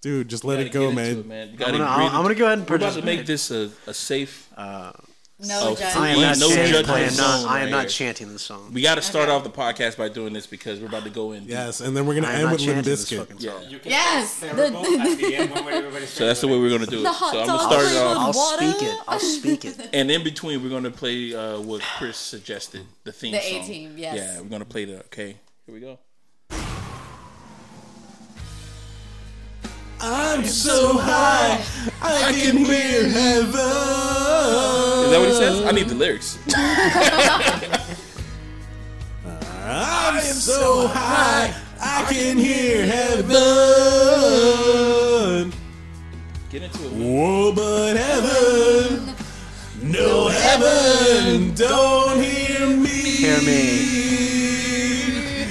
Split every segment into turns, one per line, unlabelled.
Dude, just let
Gotta
it go,
get into
man.
it, man. You
I'm
gotta
gonna, I'm,
breathe.
I'm gonna go ahead and
We're about
purchase. Uh,
to make this a, a safe.
No
Oh,
judge.
I
I am not
no
saying,
judgment
I am not,
zone
I am
right
not
here.
chanting this song.
We got to start
Okay.
off the podcast by doing this because we're about to go in. deep.
Yes, and then we're gonna
I am
end
not
with Limp
chanting this
Bizkit.
fucking
Yeah.
song.
You can
Yes,
say
the-
remote at the end when we're- everybody's
So that's the way we're gonna do it.
The hot
so I'm gonna
dog
start it
flavor.
off,
I'll
Water?
speak it. I'll speak it.
and in between we're gonna play uh, what Chris suggested, the theme
The
song.
A-Team, yes.
Yeah, we're gonna play the. Okay, here we go.
I'm so high, I, can hear heaven.
Is that what he says? I need the lyrics.
I'm so high, I can hear heaven.
Get into it. man.
Oh, but heaven, no heaven, don't hear me.
Hear me.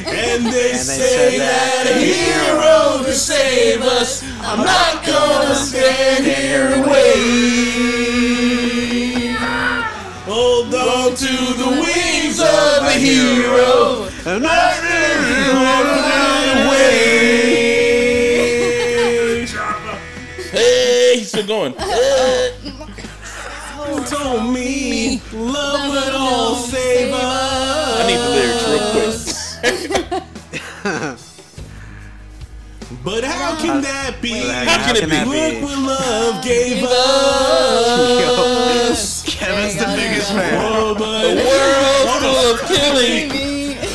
And they
And they
say
said
that a
that.
hero to save us. I'm not gonna stand here and wait. Hold on to the wings of a hero.
I'm not
Hey, he's still going.
Told me love would all save us.
I need the lyrics
But how can that be?
How can it be?
Look what love gave
Yo,
us.
Kevin's the
There you go,
biggest fan.
Oh, but
real quick. World full of killing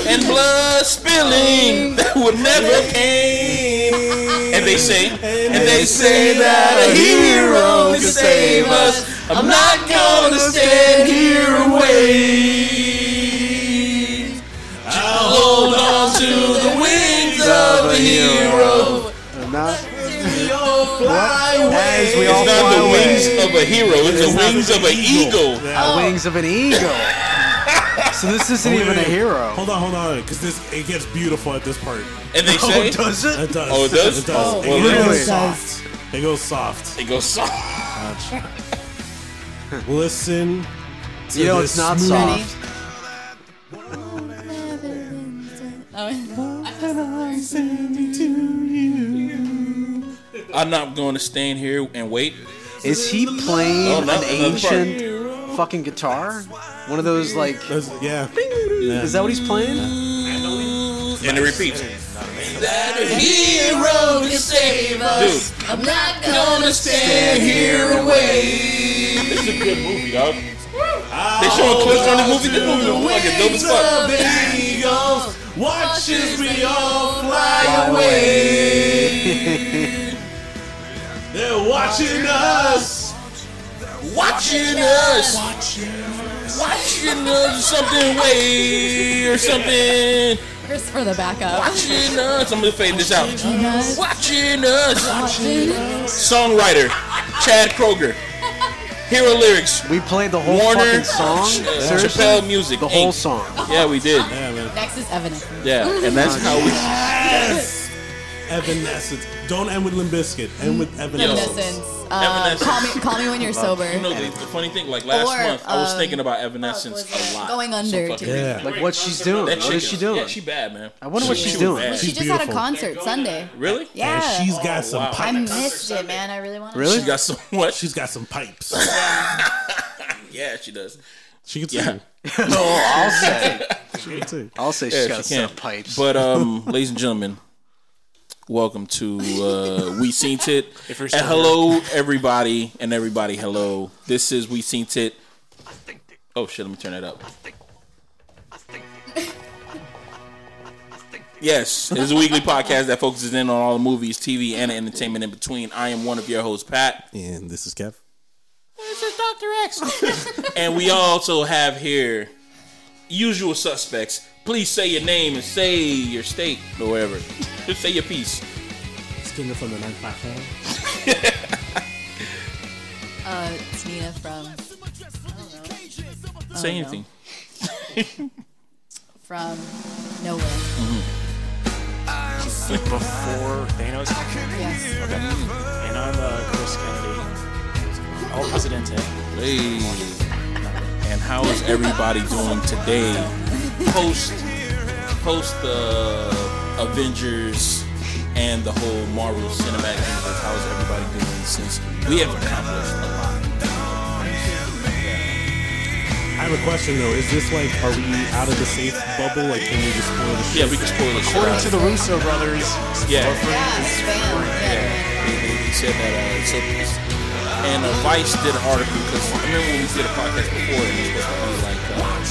and blood spilling that would never
came.
And they say, and,
they
they say
say
that a
that
hero
a hero
can save
can
us. I'm not gonna stand here and wait. I'll hold on to the wings of a hero.
I'm Oh. not.
We all fly
What?
away.
As we all
It's not
fly
the
away.
wings of a hero, it's the wings of an eagle.
The wings of an eagle. So this isn't even a hero.
Hold on, hold on, because this it gets beautiful at this part.
And they
Oh,
say,
does it?
It does.
Oh, it does?
It does.
Oh,
it
well,
goes
really?
soft. It goes soft.
it goes soft.
Listen. To
You know
this
it's not
smooth-
Ready?
soft.
Oh,
I'm not gonna stand here and wait.
Is he
Oh,
playing
no,
an
that's
ancient fucking guitar? One of those like.
That's- yeah.
Is that what he's playing?
And it repeats.
hero to save us.
Dude,
I'm not gonna stand
here and wait. This is a good movie, dog. They showing clips on the movie. This movie was fucking dope as fuck.
Eagles, watch as we all fly
Fly
away. They're watching us.
Watching us, watching us something way or something.
Chris for the backup.
Watching us. I'm gonna fade this out. Watching us. Songwriter Chad Kroger. Hero lyrics.
We played the whole
Warner
fucking song. Seriously,
Chappelle Music.
the whole
Inc.
song.
Yeah, we did.
Next is Evan. Evanescence.
Yeah, and that's how we.
Yes. Evanescence. Don't end with Limbiscuit. End with Evanescence.
Uh,
Evanescence.
call me, call me when you're sober.
You know the, the funny thing, like last
Or,
month, I was
um,
thinking about
was
Evanescence
it?
a lot.
Going under,
fucking
dude.
reason.
Yeah.
Like what she's doing?
That
What
chick
is she
is-
doing?
Yeah, she bad, man.
I wonder what she's
was
doing.
bad.
She
She's
just had a
beautiful.
concert Sunday.
Really?
Yeah.
And she's got some
wow.
I
pipes.
missed it, man. I really wanted.
Really?
She got so much.
She's got some pipes.
yeah, she does.
She can
Yeah.
sing.
Oh, I'll say.
She can sing.
I'll say
Yeah,
she's got
she can.
some pipes.
But um, ladies and gentlemen, welcome to uh, We Seen It.
If you're still
and hello, everybody, and everybody, hello. This is We Seen It. Oh shit! Let me turn that up. Yes, it is a weekly podcast that focuses in on all the movies, TV, and entertainment in between. I am one of your hosts, Pat.
And this is Kev.
And we also have here usual suspects. Please say your name and say your state or whatever. Just say your piece.
Skinner from the 955.
Uh, it's Nina from
say
no.
anything.
from nowhere.
before Thanos.
Yes.
Okay. And I'm uh, Chris Kennedy. El Presidente.
Hey. And how is everybody doing today? Post post the Avengers and the whole Marvel Cinematic Universe. How is everybody doing since we have accomplished a lot?
I have a question though. Is this like, are we out of the safe bubble? Like, can we just spoil the shit?
Yeah, we can spoil the shit out
According
of
to
it.
the Russo brothers,
Yeah.
Yeah, it's bam. Yeah.
They, they, they said that uh, so, and uh, Vice did an article because I remember when we did a podcast before and it was supposed to be like uh,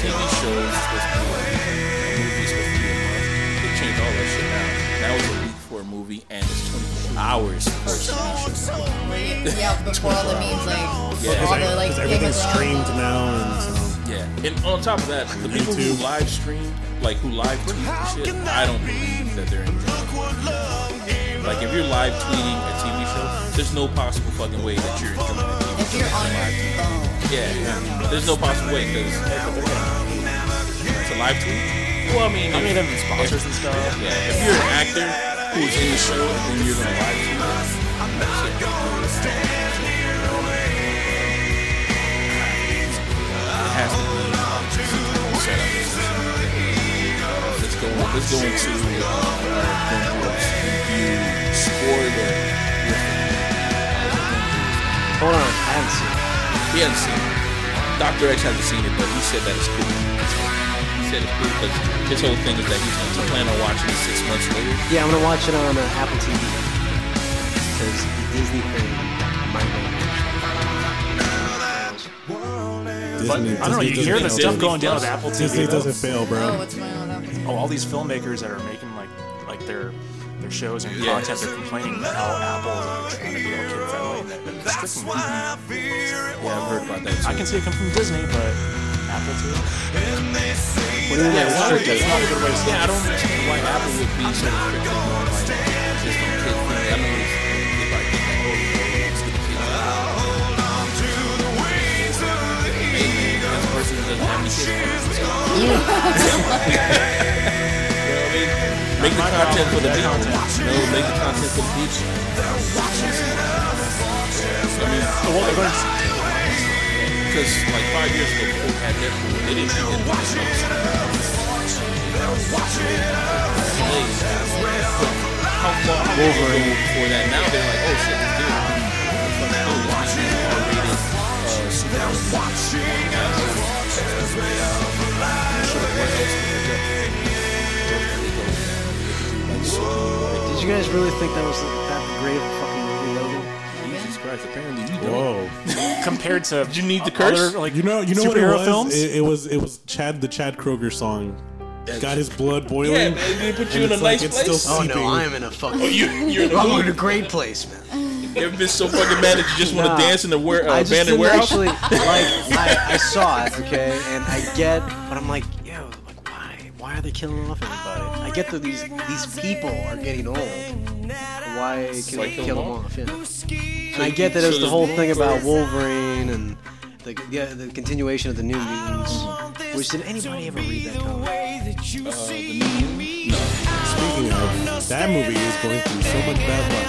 TV shows it's supposed to be like movies supposed to be a month. They changed all that shit now. That was a week for a movie and it's 24 hours for a TV show.
Yeah, before all the memes, like,
Yeah.
all the, like,
Because
Game of
everything's
Thrones.
streamed now, and so.
Yeah, and on top of that, the people
YouTube.
who live stream, like who live tweet and shit, I don't believe that they're enjoying. It. Like if you're live tweeting a TV show, there's no possible fucking way that you're enjoying it.
If you're on your phone.
Yeah, there's no possible way because it's a live tweet. Well, I mean,
I mean, them sponsors and stuff.
yeah, if you're an actor who's in the show, then you're gonna live tweet. it. Shit. It has to be um, set up. or something. Let's go. Let's go into uh, our review spoiler.
Hold on, I haven't seen it.
He hasn't seen it. Dr. X hasn't seen it, but he said that it's cool. He said it's cool because his whole thing is that he's going to plan on watching it six months later.
Yeah, I'm gonna watch it on uh, Apple TV because the Disney thing might not.
Disney,
I don't know. You
Disney
hear the
doesn't
stuff
fail.
going down with Apple TV.
Disney
though.
doesn't fail,
Oh,
bro.
what's going on? Apple TV?
Oh, all these filmmakers that are making like like their their shows and
Yeah.
content, they're complaining about how Apple is like, trying to be all kid friendly. and that they're restricting them.
Yeah, I've heard about that too.
I can see it come from Disney, but Apple too.
yeah, why would
It's not a good way to
Yeah, I
start.
don't understand why Apple would be so restricted on like just on kids. I know it's they probably think that oh, it's the kids. Hey, man, this person doesn't have any kids. You know what I mean? Make the content for the people. No, make the content for the people. I mean,
Well, they're gonna-
because like five years ago, people had their food. They didn't do it. How far Wolverine for that? Now they're like, oh shit, let's do it. Let's do it. Let's do it. R-rated, uh, superhero movie. Yeah, so- Sure, what else could they do?
Did you guys really think that was that great of a fucking movie, Logan?
Jesus Christ! Apparently you don't.
Whoa!
compared to
you need the curse?
other, like
You know, you know what it
superhero
was?
films.
It, it was it was Chad the Chad Kroger song. Got his blood boiling.
Yeah, man, they put you
And
in a
it's like
nice
it's
place.
still-
Oh
Sleeping.
no, I am in a fucking.
you, you're in the
I'm in a
mood.
great place, man.
You ever been so fucking mad that you just want to
Nah.
dance in the ware- uh,
I just
abandoned
didn't
warehouse?
actually like. I, I saw it, okay, and I get, but I'm like, yo, like why? Why are they killing off everybody? I get that these these people are getting old. Why can
Why
they
kill
kill
them
them
off?
off? Yeah. And I get that it was the whole thing about Wolverine and the yeah, the continuation of the New Mutants. Which did anybody ever read that comic?
Uh,
Speaking of, that movie is going through so much bad luck.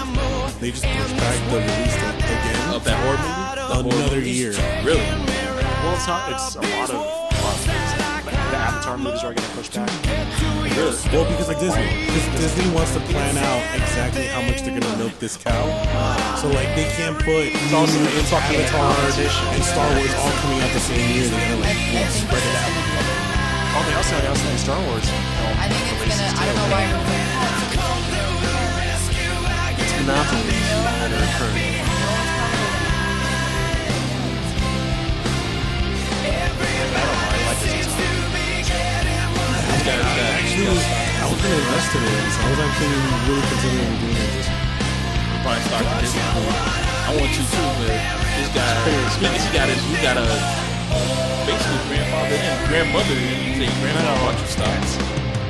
They just pushed back the release date again
of that horror movie?
another year.
Really?
well, it's not. It's a lot of. a lot of things. Like, the Avatar movies are gonna push back.
Really?
Well, because like Disney, because Disney wants to plan out exactly how much they're gonna milk this cow. So like they can't put
also
Moon
Mm,
a
and
fucking competition.
Avatar and Star Wars all coming out the same year. They're gonna
I
like
think
you know,
it's just
spread it out.
gonna-
Oh, they also announced that Star Wars. film
I think it's
releases
gonna. I don't know why. we're-
It's monopolies that are occurring.
It's got it's got-
Actually, I was gonna invest in it. So I was actually really considering doing it.
probably start with this one. I want you too, but this guy, he got a, he got a basically grandfather and grandmother. You say grandma watch your stocks,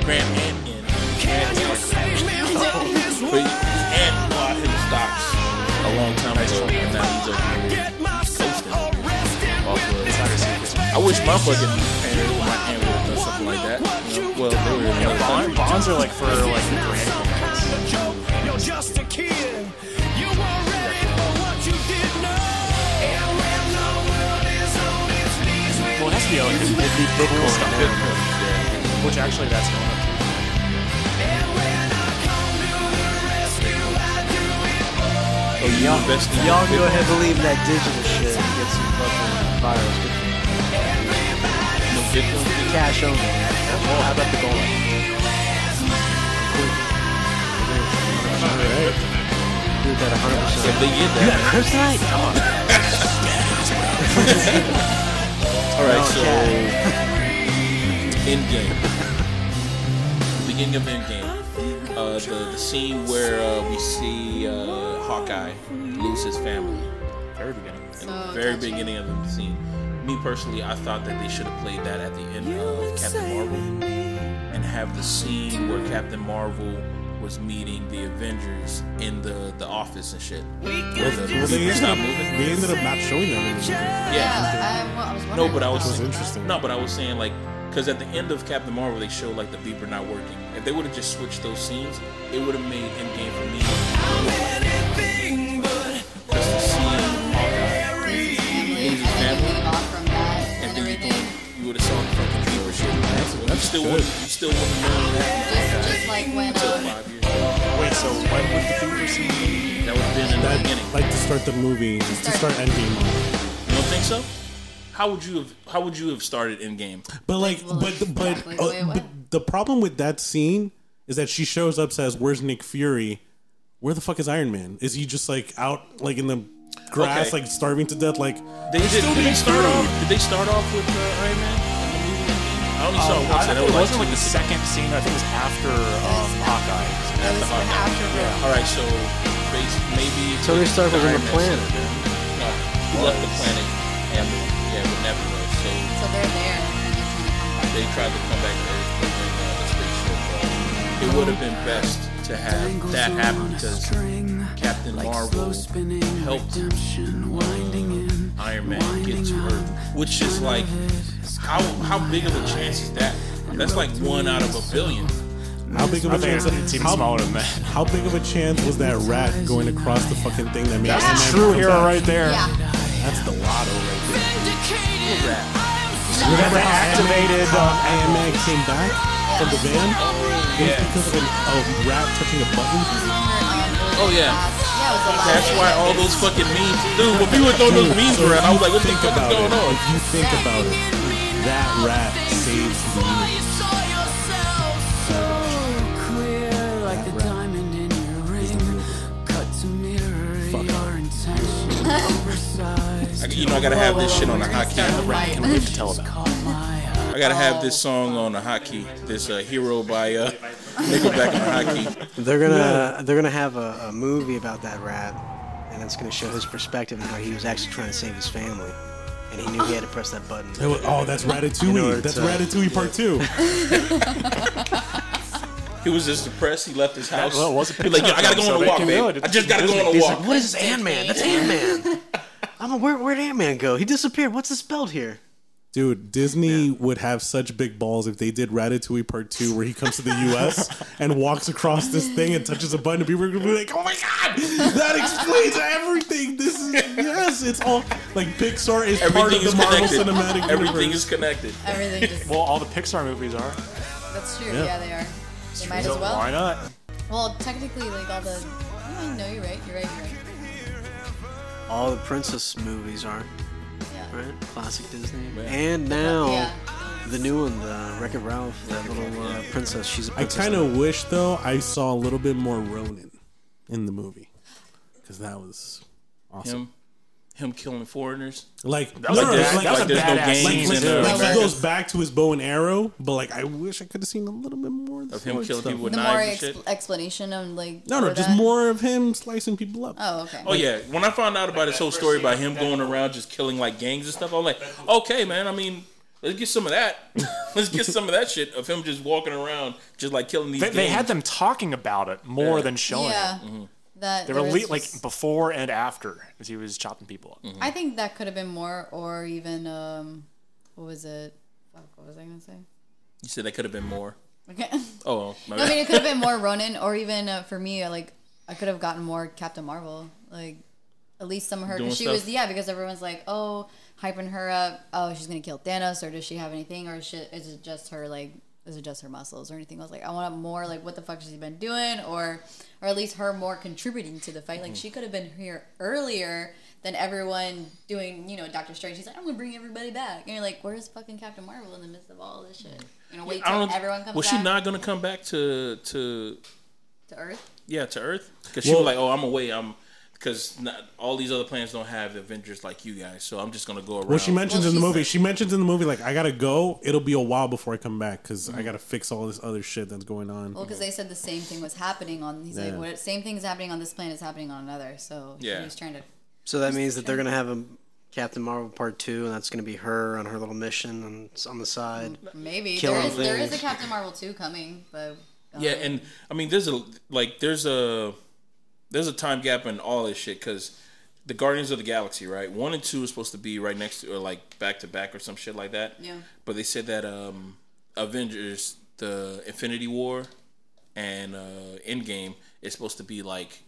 grand aunt and grand aunt. But his aunt bought him stocks a long time ago, and now he's over here coasting off of I wish my fucking parents, my aunt would have done something like that. you know? Well, they were in another
Bond,
country.
bonds are like for like grandparents. Well, it has to be like the biblical stuff,
Yeah.
which actually that's going up.
So you
Y'all,
invest in
y'all
Bitcoin.
go ahead and believe that digital shit and get some fucking virus. Good for you.
No Bitcoin.
Cash only. How about the gold? Dude, that 100%.
If they get that.
Kryptonite?
All right, so
Okay.
Endgame. Beginning of Endgame. Uh, the, the scene where uh, we see uh, Hawkeye lose his family.
Very beginning.
In
So
the very
touching.
beginning of the scene. Me personally, I thought that they should have played that at the end of Captain Marvel and have the scene where Captain Marvel was meeting the Avengers in the, the office and shit. With the
Well, they,
it's
ended
not
up,
moving.
they ended up not showing them in the movie.
yeah.
Yeah, I, well, I was
No,
wondering.
but I was,
Which was interesting.
No, but I was saying like, because at the end of Captain Marvel, they show like the beeper not working. If they would have just switched those scenes, it would have made Endgame for me. Just to see Hawkeye,
Lisa's family,
Lisa's
and then
family.
you leave off from that
and
and
then you
everything.
thought you would have saw the fucking beeper shit. That's, you still would, you still would have known that
Just, just like when,
until
um,
five years. That
Wait, so when would the Beaver scene?
would have been in the beginning.
That, like to start the movie, to start Endgame off.
You don't think so? How would you have? How would you have started Endgame?
But like,
Well,
but but,
exactly the way it
uh, but
went.
the problem with that scene is that she shows up, says, "Where's Nick Fury? Where the fuck is Iron Man? Is he just like out like in the grass,
Okay.
like starving to death? Like
They did. Did they start off? Did they start off with uh, Iron Man? in the movie Endgame? I only saw it once.
Um, Oh, I,
and
it
was,
wasn't
two
like the
years ago.
second scene. I think it was after um, Hawkeye.
it was after
All right, so base, maybe if
Tony Stark was on
Iron
the
Man
planet.
said, No, he left the planet and yeah, with Nebula. So
So they're there. And they're trying to come back.
they tried to come back to Earth, but then uh, the spaceship. Uh, it would have been best to have that happen because Captain Marvel helped uh, Iron Man get to Earth, which is like how how big of a chance is that? That's like one out of a billion.
how big of
I
a
think
chance?
it's- it seems smaller than that.
How big of a chance was that rat going across the fucking thing that made
That's
Iron Man
true
come back?
there.
Yeah.
That's the lotto right there.
Remember how activated. Um,
Iron Man came back from the van.
Oh
It was because of an, a rat touching a button.
Oh, yeah.
Yeah, it was
That's
a
why
lot.
all those fucking memes, dude. When people were throwing those memes
So
around, I was like,
if
what
you
the
think
fuck
about
is going
it,
on?
If you think about it, that rat saves the universe.
I, you know, I gotta have this shit on a hot key.
Start a fight.
I gotta have this song on a hot key. This uh, hero by uh, Nickelback on a hot key.
They're gonna they're gonna have a, a movie about that rat, and it's gonna show his perspective and how he was actually trying to save his family, and he knew he had to press that button.
It was- oh, that's Ratatouille.
You know, it's,
that's
uh,
Ratatouille Part Two.
He was just depressed. He left his house.
well, it was a
He like, yo, I gotta go
picture, so
on a
they
walk,
can
babe.
do it.
I just gotta go on a
He's like,
walk.
"What is Ant Man? That's Ant Man." I'm like, where where'd Ant Man go? He disappeared. What's this spelled here?
Dude, Disney would have such big balls if they did Ratatouille Part Two, where he comes to the U.S. and walks across this thing and touches a button, and people are gonna be like, "Oh my god, that explains everything." This is yes, it's all like Pixar is part
Everything
of the
is
Marvel
connected.
Cinematic
Everything
Universe.
is connected.
Everything just.
well, all the Pixar movies are.
That's true.
Yeah.
Yeah, they are. They might as
So
well.
why not?
Well, technically, like all the. Oh, no, you're right. You're right. You're right.
All the princess movies aren't
Yeah.
right. Classic Disney. And now
Yeah.
the new one, the Wreck-It Ralph, that little uh, princess. She's a
I
princess.
kind
now.
of wish though I saw a little bit more Ronin in the movie because that was awesome.
Him, him killing foreigners.
Like,
was
no,
a
no,
bad-
like,
that was
like
a
there's no
badass
gangs
scene,
in
too.
uh,
like, he
America.
goes back to his bow and arrow, but like I wish I could have seen a little bit more of,
Of him killing people with
The more
knives and shit.
ex- explanation on like.
No, no,
for
just
that.
more of him slicing people up.
Oh, okay.
Oh yeah, when I found out about this whole story about him going around just killing like gangs and stuff, I was like, okay, man. I mean, let's get some of that. let's get some of that shit of him just walking around, just like killing these.
They, they
gangs.
had them talking about it more
Yeah.
than showing it.
Yeah. That
They
there
were
was
le- like
just-
before and after as he was chopping people
Mm-hmm.
up.
I think that could have been more, or even um, what was it? Fuck, what was I gonna say?
You said that could have been more.
Okay.
Oh, well, my
I mean,
bad.
it could have been more Ronin, or even uh, for me, like I could have gotten more Captain Marvel, like at least some of her. 'cause
Doing
she
stuff.
was yeah, because everyone's like, oh, hyping her up. Oh, she's gonna kill Thanos, or does she have anything, or is, she, is it just her like is it just her muscles or anything else? Like I want more like what the fuck has she been doing or or at least her more contributing to the fight.
Hmm.
Like she could have been here earlier than everyone doing, you know, Doctor Strange. She's like, I'm gonna bring everybody back. And you're like, where's fucking Captain Marvel in the midst of all this shit? You know, wait
I
till
don't.
everyone comes
was
back
she not gonna come back to to
to Earth.
yeah to Earth? Because she was like, oh, I'm away. I'm because all these other planets don't have Avengers like you guys, so I'm just gonna go around.
Well, she mentions
Well,
in the
she's
movie.
like-
she mentions in the movie like I gotta go. It'll be a while before I come back because I gotta fix all this other shit that's going on.
Well, because they said the same thing was happening on. He's like,
Yeah.
what? Same thing's happening on this planet is happening on another. So
Yeah.
he was trying to.
So that means that they're gonna have a Captain Marvel Part Two, and that's gonna be her on her little mission on, on the
Mm,
side.
Maybe
Kill
there
him
is, there
things.
is a Captain Marvel two coming, but um,
Yeah, and I mean, there's a like, there's a there's a time gap in all this shit because the Guardians of the Galaxy, right? One and two is supposed to be right next to or like back to back or some shit like that.
Yeah.
But they said that um Avengers, the Infinity War, and uh Endgame is supposed to be like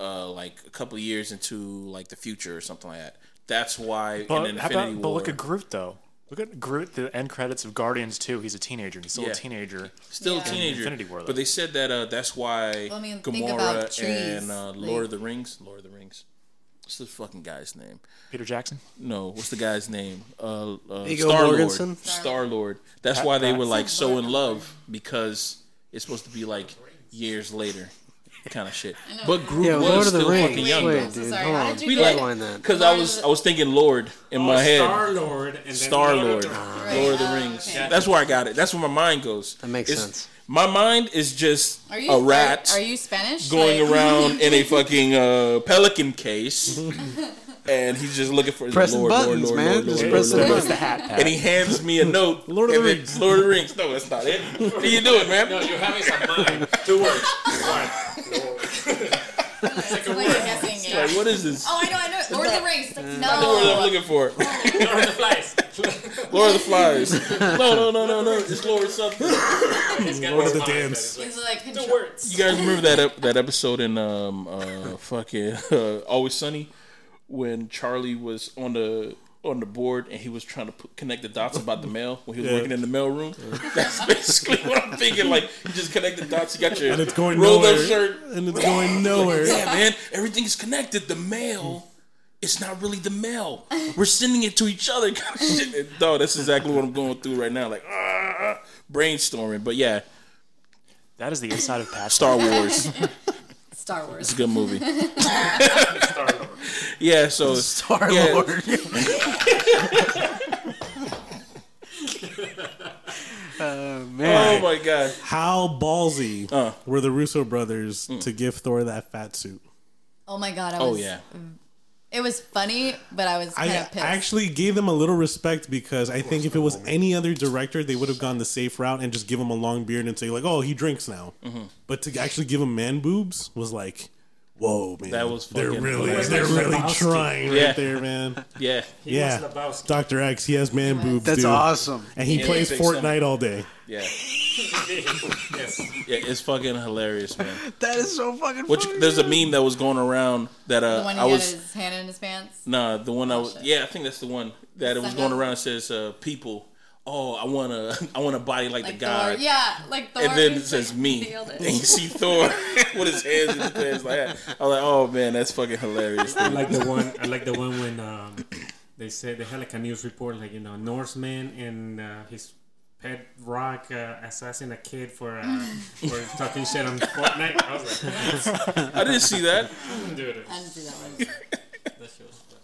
uh like a couple of years into like the future or something like that. That's why
But,
in
how
Infinity War.
about, but look at Groot though. Look at Groot. The end credits of Guardians 2. He's a teenager. and He's still
Yeah.
a teenager.
still
Yeah.
a teenager.
Infinity War, though.
but they said that uh, that's why
I mean, think about
Gamora
trees,
and uh, Lord of
like-
the Rings. Lord of the Rings. What's the fucking guy's name?
Peter Jackson.
No, what's the guy's name? Uh, uh,
Viggo
Star Lord.
Mortensen?
Star Lord. That's why they were
Paxton.
like so in love because it's supposed to be like years later, kind of shit. But Groot
Yeah,
was
Lord of
still
the
fucking
Rings.
young.
Wait,
Wait,
I'm so
dude,
sorry.
hold
How
on.
did you
We
get-
like
Rewind that.
because I was I was thinking Lord in
Oh,
my head.
Star Lord and
Star Lord,
Right,
Lord of the
oh,
Rings.
okay.
That's where I got it. That's where my mind goes. That
makes sense.
My mind is just
Are you
a rat
Are, are you Spanish?
going
Like-
around in a fucking uh, pelican case, and he's just looking for his
Pressing
Lord,
buttons,
Lord, Lord,
man.
Lord,
Just
Lord,
press
Lord,
the
Lord.
buttons.
hat
And he hands me a note.
Lord of the
and
Rings.
it's Lord of the Rings. No, that's not it. What are you doing, man?
No, you're having some mine. Two words. One. Lord.
It's like a guessing game.
Like, what is this?
Oh, I know, I know. Lord of the Rings. Like,
I know what I'm
no.
looking for.
Lord of the Flies.
Lord of the Flies. No, no, no, no, no. It's Lord something.
It's gotta
Lord of
be
the
mine,
Dance.
but it's
It's like
like
control-
Two words.
You guys remember that ep- that episode in um uh fucking uh, Always Sunny when Charlie was on the on the board and he was trying to put, connect the dots about the mail when he was
Yeah.
working in the mail room. That's basically what I'm thinking. Like you just connect the dots. You got your
And it's going
rolled
nowhere.
up shirt.
And it's going nowhere.
Yeah, man, everything is connected. The mail. It's not really the mail. We're sending it to each other. kind of shit. no, that's exactly what I'm going through right now. Like ah, brainstorming. But yeah,
That is the inside of Patrick.
Star Wars.
Star Wars.
Good movie. yeah, so
Star
Yeah.
Lord. oh
Oh
man.
my god.
How ballsy were the Russo brothers to give Thor that fat suit?
Oh my god. I
Oh
was,
yeah.
It was funny, but I was
I,
kind of
I
pissed.
actually gave them a little respect because I think if it was any other director, they would have gone the safe route and just give him a long beard and say like, "Oh, he drinks now."
Mm-hmm.
But to actually give him man boobs was like, "Whoa, man!
That was
they're
fucking
really
hilarious.
they're really
Lebowski.
trying
Yeah.
right there, man."
Yeah.
was
yeah,
Lebowski.
Doctor X, he has man boobs.
That's
dude.
awesome.
And he
Yeah,
plays
big
Fortnite
stomach.
all day.
Yeah.
yes.
Yeah, it's fucking hilarious, man.
That is so fucking
Which
funny.
there's a meme that was going around that uh
the one who
I
had
was
his hand in his pants.
nah, the one I was
shit.
yeah, I think that's the one that it was
Suck
going
up.
around and says uh people, "Oh, I want to I want a body like,
Like
the guy."
Thor. Yeah, like Thor.
And then
He's
it says
like-
me,
nailed
and
it.
you see Thor with his hands in his pants like that. I'm like, oh man, that's fucking hilarious.
I like the one. I like the one when um, they said they had like a news report, like you know, Norseman and uh, his pet rock uh, assassin a kid for uh, for talking shit on Fortnite. I was like,
I didn't see that.
dude,
I didn't see that one.
that shit was fun.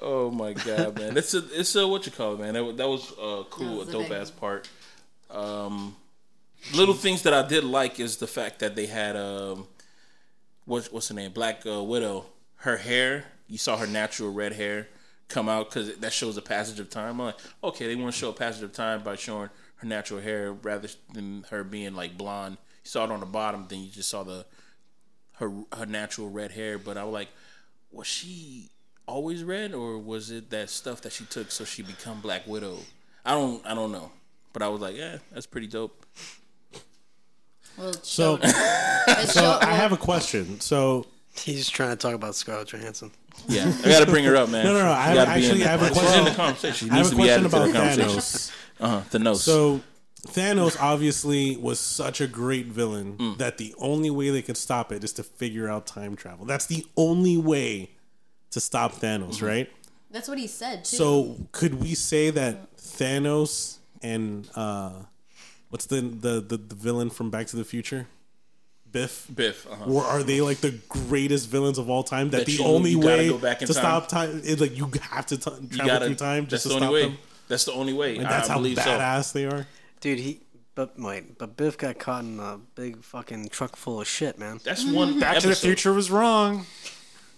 Oh my god, man! It's a it's a what you call it, man. That, wa- that was uh, cool,
That was
a
a
dope
big
ass part. Um, little things that I did like is the fact that they had um, what's what's her name, Black uh, Widow. Her hair, you saw her natural red hair come out because that shows a passage of time. I'm like, okay, they want to show a passage of time by showing her natural hair rather than her being like blonde. You saw it on the bottom, then you just saw the her her natural red hair. But I was like, was she always red or was it that stuff that she took so she become Black Widow? I don't I don't know. But I was like, yeah, that's pretty dope.
Well,
So,
it
so
showed-
I have a question. So
He's trying to talk about Scarlett Johansson.
Yeah, I gotta bring her up, man.
No, no, no, I
She gotta
have-
be in
actually,
the-
I have a
She's
question-
in the conversation. She
I have
needs
a
to be
question
added to
about
the conversation.
Thanos.
Uh huh. The nose.
So Thanos obviously was such a great villain
Mm.
that the only way they could stop it is to figure out time travel. That's the only way to stop Thanos,
Mm-hmm.
right?
That's what he said too.
So could we say that Thanos and uh what's the the the, the villain from Back to the Future? Biff?
Biff. Uh-huh.
Or are they like the greatest villains of all time? That,
That
the
you-
only
you gotta
way
go back in
to
time.
stop time is like you have to t- travel
You gotta-
through time
that's
just to
the
stop
only way.
them.
That's the only way.
And that's
I
how
believe so.
badass they are.
Dude, he. But wait, but Biff got caught in a big fucking truck full of shit, man.
That's one.
Back to
episode.
the Future was wrong.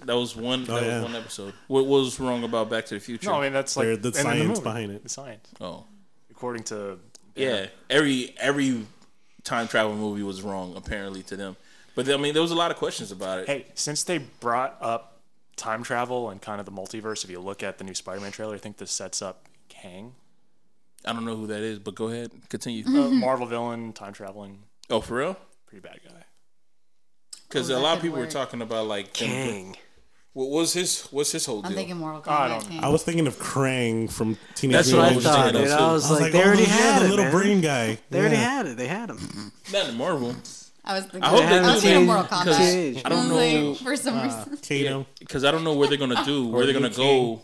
That was one. that
Oh, yeah.
was one episode. What was wrong about Back to the Future?
No, I mean that's
There-
like
the
and in
science
movie.
behind it.
The science,
oh,
according to
yeah. Every every time travel movie was wrong apparently to them. But I mean, there was a lot of questions about it.
Hey, since they brought up time travel and kind of the multiverse, if you look at the new Spider-Man trailer, I think this sets up Kang,
I don't know who that is, but go ahead, continue.
a Marvel villain, time traveling,
oh, for real?
pretty bad guy.
Because
Oh,
a
that
lot of
could
people were
work.
talking about like them-
Kang.
What was his? What's his whole
I'm
deal?
thinking Mortal Kombat.
I don't-
King.
I was thinking of Krang from Teenage
That's what
Mutant Ninja
I
Turtles.
was thinking
Thought,
of
dude,
too.
I was
I was
like, they
oh,
already
yeah,
had
the
it,
little
man.
brain guy.
They already
Yeah.
had it. They had him.
Not in Marvel.
I was thinking.
I
I,
hope they
was
do
thinking
that.
of Mortal Kombat.
Cause
I don't
was
know.
Like, for some reason,
Kato.
because I don't know where they're gonna do, where they're gonna
Liu
go.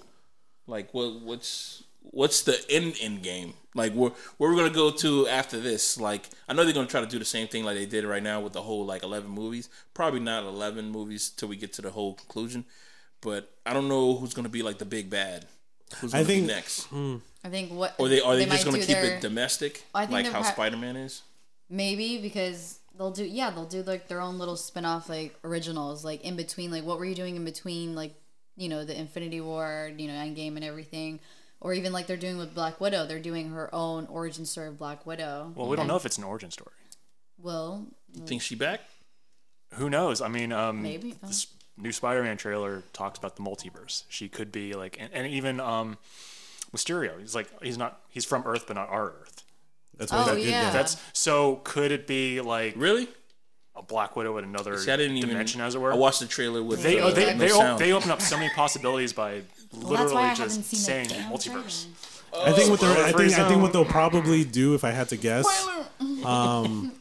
Like what? What's what's the end end game? Like where where we're gonna go to after this? Like I know they're gonna try to do the same thing like they did right now with the whole like eleven movies. Probably not eleven movies till we get to the whole conclusion. But I don't know who's gonna be like the big bad. Who's
I
gonna
think- Hmm.
be next?
I think what
Or they are they, just
might
gonna
do
keep
their-
it domestic,
I think
like
they're
how
pro-
Spider Man is?
Maybe because they'll do yeah they'll do like their own little spin-off like originals like in between like what were you doing in between like you know the Infinity War you know Endgame and everything or even like they're doing with Black Widow they're doing her own origin story of Black Widow.
Well, we don't know if it's an origin story.
Well,
You think she back?
Who knows? I mean, um,
Maybe.
this new Spider-Man trailer talks about the multiverse. She could be like, and, and even um, Mysterio. He's like, he's not, he's from Earth, but not our Earth.
That's
Oh,
what that good
yeah.
guy.
That's so. Could it be like
Really?
a Black Widow in another
See, I didn't even
dimension, as it were?
I watched the trailer with
They oh,
uh,
they
no
they, op-
sound.
they open up so many possibilities by
well that's why I
literally
haven't
just
seen saying
saying
the damn
multiverse.
I think what they're, I
Spoiler-free
think, I think
zone.
what they'll probably do, if I had to guess, um,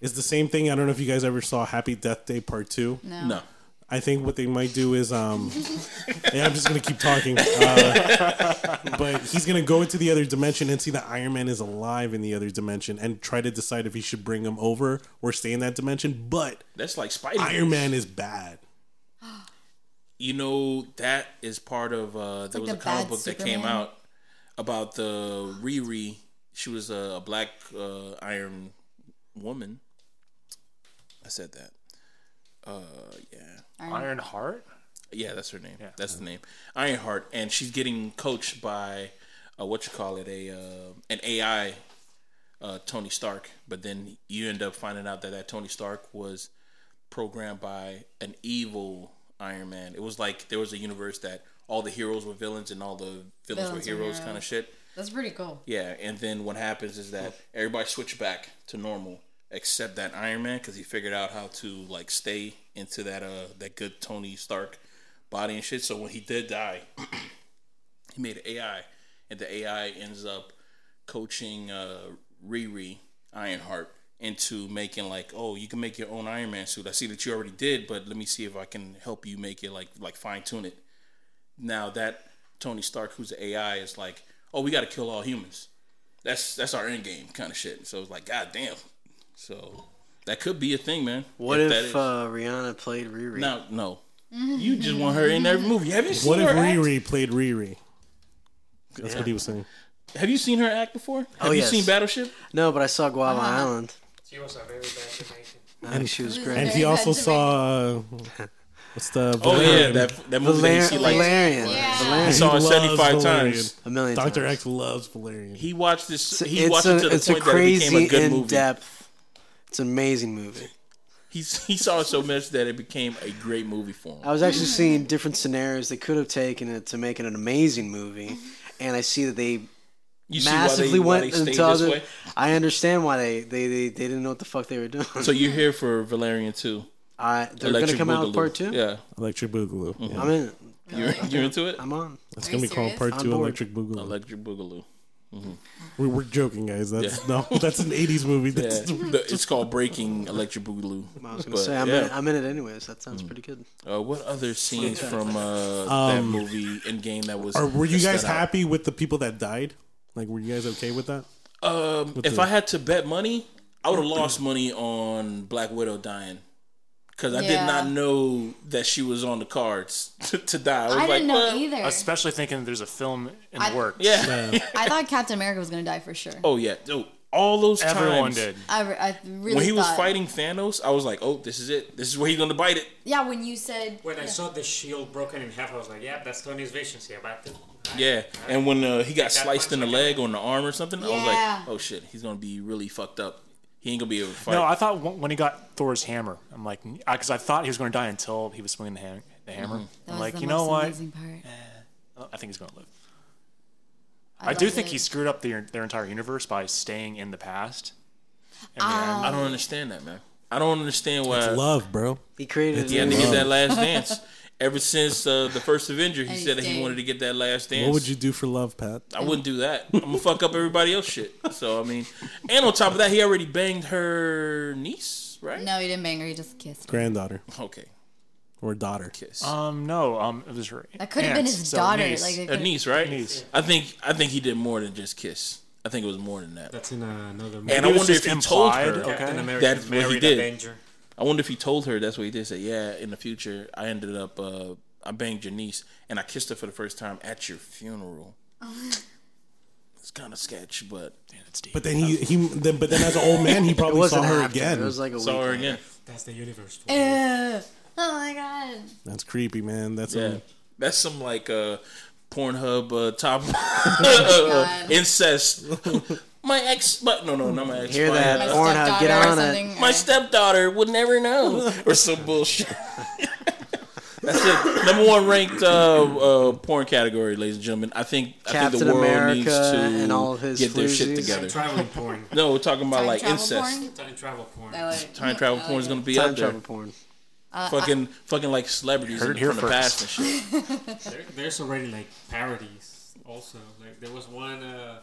is the same thing. I don't know if you guys ever saw Happy Death Day Part Two.
No.
no.
I think what they might do is, um, yeah, I'm just gonna keep talking. Uh, but he's gonna go into the other dimension and see that Iron Man is alive in the other dimension and try to decide if he should bring him over or stay in that dimension. But
That's like Spider Man.
Iron Man is bad.
you know that is part of uh there
like
was a
the
comic
bad
book that came
Superman.
out about the Riri. She was a, a black uh, Iron Woman. I said that. Uh yeah.
Iron Heart.
Yeah, that's her name. That's the name. Ironheart, and she's getting coached by uh, what you call it a uh, an AI, uh, Tony Stark. But then you end up finding out that that Tony Stark was programmed by an evil Iron Man. It was like there was a universe that all the heroes were villains and all the villains,
Villains
were
were
heroes, kind of
heroes.
shit.
That's pretty cool.
Yeah, and then what happens is that everybody switched back to normal except that Iron Man because he figured out how to like stay into that uh that good Tony Stark body and shit. So when he did die, he made an AI, and the AI ends up coaching uh Riri Ironheart into making like, oh, you can make your own Iron Man suit. I see that you already did, but let me see if I can help you make it like like fine tune it now that Tony Stark, who's the AI, is like, oh, we got to kill all humans. That's that's our end game kind of shit. So it's like, god damn. So that could be a thing, man.
What if,
that is-
uh, Rihanna played Riri?
no, no. You just want her in every movie. Have you seen
What if
her act?
Riri played Riri? That's what he was saying.
Have you seen her act before? Have you
Oh, yes.
seen Battleship?
No, but I saw Guava Island.
She was a very bad Jamaican.
And she was
Very
great.
And he
bad
also
to me.
saw uh, what's the
Oh yeah,
Valerian.
that that movie that you
Valer-
see like
Valerian.
Yeah.
I
Valerian.
saw it
He
seventy five
loves Valerian.
times.
A million
Doctor
times.
X loves Valerian.
He watched this.
It's-
He
it's
watched
a,
it to the
it's a
point that it
crazy
became a good movie.
in-depth. It's an amazing movie.
He he saw it so much that it became a great movie for him.
I was actually seeing different scenarios they could have taken it to make it an amazing movie, and I see that they
You see why
massively
they, why
went
they stayed
into other.
this way.
I understand why they, they, they, they didn't know what the fuck they were doing.
So you're here for Valerian too.
I, they're going to
Electric
come out
Boogaloo.
with part two.
Yeah,
Electric Boogaloo.
Mm-hmm.
Yeah.
I'm in.
you're, you're into it.
I'm on.
It's
Are
gonna
you
be called
serious?
Part
I'm
Two
bored.
Electric Boogaloo.
Electric Boogaloo.
We, we're joking, guys. That's no, that's an '80s movie.
Yeah,
That's
the- it's called Breaking Electric Boogaloo.
I was gonna
But,
say I'm,
yeah.
in, I'm in it anyways. That sounds pretty good.
Uh, what other scenes from uh, that movie and game that was?
Or Um, were you
that
guys
stood out?
happy with the people that died? Like, were you guys okay with that?
Um, if
the-
I had to bet money, I would have lost money on Black Widow dying. Because I did
Yeah.
not know that she was on the cards to, to die. I was
I
like,
didn't know
well,
either.
Especially thinking there's a film in
I-
the works.
Yeah.
I thought Captain America was gonna die for sure.
Oh yeah. Dude, all those
Everyone
times
did.
I, re- I really
when he was
thought-
fighting Thanos, I was like, oh, this is it. This is where he's gonna bite it.
Yeah, when you said
When I saw the shield broken in half, I was like, "Yeah, that's Tony's vision. See about it."
Yeah. And when uh, he got
That
sliced in the
punch
leg or in the arm or something, I was
Yeah.
like, oh shit, he's gonna be really fucked up. He ain't gonna be able to fight.
No, I thought when when he got Thor's hammer, I'm like, because I thought he was going to die until he was swinging the, ham- the hammer.
Mm-hmm.
that
I'm
was
like,
the
you
most
know what?
amazing part.
I think he's going to live. I, do
loved
think
it.
he screwed up their their entire universe by staying in the past. And
Ah.
I don't understand that, man. I don't understand why.
Love, bro.
He created.
He had
an-
to get that last dance. Ever since uh, the first Avenger, he
And
said that
he's
he
gay.
wanted to get that last dance.
What would you do for love, Pat?
I wouldn't do that. I'm gonna fuck up everybody else shit. So I mean, and on top of that, he already banged her niece, right?
No, he didn't bang her. He just kissed. her.
Granddaughter
Okay,
or daughter?
kiss
then, um, no, um, it was her.
That could have been
aunt,
his
so
daughter.
niece.
Like, it
a
could've-
niece, right?
Niece.
I think I think he did more than just kiss. I think it was more than that.
That's in another movie.
And
It
I
was
wonder if
just
he told
implied,
her.
okay.
Captain America
That's what he
married
did.
Avenger.
I wonder if he told her that's what he did. Say, yeah, in the future, I ended up uh, I banged your niece and I kissed her for the first time at your funeral. it's kind of sketch, but
Man, it's deep.
But then he he then but then as an old man he
It
probably saw
wasn't
her
after,
again.
It was like a
saw her
week.
again.
That's the universe. For you.
Ugh. Oh my god.
That's creepy, man. That's
Yeah,
um,
that's some like uh, Pornhub uh, top
God.
incest. my ex, but no, no, not my ex.
Hear
my,
that?
My
uh,
Pornhub, get
stepdaughter or
on it.
something.
my
I-
stepdaughter would never know, or some bullshit. that's it. Number one ranked uh, uh, porn category, ladies and gentlemen. I think I think
Captain
the world
America
needs to
and all of his
get their shit
floozies.
together.
Traveling porn.
No, we're talking about
Time
like
travel
incest.
porn? Oh,
Time travel porn.
I like-
Time travel
I like
porn is
it.
gonna be
Time
out there.
travel porn.
Uh,
fucking, fucking like celebrities
Heard
in
it here
from the
first.
past and shit.
There, there's already like parodies also. Like there was one uh,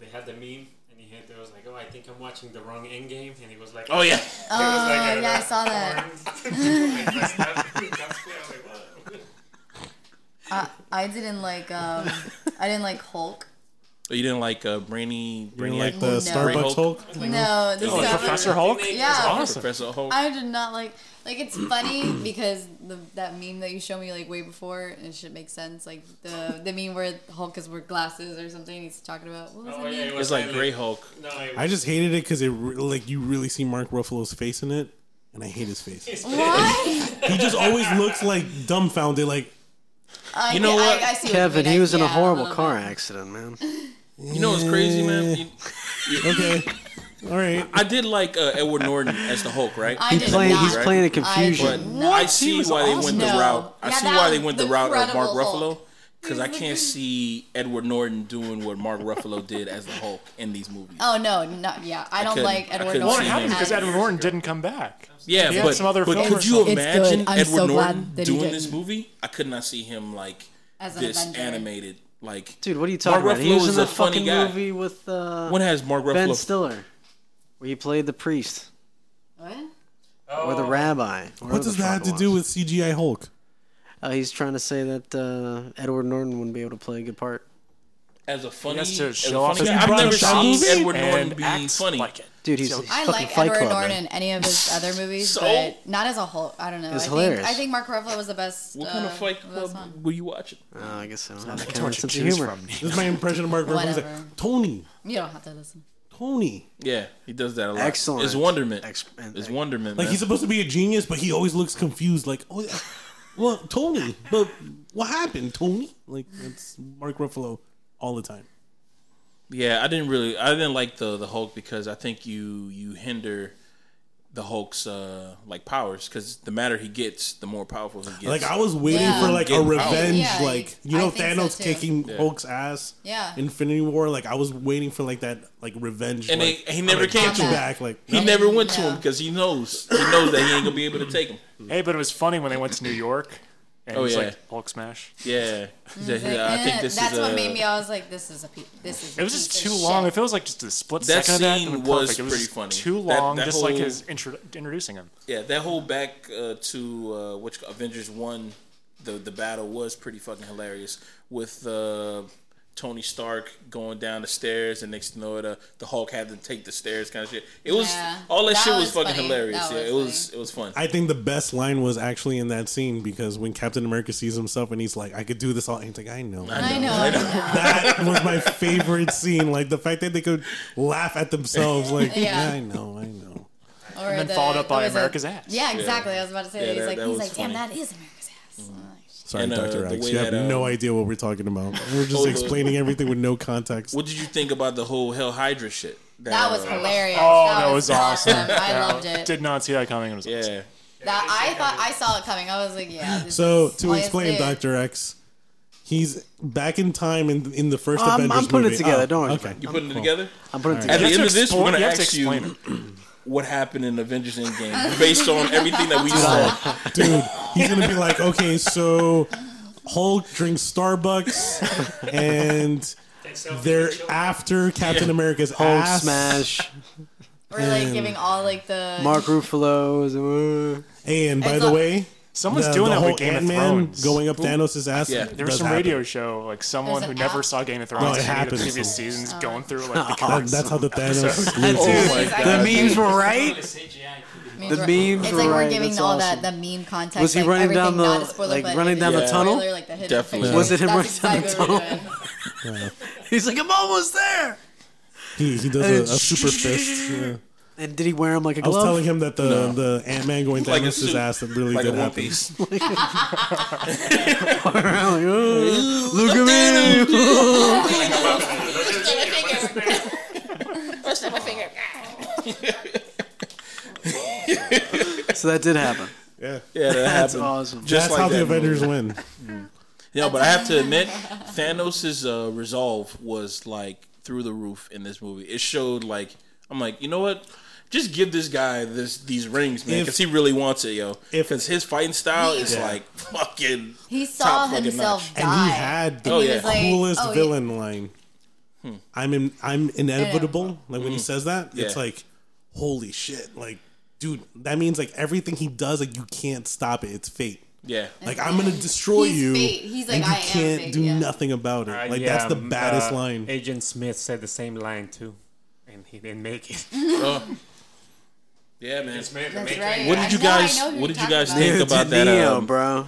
they had the meme and he had there was like, oh, I think I'm watching the wrong Endgame, and he was like,
Oh yeah.
Oh
like a-
yeah, I saw that.
that's not, that's clear. I was like, what?
I, I didn't like. Um, I didn't like Hulk.
Oh, you didn't like uh, Brainy,
you know,
Brainy
like the
Oh, No.
Starbucks Hulk.
No, this
Oh,
is
Professor Hulk?
Yeah.
That's awesome.
Professor Hulk.
I did not like. Like it's funny because the, that meme that you showed me like way before and it should make sense. Like the the meme where Hulk is wearing glasses or something. He's talking about what was
Oh,
that
yeah,
meme?
it
It's
was
like Grey Hulk.
No, it
I
was,
just hated it because it re- like you really see Mark Ruffalo's face in it, and I hate his face.
What?
he just always looks like dumbfounded. Like
I,
You know
I-
what?
I, see what you
Kevin,
mean.
he
I-
was in a
yeah,
horrible
little
car
bit.
accident, man.
You know what's crazy, man? You-
okay, all right.
I did like uh, Edward Norton as the Hulk, right?
I
He
did
playing,
not.
he's playing a
but
confusion.
I
He
see
was
why they
awesome.
went the
No.
route. I
Yeah,
see
that
why
was
they went the
the
route of Mark
Incredible
Ruffalo
Hulk.
because I can't see Edward Norton doing what Mark Ruffalo did as the Hulk in these movies.
Oh no, not yeah. I don't
couldn't-
like
I
Edward
couldn't
well, it
see
happened
that.
because
Norton.
Edward Norton didn't come back.
yeah,
He had
but,
some other
but
film
could
or
you
something.
It's good.
imagine
I'm
Edward
so glad
Norton
that he
doing this
didn't.
movie? I could not see him like
As an
this
Avenger.
animated. Like
Dude, what are you talking
Mark
about? He
Ruffalo
was in
is
the
a funny
fucking
guy.
movie with uh,
when has Mark
Ben
Ruffalo?
Stiller, where he played the priest
What?
or the rabbi. or
What does
whatever the
that have
fuck it
to do
was.
with CGI Hulk?
Uh, he's trying to say that uh, Edward Norton wouldn't be able to play a good part.
as a funny,
That's to
as a
show off.
funny
his
guy. I've never
product
seen
shots
Edward Norton
and
be
acts
funny.
Like it.
Dude, he's
So-
he's
I
fucking
like
Fight
Edward
Club,
Norton
man.
in any of his other movies,
So?
but not as a Hulk. I don't know.
It's
I
hilarious.
Think, I think Mark Ruffalo was the best.
What kind
uh,
of Fight
the best
Club
one.
were you watching?
Oh, I guess I don't have that
Too
kind of
much to
sense of
choose
humor.
from.
This is my impression of Mark Ruffalo. He's
Whatever.
like Tony,
You don't have to listen.
Tony.
Yeah, he does that a lot.
Excellent.
It's wonderment.
Ex- and-
it's wonderment.
Like
man.
he's supposed to be a genius, but he always looks confused. Like, oh, yeah. well, Tony, but what happened, Tony? Like that's Mark Ruffalo all the time.
yeah, I didn't really, I didn't like the the Hulk because I think you you hinder the Hulk's uh like powers because the matter he gets, the more powerful he gets.
Like I was waiting
Yeah.
for like a
Getting out.
revenge,
Yeah,
like
I
you know
think so,
Thanos
too.
kicking Hulk's ass,
Yeah.
Infinity War. Like I was waiting for like that like revenge,
And
like,
they- he never
like,
came
get
to
you
it.
back. Like
he never went to
Yeah.
him because he knows he knows that he ain't gonna be able to take him.
Hey, but it was funny when they went to New York And
Oh,
he's
yeah.
like Hulk smash.
Yeah, yeah,
Mm, Like,
yeah, I think
eh,
this
that's
is
what
a-
made me. I was like, this is a. Pe- this is. a
It was
piece
just
of
too long.
shit.
If it was like just a split
That
second of that,
scene
it would be
was
perfect. It was
pretty
just
funny.
Too
That-
long,
that
just like
whole-
his intro- introducing him.
Yeah, that whole back uh, to uh, which Avengers one, the the battle was pretty fucking hilarious with uh, Tony Stark going down the stairs and next to know it, uh, the Hulk had to take the stairs kind of shit. It was
Yeah,
all that,
that
shit was,
was
fucking
funny.
hilarious.
That
yeah,
was
it was it was fun.
I think the best line was actually in that scene because when Captain America sees himself and he's like, "I could do this all," and he's like, "I know."
I know. I know.
that was my favorite scene. Like the fact that they could laugh at themselves. Like,
Yeah.
yeah, I know, I know.
Or
And then
the-
followed up by
there was a-
America's ass.
Yeah, exactly. I was about to say.
Yeah,
he's
that-
like,
that
he's
was
like, damn,
funny.
that is America's ass. I'm like, shit.
Sorry,
And, uh,
Doctor
the
X.
way
You have
that, uh,
no idea what we're talking about. We're
Oh,
just
the-
explaining everything with no context.
What did you think about the whole Hell Hydra shit? uh,
That was hilarious.
Oh, that was awesome.
I loved it.
Did not see that coming. It was awesome.
Yeah,
That I thought I saw it coming. I was like, yeah. this
So
is-
to
oh,
explain,
it's it.
Doctor X, he's back in time in in the first
Oh, I'm-
Avengers
I'm putting it
movie.
together,
Oh,
don't worry.
Okay.
you putting it together.
I'm putting it
At the
together.
You
end
have to
of this, we're
explain-
gonna
you have to
ask you
explain
what happened in Avengers Endgame based on everything that we saw.
dude. He's gonna be like, okay, so Hulk drinks Starbucks, and they're after Captain America's
Hulk
ass.
smash,
Or like giving all like the
Mark Ruffalo. uh,
And by
It's
the
a-
way,
Someone's
the-
doing
the
that with
whole
Game of
Ant-Man
Thrones.
going up Thanos' ass.
Yeah.
there was
does
some
happen.
radio show, like someone
There's
who
an
never
app.
saw Game of
it
Thrones, any of the
happens.
previous seasons, going through like the
That-
comics.
that's how the Thanos.
Dude,
loses.
Oh my
the
god!
memes were right.
memes
the
were-
memes
It's
were
like
right,
we're giving
that's
all
awesome.
that the meme context.
Was he
like,
running down
everything, not
the-
a spoiler,
like,
but
running down the
it's a
tunnel?
spoiler, like, the hidden
Definitely.
picture.
Was it him
That's
running down
exactly
the
what we're doing.
He's like, I'm almost there.
He, he does a, a super fist. yeah.
And did he wear him like a
I was
glove?
telling him that the the Ant Man going
Like a
Thanos'
suit.
ass that really
Like a
did
One
happen.
Piece.
Like, "Oh, Look at me. So that did happen.
Yeah.
Yeah, that
That's
happened.
awesome.
Just
That's
like
how the
that
Avengers
movie.
win.
No, but I have to admit, Thanos' uh, resolve was like through the roof in this movie. It showed like I'm like, you know what? Just give this guy this these rings, man,
If-
because he really wants it, yo.
if-
Because his fighting style is
Yeah.
like fucking.
He saw
fucking
himself
notch.
die.
And he had the
Oh,
He
yeah.
was like,
coolest
oh, yeah.
villain line. I'm in, I'm inevitable. Like when he says that, it's
Yeah.
like, holy shit! Like, dude, that means like everything he does, like you can't stop it. It's fate.
Yeah,
Like I'm gonna destroy
He's
you.
fate. He's like,
and you
"I am
can't
fate,"
do
yeah.
nothing about it.
Uh,
Like
yeah,
that's the
um,
baddest
uh,
line.
Agent Smith said the same line too, and he didn't make it.
Oh. yeah, man.
That's right.
What did you
I know, I
guys-
know who
what did
you're
you guys
talking
think
Leave it
about
to
that,
Neo,
um,
bro.
about.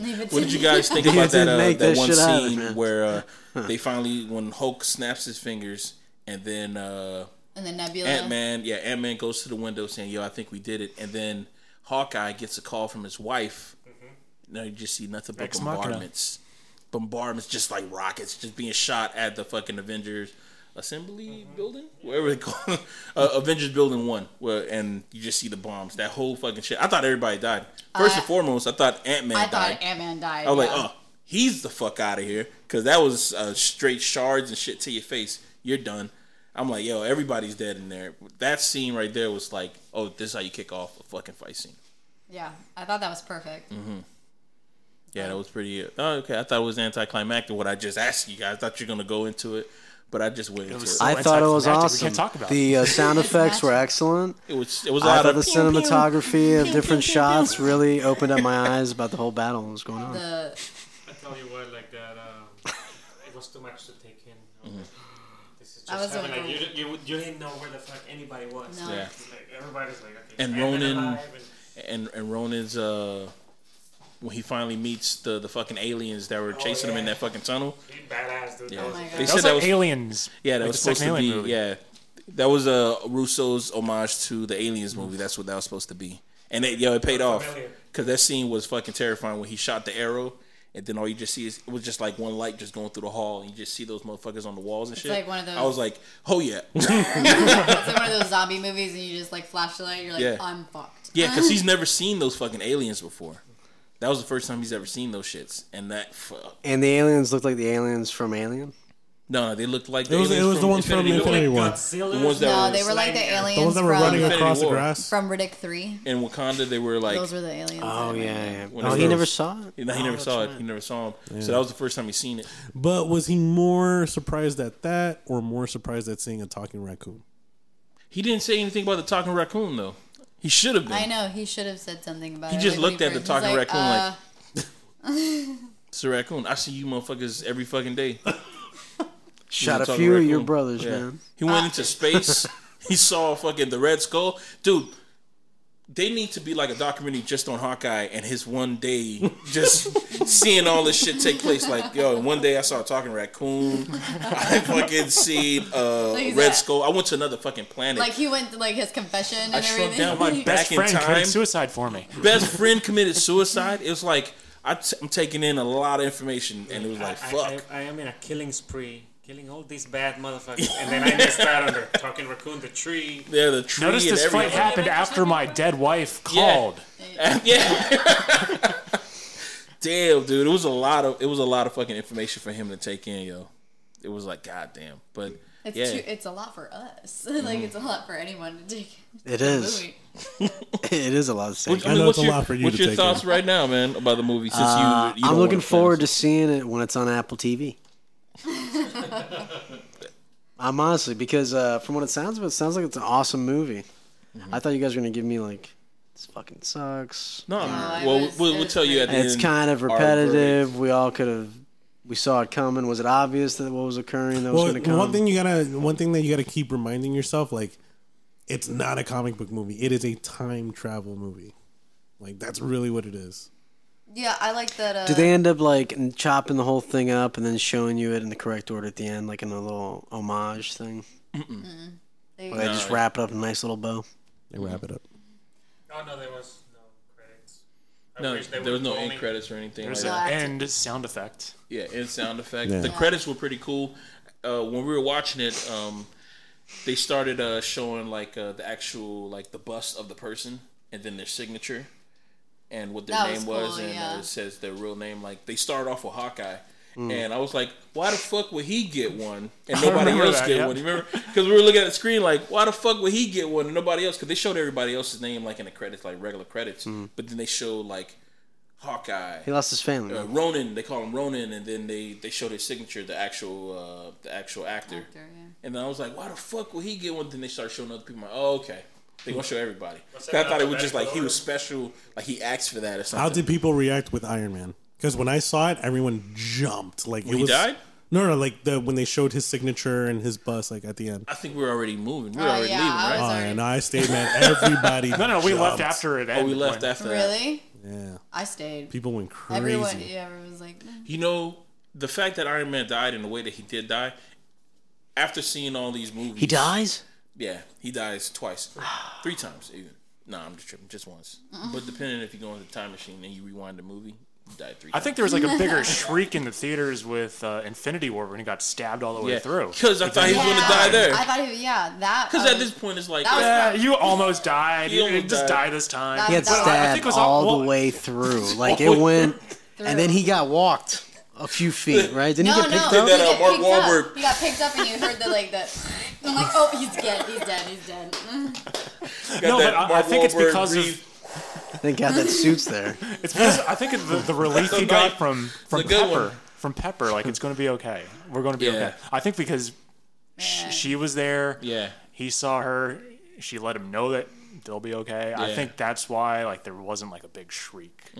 Leave it
What
to
did you
me.
guys think about
didn't
that? Uh,
make
that,
that
one
shit happen,
scene
man.
where uh, they finally, when Hulk snaps his fingers, and then. Uh,
And the Nebula.
Ant Man, yeah, Ant Man goes to the window saying, "Yo, I think we did it." And then Hawkeye gets a call from his wife. Now you just see nothing but
Mm-hmm. Ex machina.
bombardments, bombardments, just like rockets, just being shot at the fucking Avengers assembly
Mm-hmm.
building, whatever they call it. uh, Avengers building one. Where and you just see the bombs, that whole fucking shit. I thought everybody died. First and foremost, I thought Ant Man
Oh, I
died.
thought Ant Man died.
I was like,
yeah.
oh, he's the fuck out of here. Because that was uh, straight shards and shit to your face. You're done. I'm like, yo, everybody's dead in there. That scene right there was like, oh, this is how you kick off a fucking fight scene.
Yeah, I thought that was perfect.
Mm-hmm. Yeah, that was pretty. Oh, okay. I thought it was anticlimactic what I just asked you guys. I thought you were going to go into it, but I just went into
was
it.
so-
I thought it was
anticlimactic.
awesome.
We can't talk about
the uh, sound effects were excellent.
it was, it was a
I
lot
thought
of.
the cinematography of different shots really opened up my eyes about the whole battle and what was going on.
The
I tell you what, like that, um, it was too much to take in. I
Mm-hmm.
was like, This is
I
just
was
heaven. like,
over-
you, you, you didn't know where the fuck anybody was.
No.
Yeah.
Like, everybody's like, okay,
And
Ant-Man
Ronan-
alive, and-
and and Ronan's uh when he finally meets the the fucking aliens that were chasing him in
yeah.
that fucking tunnel.
He badass dude.
Yeah.
That was-
Oh, my
they
God.
That was
said that
like
was
aliens.
Yeah, that
like
was
the second
supposed to be.
Alien movie.
Yeah, that was uh, Russo's homage to the Aliens movie. That's what that was supposed to be. And it, yo, it paid off
familiar.
because that scene was fucking terrifying when he shot the arrow, and then all you just see is it was just like one light just going through the hall, and you just see those motherfuckers on the walls and shit.
like one of those-
I was like, oh yeah,
it's like one of those zombie movies, and you just like flash the light. You're like,
Yeah.
I'm fucked.
yeah, because he's never seen those fucking aliens before. That was the first time he's ever seen those shits, and that fuck,
And the aliens looked like the aliens from Alien.
No, no, they looked like
It was-
aliens
it was the ones from Infinity War.
Godzilla.
The ones that
No,
were
they were like the
The ones
aliens
that were running
from,
Infinity
across the
War.
grass.
from Riddick 3.
in Wakanda. They were like
Those were the aliens.
Oh
that-
yeah, yeah.
One
Oh,
of
he
those.
never saw it.
No, he never saw it. He never saw him. So that was the first time he seen it.
But was he more surprised at that or more surprised at seeing a talking raccoon?
He didn't say anything about the talking raccoon though. He should have been.
I know, he should have said something about
He
it.
just
when
looked at the
first-
talking
he's
raccoon
uh,
like, It's a raccoon. I see you motherfuckers every fucking day.
Shot
talking
a few of your
raccoon.
brothers,
Yeah.
man.
He went into space. he saw fucking the Red Skull, dude. They need to be like a documentary just on Hawkeye and his one day, just seeing all this shit take place. Like, yo, one day I saw a talking raccoon. I fucking see uh,
Like, is
Red
that-
Skull. I went to another fucking planet.
like he went to like his confession and
I shrunk
everything.
down my back
Best
in
friend
time.
committed suicide for me.
Best friend committed suicide. It was like I t- I'm taking in a lot of information, and it was like,
I,
fuck.
I, I, I am in a killing spree, killing all these bad motherfuckers, and then I missed out on the talking raccoon, the tree.
yeah, the tree
Notice
and
this fight
everything.
happened after my dead wife called.
yeah. damn, dude, it was a lot of it was a lot of fucking information for him to take in, yo. It was like goddamn, but
It's,
yeah,
too, it's a lot for us. like it's a lot for anyone to take.
It
the
is.
movie.
It is a lot of
What-
sex.
I know
what's
it's a
your,
lot for you
What's
to
your
take
thoughts
in.
right now, man, about the movie? Since
Uh,
you, you
I'm
don't
looking
watch
forward to
films.
seeing it when it's on Apple TV. I'm honestly because uh, from what it sounds, of it sounds like it's an awesome movie.
Mm-hmm.
I thought you guys were gonna give me like this fucking sucks.
Oh,
No,
I
well,
was-
we'll,
it
we'll
was
tell you at the
great.
end.
It's kind of
our verdict.
repetitive. We all could have we saw it coming. Was it obvious that what was occurring that was
Well,
gonna come?
one thing you gotta, one thing that you gotta keep reminding yourself, like, it's not a comic book movie. It is a time travel movie. Like that's really what it is.
Yeah, I like that. Uh,
Do they end up like n- chopping the whole thing up and then showing you it in the correct order at the end, like in a little homage thing?
they-
Or they just wrap it up in a nice little bow?
They wrap it up.
Oh no, there was no credits. I
No,
wish they
there was
would've
no
told
end
me.
credits or anything. Like
There's
that.
Yeah.
an end sound effect.
Yeah, and sound effect.
Yeah.
The credits were pretty cool. Uh, when we were watching it, um, they started uh, showing like uh, the actual like the bust of the person and then their signature and what their
That was
name was,
cool,
and
yeah.
uh, it says their real name. Like they start off with Hawkeye.
Mm.
And I was like, "Why the fuck would he get one and nobody
remember
else
that,
get
yeah.
one?" You remember? Because we were looking at the screen, like, "Why the fuck would he get one and nobody else?" Because they showed everybody else's name, like in the credits, like regular credits,
Mm.
but then they showed like Hawkeye,
He lost his family.
uh, Ronan. They call him Ronan, and then they they show their signature, the actual uh, the actual actor.
Actor, yeah.
And then I was like, why the fuck will he get one? Then they start showing other people. I'm like, oh okay, they gonna show everybody.
that
'Cause I thought it was
alphabetical
just like he
order?
was special, like he asked for that or something.
How did people react with Iron Man? Because when I saw it, everyone jumped. Like it
he
was,
died?
No, no, like the when they showed his signature and his bust, like at the end.
I think we were already moving. We were
Oh,
already
yeah,
leaving,
I
right?
was-
Oh,
Sorry.
and I stayed, man. Everybody.
No, no, we left
jumped.
after it
Oh,
ended.
we left
when-
after that.
Really?
Yeah,
I stayed.
people went crazy.
Everyone, yeah, everyone was like, "Mm."
You know, the fact that Iron Man died in the way that he did die, after seeing all these movies,
He dies?
Yeah, he dies twice, three times even. No, I'm just tripping, just once. But depending if you go into the time machine and you rewind the movie, you die three.
I think there was like a bigger shriek in the theaters with uh, Infinity War when he got stabbed all the way through.
Because I thought he was going to
Yeah,
die there.
I thought, he, yeah, that. um,
Because
I
at
was-
this point, it's like,
That was-
Yeah, you almost died.
He
You
almost
just
died.
died this time.
That-
He had
Well, I- I think
stabbed
it was
all,
all-
the
well-
way through. Like it went, and then he got walked a few feet, right? Didn't he
No, no,
get picked
Did
up?
that,
he
uh,
got
Mark
picked
Wahlberg.
Up. He got picked up, and you heard the like the. I'm like, oh, he's dead. He's dead. He's dead.
no, but I, I think it's because of
Thank God that suit's there.
It's because I think it's the, the relief
That's a
he got
nice-
from from
a good
Pepper
one.
from Pepper, like it's going to be okay. We're going to be
Yeah.
okay. I think because she, she was there.
Yeah.
He saw her. She let him know that they'll be okay. I
Yeah.
think that's why like there wasn't like a big shriek.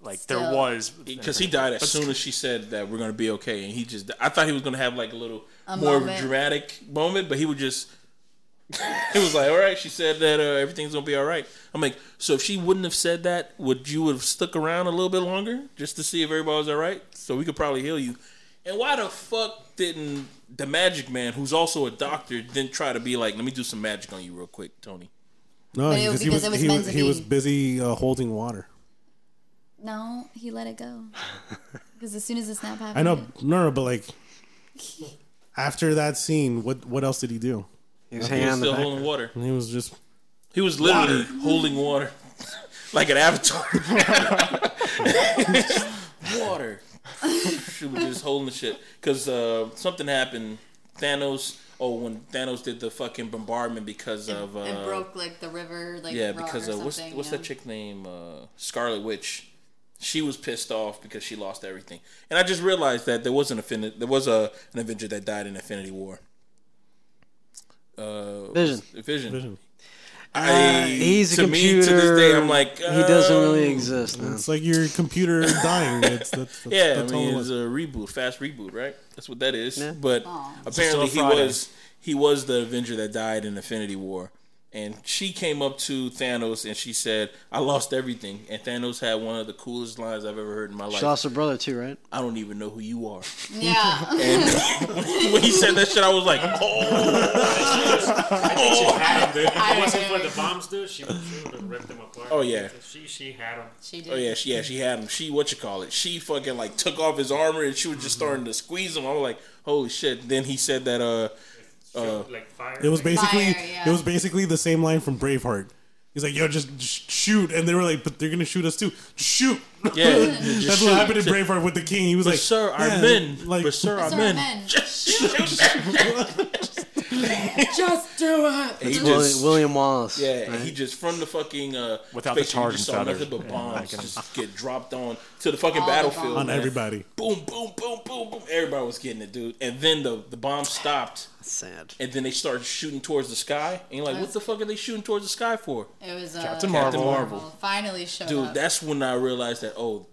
Like there
Still.
was
Because he died as soon as she said that we're going to be okay. And he just, I thought he was going to have like a little more of a
moment.
dramatic moment, but he would just, it was like, all right, she said that uh, everything's going to be all right. I'm like, so if she wouldn't have said that, would you have stuck around a little bit longer just to see if everybody was all right? So we could probably heal you. And why the fuck didn't the magic man, who's also a doctor, didn't try to be like, let me do some magic on you real quick, Tony?
No,
it
because
was
he
because
was,
it was
he,
meant
was,
to
he was
be.
busy uh, holding water.
No, he let it go. Because as soon as the snap happened,
I know, no, no, but like after that scene, what what else did he do?
He was
He
hanging
was
on the
still
back.
holding water.
He was just
He was literally holding water like an avatar. water. she would just holding the shit because uh, something happened. Thanos. Oh, when Thanos did the fucking bombardment because
It,
of uh,
it broke like the river, like
yeah,
rock
because
or
uh, what's
something,
what's
yeah.
that chick name? Uh, Scarlet Witch. She was pissed off because she lost everything, and I just realized that there was an Affini- there was a an Avenger that died in Infinity War. Uh,
Vision.
Vision. Vision.
Uh, he's a
to Me, to
computer.
this day, I'm like
He doesn't really
um,
exist. man.
It's like your computer dying. It's, that's, that's,
Yeah,
that's
I
all it
mean
was.
it's a reboot, fast reboot, right? That's what that is.
Yeah.
But apparently he
Still Friday.
was he was the Avenger that died in Infinity War, and she came up to Thanos and she said, "I lost everything." And Thanos had one of the coolest lines I've ever heard in my life.
She lost her brother too, right?
I don't even know who you are.
Yeah.
And when he said that shit, I was like, "Oh,
I
If it wasn't for
agree.
the bombs, dude, she, she would have ripped them apart.
Oh, yeah.
She, she had them.
she did.
oh yeah, she, yeah." She had him. She what you call it? She fucking like took off his armor and she was just starting to squeeze him. I was like, "Holy shit!" Then he said that, "Uh,
Shoot, like fire.
It was basically
Fire, yeah.
it was basically the same line from Braveheart. He's like, "Yo, just sh- shoot," and they were like, "But they're gonna shoot us too." Shoot.
yeah."
That's what happened in Braveheart with the king. He was
But
like,
sir, our
"Yeah,
men.
Like,
but sir, our
Sorry,
men.
men.
Just do it. And he
Willi-
just,
William Wallace.
yeah,
right?
and he just from the fucking uh,
Without the
space, you
target
just saw
feathers.
nothing but
Yeah,
bombs
I can-
just get dropped on to the fucking
All the
battlefield.
bombs.
on
man.
everybody.
Boom, boom, boom, boom, boom. Everybody was getting it, dude. And then the the bomb stopped,
sad.
and then they started shooting towards the sky. And you're like, what the fuck are they shooting towards the sky for,
It was uh,
Captain
Marvel.
Finally showed
dude?
up.
That's when I realized that oh,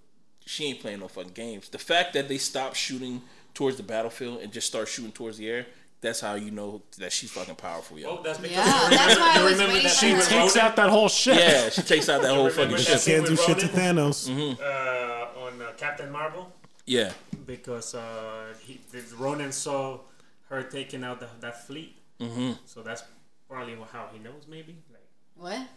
she ain't playing no fucking games. The fact that they stopped shooting towards the battlefield and just start shooting towards the air. That's how you know that she's fucking powerful, yo.
Oh, that's because
yeah, that's why I was
remember
waiting
that
for
she
her.
was-
Takes out that whole shit.
Yeah, she takes out that whole fucking
Remember
She
that
ship.
can't do
We're
shit to
rolling.
Thanos.
uh, on uh, Captain Marvel
Yeah,
because uh, he, the Ronan saw her taking out the, that fleet. Mm-hmm. So that's probably how he knows, maybe. Like
What?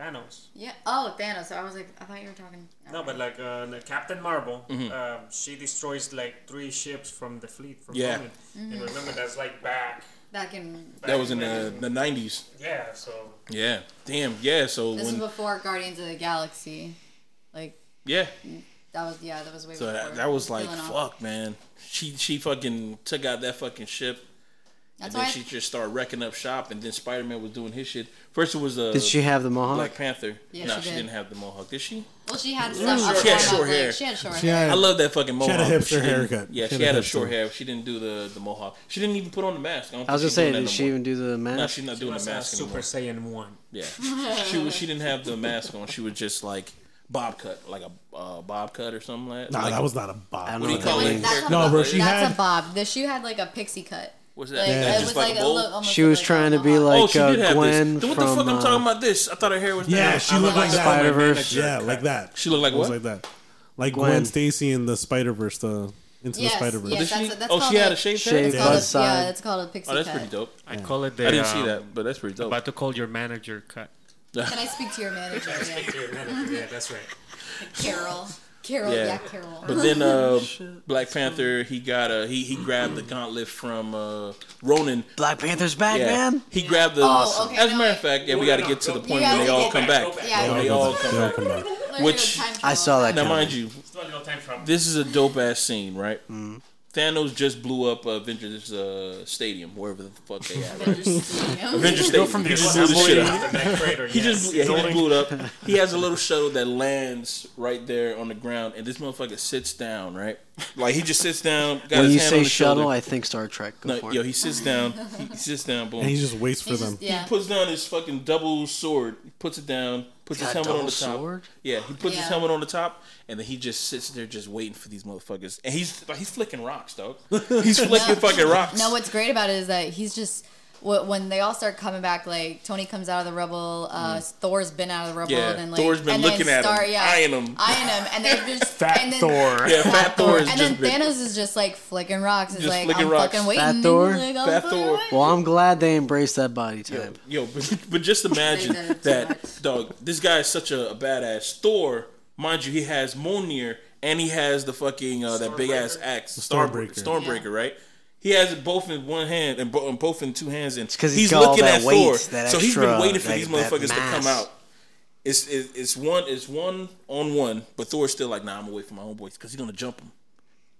Thanos.
Yeah. Oh, Thanos. So I was like, I thought you were talking.
No, but like uh, the Captain Marvel,
Mm-hmm.
um, she destroys like three ships from the fleet from
Yeah.
Ronan.
Mm-hmm.
And remember, that's like back.
back in
that was in the the nineties.
Yeah, so
Yeah, damn. Yeah, so
this
when
was before Guardians of the Galaxy. Like
yeah,
that was yeah, that was way
so
before.
that, that was like
Killing off.
fuck, man. She she fucking took out that fucking ship, and
That's
then
why
she just started wrecking up shop. And then Spider Man was doing his shit. First it was uh,
Did she have the mohawk?
Black Panther.
Yeah,
no,
she
she,
did.
didn't have the mohawk, did she?
well, she had some.
She
up
had
on that
short
leg.
hair.
She had short
She
hair.
had,
Mm-hmm. I love that fucking
she
mohawk.
had a hipster
didn't-
haircut.
Yeah, she, had, a short hair. She didn't do the the mohawk. She didn't even put on the mask. I, don't
I was
think she's
gonna say,
doing that
did
no
she
more.
even do the
No,
mask?
she's not doing the
that's uh,
mask anymore.
Super Saiyan one.
Yeah, she was. She didn't have the mask on. She was just like bob cut, like a uh, bob cut or something like that.
Nah,
like,
that was not a
I
bot.
What
don't know.
do you
what
call
that
it?
is.
That-
That's a
No,
bob.
bro, she
That's
had-
a bob. The, she had like a pixie cut.
What's that?
Like,
That's
it
just
was
like,
like,
a
a
bowl?
look. almost
She was
like
trying to
a
be
mohawk.
like
oh, she
uh,
did have
Gwen
this. Then What the
from
fuck? I'm
uh,
talking about this. I thought her hair was.
Yeah,
down.
she
I'm
looked like
like
that.
Spider Verse.
Yeah, like that.
She looked like
It was
what?
like that. Like
Gwen.
Gwen, Stacy in the Spider Verse, the Into
Yes,
the Spider Verse.
yes.
Did she?
That's- that's
oh,
called
she had
a
a shaved head.
shaved
It's called
butt
a- yeah,
side.
that's called a pixie
Oh, that's
cut.
pretty dope.
I call it the.
I didn't see that, but that's pretty dope.
About to call your manager cut.
Can I speak to your manager? Yeah.
yeah, that's right.
Carol. Carol.
Yeah.
Yeah, Carol.
But then uh, Black Panther, he got a he he grabbed the gauntlet from uh, Ronan.
Black Panther's back,
Yeah,
man.
he grabbed the.
Awesome. Oh, okay,
As a
no,
matter of
wait.
fact, yeah, we got to get to the point when
guys
they
can
all
go
come
back,
back.
go back.
Yeah.
When they all come
They'll
back.
come back.
Learning
which-
about time
I saw
travel.
that
Now, mind you,
It's not your time from.
this is a dope ass scene, right? Thanos just blew up Avengers uh, Stadium, wherever the fuck they at. right? Avengers Stadium.
from
He
the
just blew the
assembly-
shit up.
The Black Crater,
He
yes.
just, yeah, he just blew it up. He has a little shuttle that lands right there on the ground, and this motherfucker sits down, right? Like he just sits down. Got
When
his
you
hand
say
on his
shuttle,
shoulder.
I think Star Trek. Go
no,
for
yo,
it.
he sits down. He, he sits down. Boom.
And he
He
just waits for
He's
them.
just- yeah.
puts down his fucking double sword. Puts it down. Puts his
Got
helmet
double
on the top.
sword?
Yeah, he puts his
Yeah.
helmet on the top, and then he just sits there, just waiting for these motherfuckers. And he's like, he's flicking rocks, dog. He's flicking fucking rocks.
No, what's great about it is that he's just wh- when they all start coming back. Like Tony comes out of the rubble, uh, Thor's been out of the rubble,
Mm. Yeah,
and then like
Thor's been
and then
looking at him, eyeing him.
eyeing him, and they're just
Fat
and then,
Thor.
yeah, Fat Thor is
and then
just been.
Thanos is just like flicking rocks. It's
Just
like
flicking
I'm
rocks.
fucking waiting.
Fat Thor?
Like, I'm
Fat
fucking
Thor.
waiting.
Well, I'm glad they embraced that body type.
Yo, but, but just imagine
They did it
that,
too
dog. This guy is such a, a badass. Thor, mind you, he has Mjolnir and he has the fucking uh, that big ass axe, Stormbreaker.
Stormbreaker.
Stormbreaker, right? He has it both in one hand and bo- and both in two hands, and
'cause he's got all that weight, that
so he's been
extra,
waiting for
like,
these
that
motherfuckers to come
mass.
out. It's, it's it's one it's one on one, but Thor's still like, nah, I'm away from my homeboys because he's gonna jump him.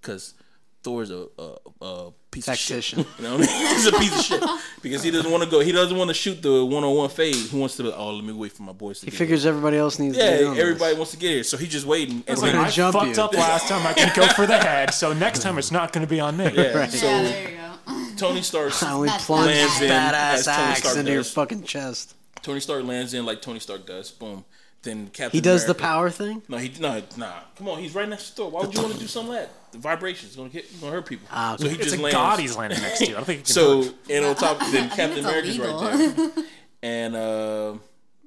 because Thor's a, a, a piece
Tactician.
of shit. You know what I mean? He's a piece of shit because he doesn't want to go. He doesn't want to shoot the one on one fade. He wants to. be like, Oh, let me wait for my boys to.
He
get
figures everybody else needs
Here.
to
Yeah, everybody wants to get here, so he's just waiting. And
We're
like,
gonna
I
jump
fucked
you.
up last time. I can go for the head, so next time it's not going to be on me.
yeah.
Right.
yeah,
So
there you go.
Tony starts.
I only
That's
plunge
not
this
bad.
Lands
badass
in, as Tony
axe
Stark
into your
does.
fucking chest.
Tony Stark lands in like Tony Stark does. Boom. Then Captain.
He does the
America-
power thing.
No, he no nah. Come on, he's right next to Thor. Why would you want to do something like that? The vibrations gonna hit, gonna hurt people.
Ah, okay.
So he
It's
just
a
lands.
god he's landing next to you. I don't think he can
So
hurt.
and on top, then
think
Captain
it's
America's right
illegal.
there. And uh,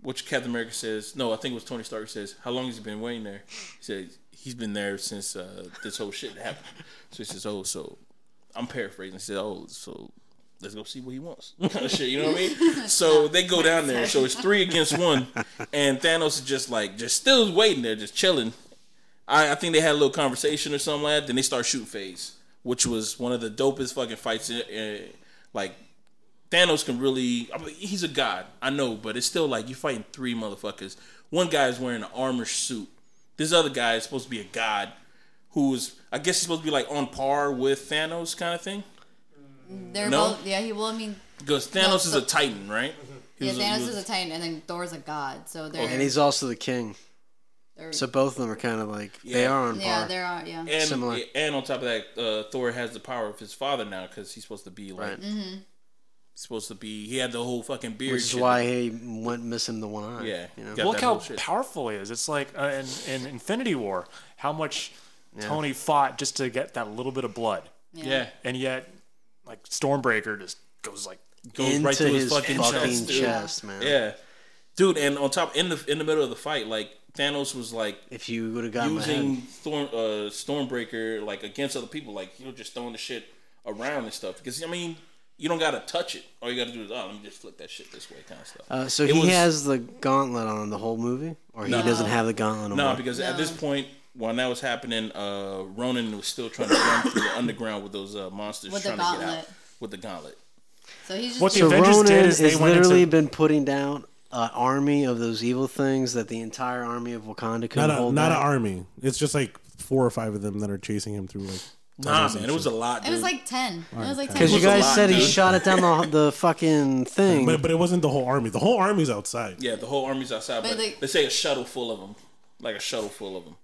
which Captain America says? No, I think it was Tony Stark says. How long has he been waiting there? He says he's been there since uh, this whole shit happened. So he says, oh, so I'm paraphrasing. He says, oh, so let's go see what he wants. Kind of shit, you know what I mean? So they go down there. So it's three against one, and Thanos is just like just still waiting there, just chilling. I, I think they had a little conversation or something like that. Then they start shooting phase, which was one of the dopest fucking fights. In, uh, like Thanos can really. I mean, he's a god, I know, but it's still like you're fighting three motherfuckers. One guy is wearing an armor suit. This other guy is supposed to be a god, who's I guess he's supposed to be like on par with Thanos kind of thing.
They're
No?
both. Yeah, he. Well, I mean,
Because Thanos
No,
is
so-
a Mm-hmm. titan, right? He
yeah,
was a-
Thanos
he
is
was-
a titan, and then Thor's a god. So they're.
And he's also the king.
they're-
So both of them are kind of like they
Yeah.
are on
yeah,
par.
there are. Yeah.
and,
similar.
And on top of that, uh, Thor has the power of his father now because he's supposed to be like.
Right.
Mm-hmm.
Supposed to be, he had the whole fucking beard.
Which is
shit.
why he went missing the one eye.
yeah.
you know?
got
Look
that
how
whole shit.
powerful he is. It's like uh, in, in Infinity War, how much Tony fought just to get that little bit of blood,
yeah,
and yet like Stormbreaker just goes like
goes
Into
right through his,
his
fucking,
fucking
chest, dude.
chest, man.
Yeah, dude. And on top, in the in the middle of the fight, like Thanos was like
If you would have gotten my
using
head,
Thor, uh, Stormbreaker like against other people, like you know, just throwing the shit around and stuff. Because I mean, you don't gotta touch it. All you gotta do is, oh, let me just flick that shit this way, kind of stuff.
uh, so
It
he
was-
has the gauntlet on the whole movie, or he doesn't have the gauntlet on.
No,
one?
because at this point, while that was happening, uh, Ronan was still trying to run through the underground with those uh, monsters
With the
trying to get out
gauntlet.
with the gauntlet.
So he's just.
What's
so
doing-
The Avengers
Ronan
did is they
has
went into-
literally been putting down an army of those evil things that the entire army of Wakanda couldn't
Not a,
hold.
not an
back.
army. It's just like four or five of them that are chasing him through like.
Nah,
tunnels and
man, it was a
shit.
lot.
It was
dude.
like ten. It was like ten.
Because
It
you
was a
guys
lot,
said he
dude.
shot it down the, the fucking thing.
But, but it wasn't the whole army. The whole army's outside.
yeah, the whole army's outside, but,
But, like-
they say a shuttle full of them, like a shuttle full of them.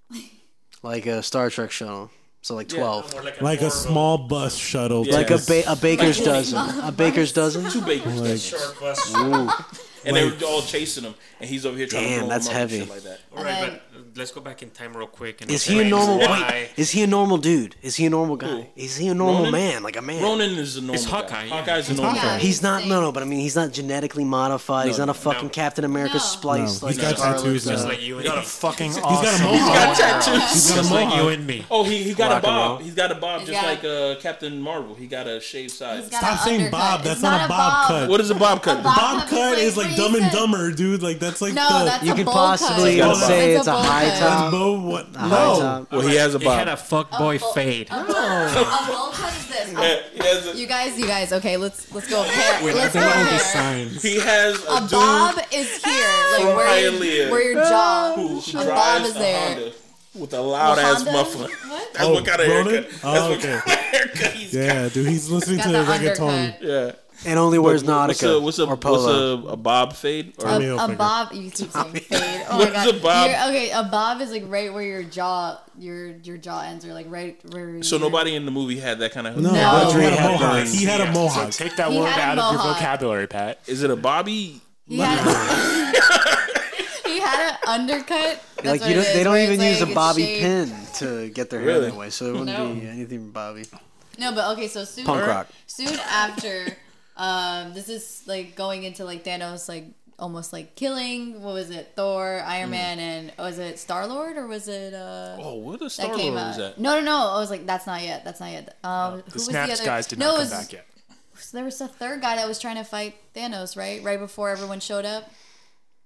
like a Star Trek shuttle. So like twelve,
Like a small bus shuttle.
Yeah.
Like
like a ba- a baker's
Like-
dozen, a baker's dozen.
Two bakers,
Like-
Short bus.
and they were all chasing him, and he's over here trying
Damn,
to blow
that's
him up and
heavy.
shit like that.
All right, but uh, let's go back in time real quick. And
Is he a
explain
normal?
Why?
Wait, is he a normal dude? Is he a normal guy?
Who?
Is he a normal
Ronan?
man, like a man?
Ronan is a normal.
It's
Guy.
Hawkeye, yeah.
Hawkeye's a normal.
Hawkeye.
Guy.
He's not. No, no. But I mean, he's not genetically modified. he's not a fucking
no.
Captain America
No.
no,
splice. like
he's got
Scarlet.
tattoos
Just
now.
like you and
got a
me.
fucking
got a
awesome.
mohawk.
Got tattoos.
Just like you and me.
Oh, he, he got
Rock
a
and
bob.
roll.
He's got a bob, just
got a-
like uh, Captain Marvel. He got a shaved side.
He's got
Stop
an
saying
undercut.
Bob, that's
It's
not a Bob cut.
What is a bob cut?
bob-
Bob cut is like Dumb and Dumber, dude. Like that's like
No,
the
that's
You
a
could
bowl cut.
possibly
It's a
say
bowl
it's a
cut.
high
It's a
top.
Bo, what?
a
no.
high top.
Well, he has a
It had
bob.
a fuckboy
bowl-
fade.
A bowl cut is this. A-
he has a,
You guys, you guys. Okay, let's let's go. Pair. let's go. pair.
signs.
he has a,
A
dude
bob is here, like where,
Hialeah.
your- where your jaw.
who
A
drives
bob is
a
there.
Honda with a loud ass
Honda?
muffler.
What?
That's
Oh,
what kind of
Ronan?
haircut. That's
Oh,
what kind
okay.
of haircut he's got.
Yeah, dude, he's listening
Got
to
the
reggaeton.
undercut.
Yeah.
and only wears Nautica
What's a what's a
or
what's
polo.
a, a bob fade? Or,
A,
Tommy
a
Hilfiger.
bob, you keep saying fade. Oh
What is
my god.
a bob?
You're- okay, a bob is like right where your jaw, your your jaw ends, or like right where.
so
your-
nobody in the movie had that kind of.
No,
No.
but he had a
Audrey
mohawk.
Hepburn.
He had a mohawk.
So take that
He
word
had a
out of your
mohawk.
vocabulary, Pat.
Is it a bobby?
He had, a, he had an undercut. That's
Like
what
you
it
don't, they
is,
don't
where
even use
it's like
a
it's
bobby
shaved.
pin to get their hair
Really?
that way, so it wouldn't
No.
be anything from bobby.
No, but okay, so soon,
Punk rock.
soon after, um, this is like going into like Thanos, like almost like killing. What was it? Thor,
Hmm.
Iron Man, and was it Star Lord or was it? Uh,
Oh, what a
that
Star Lord
came
was
out.
that?
No, no, no. I was like, that's not yet. That's not yet. Um, who
Oh, The
was
Snaps
the other?
guys did
no, it
not come
was-
back yet.
there was a third guy that was trying to fight Thanos, right? Right before everyone showed up.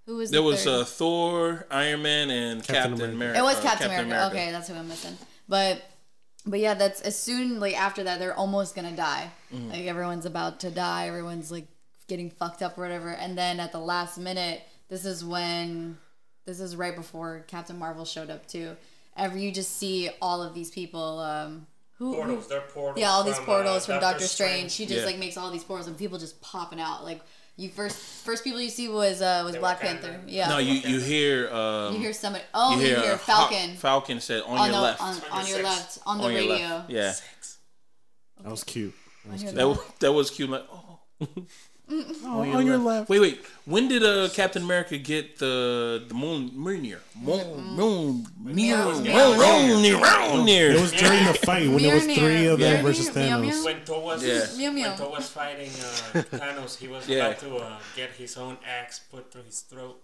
Who was
There
the
was
third?
uh, Thor, Iron Man, and Captain,
America.
America.
It was
uh,
Captain, America. Okay, that's who I'm missing. But but yeah, that's as soon like after that they're almost gonna die.
Mm-hmm.
Like everyone's about to die. Everyone's like getting fucked up or whatever. And then at the last minute, this is when this is right before Captain Marvel showed up too. Ever you just see all of these people. Um, who,
Portals, they're portals.
yeah, all these
from, uh,
portals from
Doctor
Doctor Strange. She just
Yeah.
like makes all these portals and people just popping out. Like you first first people you see was uh was Black
Wakanda.
Panther. Yeah.
No, you you hear um,
You hear somebody. Oh, you hear,
uh, Hawk-
Falcon
Falcon said on,
on
your
the
left.
on, on your
six.
left on the
On your
radio.
left. Yeah,
That was cute.
On your
that
left.
was, that was cute. Like, oh.
Oh, on your left.
Wait, wait. When did uh, Captain America get the the moon Mjolnir?
Mm-hmm.
Moon moon Mjolnir. Mjolnir.
It
Mjolnir.
was during the fight when there was
Mjolnir.
three of them
Mjolnir,
versus
meow, meow.
Thanos.
When Thor was
Yeah.
Meow, meow.
when Thor was fighting uh, Thanos, he was
Yeah.
about to uh, get his own axe put through his throat,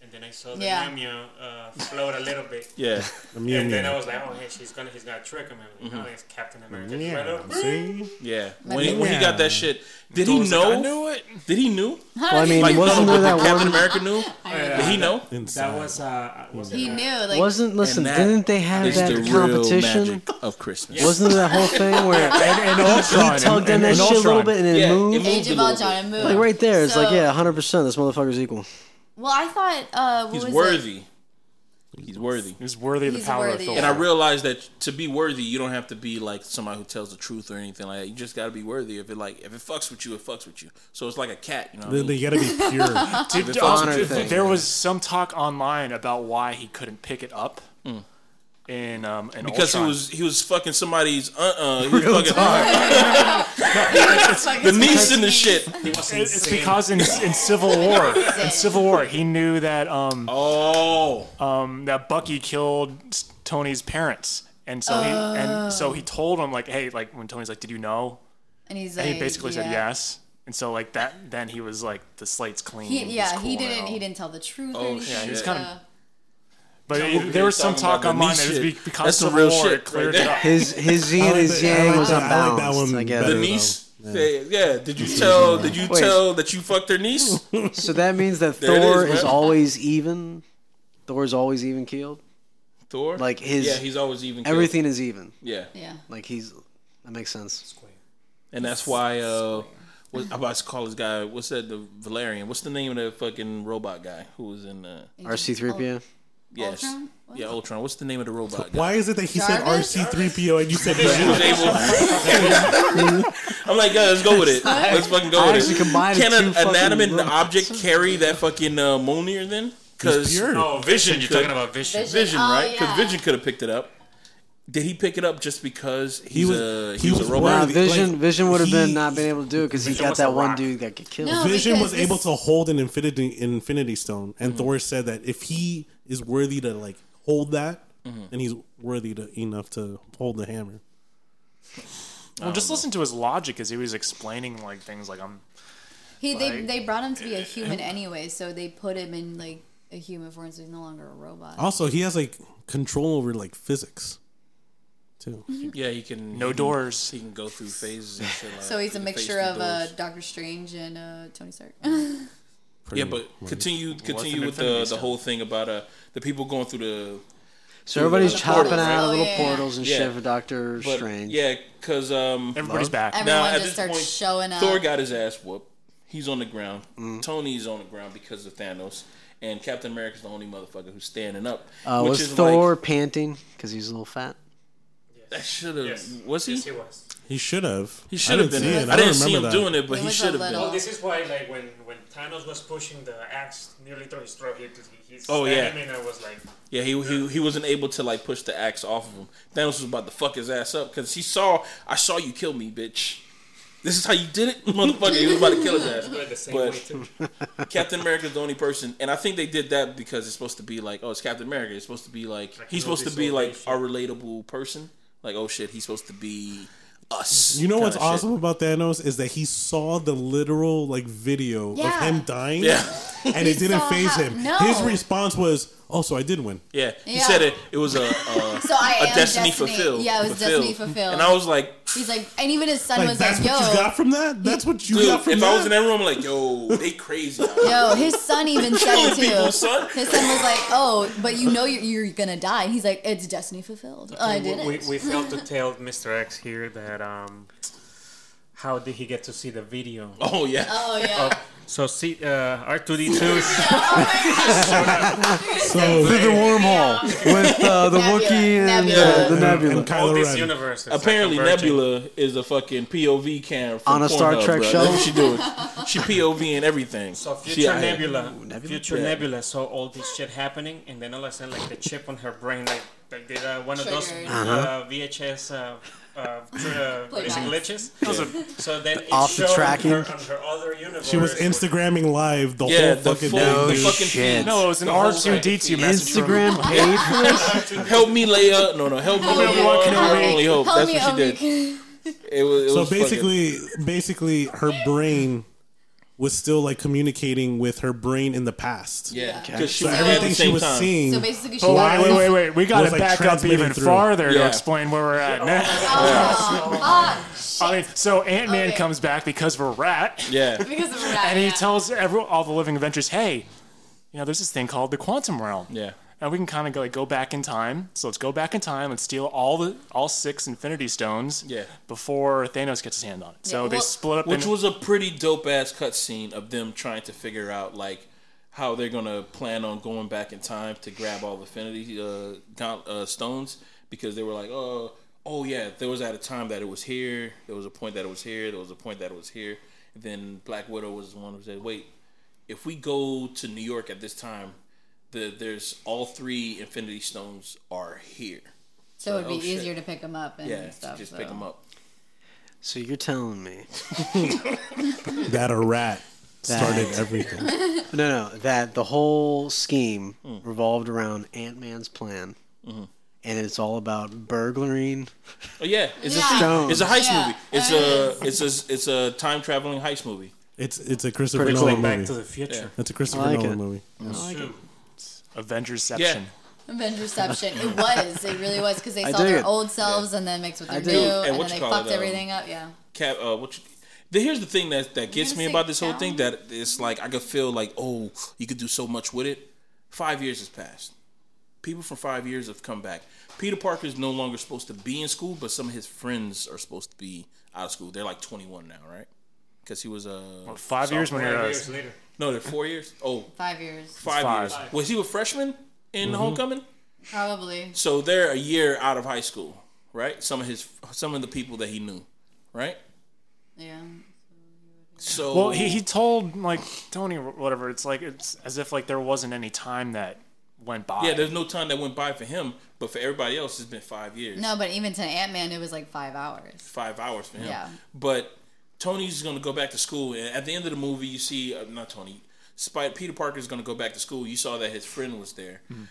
and then I saw the
Yeah.
meow meow uh, float a little bit,
Yeah. Mm-hmm.
The meow
and then I
meow.
was like, oh, hey, she's gonna, he's gonna trick him. And, No, it's Captain America. "Oh,
Yeah,
Right up.
see?
Yeah, when, he- when he got that shit, did he
Thor's like,
know?
I knew it.
Did he knew?
Well, I mean,
Like,
wasn't
no,
there that
but Captain
one?
America knew?
I
Yeah.
know.
Did he know?
Inside.
That was uh, was
He
it, uh,
knew like
Wasn't listen?
that
Didn't they have
It's the
that
real
competition?
magic of Christmas.
Wasn't there that whole thing where
And Ultron.
he tugged on
and-
that
and
shit a little
Ultron.
bit and
Yeah,
it
it
moved?
moved
Age
a
of
little
Ultron and
Like right there, it's like
So-
yeah, hundred percent. This motherfucker's equal.
Well, I thought uh, what
bit. He's
was It?
worthy. He's worthy.
He's worthy of the
He's
power
worthy,
of Thor.
And I realized that to be worthy, you don't have to be like somebody who tells the truth or anything like that. You just got to be worthy. If it like if it fucks with you, it fucks with you. So it's like a cat, you know. What I
Then they
mean?
gotta be pure.
Did-
the
also,
honor
th-
thing.
There was some talk online about why he couldn't pick it up. In um, in
Because he
Ultron.
was he was fucking somebody's uh uh he was fucking the niece and the shit.
It- It's because in, in Civil War, in Civil War, he knew that um,
Oh,
um that Bucky killed s- Tony's parents, and so he and so
Oh.
he told him like, hey, like when Tony's like, did you know?
And he's like,
And he basically
yeah.
said yes, and so like that, then he was like, the slate's clean.
He,
he's
yeah,
cool
he
now.
didn't. He didn't tell the truth.
Oh,
or anything.
yeah, he was
kinda-
Uh,
But
Tell
it-
me
there was
you're
some
talking
talk
about the
online that it was
niche shit.
be- because
That's some
Civil
real
War,
shit
it cleared
right
it up.
His his yin and his
I like
yang was
that- I like
unbalanced.
that
I,
one
guess.
the
better.
niece. Say, yeah. Did you tell? Did you
Wait.
tell that you fucked their niece?
So that means that
There it
Thor
is,
is,
man.
always even. Thor is always even keeled.
Thor.
Like his-
Yeah, he's always even. killed.
Everything is even.
Yeah,
yeah.
Like he's that makes sense.
and that's why. uh what, I'm about to call this guy. What's that? The Valerian. What's the name of the fucking robot guy who was in? Uh,
RC3PO.
yes.
Ultron? What?
Yeah, Ultron. What's the name of the robot guy?
Why is it that he said
Jarvis?
RC3PO and you said
He was
Valerian?
able- I'm like, yeah, let's go with it. Let's fucking go
I
with
actually
it.
combined
Can
the
an
two fucking
inanimate
robots.
object carry that fucking uh, Mjolnir then?
It's
Because
pure.
Oh, Vision! You're talking about Vision.
Vision,
Vision,
oh,
right? Because
yeah.
Vision could have picked it up. Did he pick it up just because he's
was-
a
he
he was,
was
a robot?
Nah,
Like,
Vision Vision would have been
he-
not been able to do it because he got
was a
that one
rock.
dude that got killed.
No,
Vision
because
was able
this-
to hold an infinity infinity stone, and Thor said that if he is worthy to like hold that, then he's worthy to enough to hold the hammer.
Oh.
Well, just listen to his logic as he was explaining like things like um, I'm.
He they
Like-
they brought him to be a human anyway, so they put him in like a human form, so he's no longer a robot.
Also, he has like control over like physics, too.
Yeah, he can.
No
he can-
doors.
He can go through phases and shit. Like
So he's a
he can
mixture
phase
of
through
uh,
doors.
Doctor Strange and uh, Tony Stark.
Yeah, but continue continue
an
with
infinity
the the
stone?
whole thing about uh the people going through the
So everybody's
the
chopping
portals,
out
right?
of little
Oh, yeah.
portals and
Yeah.
shit for Doctor
but,
Strange.
Yeah, because um
Everybody's back.
Everyone
at
just
this
starts
point,
showing up.
Thor got his ass whooped. He's on the ground. Tony's on the ground because of Thanos, and Captain America's the only motherfucker who's standing up.
Uh,
which
was
is
Thor
Like,
panting because he's a little fat?
that should have
Yes.
was he?
Yes, he was.
He should have.
He should have been. I, I, didn't see him doing it, but
It
he
was a
should have
little-
been.
Well, this is why, like, when, when Thanos was pushing the axe nearly through his throat, he, he, he
Oh,
stabbed
yeah.
him and I was like,
Yeah, he, he he wasn't able to like push the axe off of him. Thanos was about to fuck his ass up because he saw I saw you kill me, bitch. This is how you did it, motherfucker. He was about to kill his ass.
but the same
But-
way too.
Captain America's the only person, and I think they did that because it's supposed to be like, oh, it's Captain America. It's supposed to be like he's supposed to be like a relatable person. Like, oh shit, he's supposed to be us.
You know
kinda
what's
shit.
awesome about Thanos is that he saw the literal like video
Yeah.
of him dying,
Yeah,
and it
He
didn't
saw
phase
how-
him.
No.
His response was, "Oh, so I did win."
yeah. He
Yeah.
said it. It was a, a,
So I
a destiny,
am Destiny.
fulfilled.
Yeah, it was Destiny fulfilled.
And I was like,
He's like, and even his son
Like
was
that's
like, "Yo,
what you got from that. That's what you
dude,
got from
if
that.
I was in that room, I'm like, yo, they crazy. out here.
Yo, his son even said it too.
people, son.
His son was like, "Oh, but you know you're, you're gonna die." He's like, "It's destiny fulfilled." Oh, I did
We,
it.
we failed to tell Mr. X here that, um, how did he get to see the video
Oh yeah.
oh yeah,
So see, uh, R two D two.
So
Through the wormhole with uh, the
Nebula.
Wookiee and
Nebula.
uh, the Nebula.
And
All
Kylo
this
Ren.
universe. is
Apparently,
like a virgin.
Nebula is a fucking POV cam from
On a Star
Pornhub,
Trek
bruh.
show?
That's what she doing. She POV and everything.
So
She
future
out here.
Nebula,
Nebula?
future
Yeah.
Nebula saw all this shit happening, and then all of a sudden, like the chip on her brain, like they did uh, one of those
Triggered.
Uh-huh.
uh, VHS uh, uh, tr- uh,
Playbacks.
glitches. So then it
off the
showed
tracking.
her on her other universe.
She was
where-
Instagramming live the
Yeah,
whole
the
fucking
full,
day.
the
dude.
fucking
shit.
No, it was an
The whole
R two D two message. from-
Instagram paid for this?
Help me, Leia. No, no, help me,
Help me,
Obi-Wan
Obi-Wan
Kenobi.
Kenobi.
Only hope.
Help
That's
me,
what she did. It was, it
So
was fucking-
basically, basically, her brain was still like communicating with her brain in the past.
yeah, because
Okay.
she
So
was there at
everything
the
she
same
was
time.
seeing.
So basically, she
But
got
wait, wait, wait, wait. We got
was,
to
like,
back up
transmitted
even
through.
farther
Yeah.
to explain where we're at now. I mean, so Ant Man
Okay.
comes back because we're rat,
yeah,
because of that.
and
yeah.
he tells every, all the living Avengers, "Hey, you know, there's this thing called the quantum realm.
yeah.
and we can kind of go, like, go back in time. So let's go back in time and steal all the all six Infinity Stones
Yeah.
before Thanos gets his hand on it. So
Yeah,
they
well-
split up.
Which
in,
was a pretty dope ass cutscene of them trying to figure out like how they're gonna plan on going back in time to grab all the Infinity uh, gaunt- uh, stones because they were like, oh, oh yeah, there was at a time that it was here. There was a point that it was here. There was a point that it was here. And then Black Widow was the one who said, wait, if we go to New York at this time, the there's all three Infinity Stones are here.
so it'd be
oh, shit.
easier to pick them up and
Yeah,
stuff.
just
so.
pick them up.
So you're telling me
That a rat started
That-
everything.
No, no, that the whole scheme
Hmm.
revolved around Ant Man's plan,
Mm-hmm.
and it's all about burglaring.
Oh yeah, it's
Yeah.
a thing.
Stones.
It's a heist
Yeah,
movie. It's a it's a it's a time traveling heist movie.
It's it's a Christopher
Pretty
It's
Nolan
like Back to
movie.
the Future.
It's a Christopher
I like
Nolan
it.
movie.
Avengers
Yeah.
section.
Avengerception. It was. It really was because they
I
saw
dig
their
it.
old selves and then mixed with their
dig
new,
it.
And
and,
what
then
you
they
call
fucked
it, um,
everything up. Yeah.
Cap, uh, what you, the, here's the thing that that gets
gonna
me
say
about this whole thing
down?
that it's like I could feel like oh you could do so much with it. Five years has passed. People from five years have come back. Peter Parker is no longer supposed to be in school, but some of his friends are supposed to be out of school. They're like 21 now, right? Because he was uh
Five years when you're
Five
a
years later.
no, they're four years. Oh,
Five years.
five
Five. Mm-hmm.
years. Was he a freshman in Homecoming?
Probably.
So they're a year out of high school, right? Some of his, some of the people that he knew, right?
Yeah.
So
Well, he, he told like Tony or whatever. It's like it's as if like there wasn't any time that went by.
yeah, there's no time that went by for him, but for everybody else, it's been five years,
No, but even to Ant Man, it was like five hours.
five hours for him.
Yeah.
But Tony's gonna go back to school, and at the end of the movie, you see uh, not Tony, Spider Peter Parker's gonna go back to school. You saw that his friend was there.
Mm-hmm.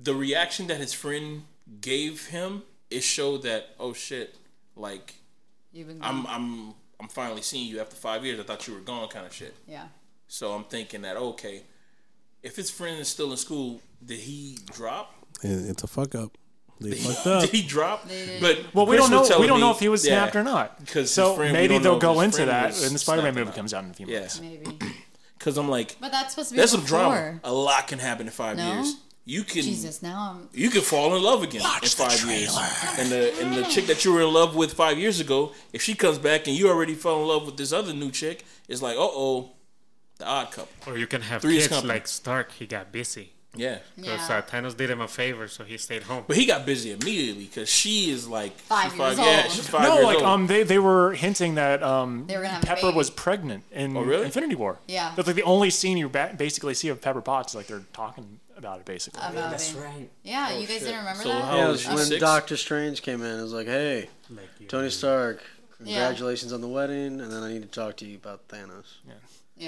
The reaction that his friend gave him it showed that oh shit, like
You've been
I'm I'm I'm finally seeing you after five years. I thought you were gone, kind of shit.
yeah.
So I'm thinking that okay, if his friend is still in school, did he drop?
And it's a fuck up. They fucked up.
Did he drop? But
Well, we don't know. We don't know if he was snapped or not.
'Cause his
so
friend- we
maybe
don't
they'll
know
go
if his friend
into that
was
when the Spider-Man
snapped or
movie
not.
comes out in a few
Yeah,
minutes.
Maybe.
because I'm like,
But that's supposed to be
that's some
before.
drama. A lot can happen in five
No?
years. You can
Jesus, now I'm.
you can fall in love again in five years. And the and the chick that you were in love with five years ago, if she comes back and you already fell in love with this other new chick, it's like, uh oh, the odd couple.
Or you can have
Three's
kids
Company.
like Stark. He got busy.
Yeah.
So
Yeah.
uh, Thanos did him a favor, so he stayed home.
But he got busy immediately because she is like
Five
she's
years
Yeah,
old.
she's five
no,
years
like
old.
um, they, they were hinting that um,
They were gonna have a
Pepper
baby.
was pregnant in
Oh, really?
Infinity War.
Yeah.
that's like the only scene you ba- basically see of Pepper Potts. Like they're talking about it basically.
About it.
right.
Yeah, you guys
Oh, shit.
didn't remember
So
that?
how-
Yeah,
Oh,
it was
she
when
was six?
Doctor Strange came in, it was like, "Hey, Tony Stark, congratulations on the wedding, and then I need to talk to you about Thanos."
yeah.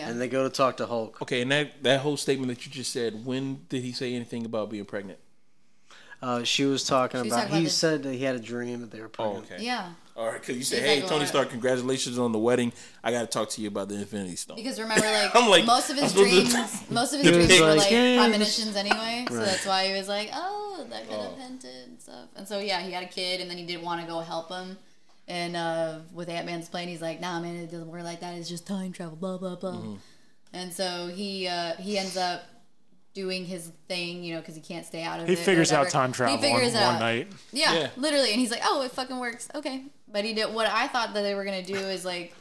And they go to talk to Hulk.
Okay, and that that whole statement that you just said, when did he say anything about being pregnant?
Uh, she was talking
She was
about.
talking about
he
this-
said that he had a dream that they were
Oh,
pregnant.
okay.
yeah.
All right, because you said,
She's
"Hey,
like,
Tony
"What?"
Stark, congratulations on the wedding. I got to talk to you about the Infinity Stone."
Because remember, like,
I'm like,
most of
I'm
his
supposed
dreams,
to-
most of his dreams
was
were
like,
like
"Yeah."
premonitions anyway. So that's why he was like, oh, that could have hinted and stuff. And so yeah, he had a kid, and then he didn't want to go help him. And uh, with Ant Man's plan, he's like, nah, man, it doesn't work like that. It's just time travel, blah blah blah.
Mm-hmm.
And so he uh, he ends up doing his thing, you know, because he can't stay out of
He
it. or
figures out
whatever.
time
He
travel on
figures
one
it out.
night.
Yeah,
Yeah.
literally. And he's like, oh, it fucking works. Okay. But he did what I thought that they were going to do is like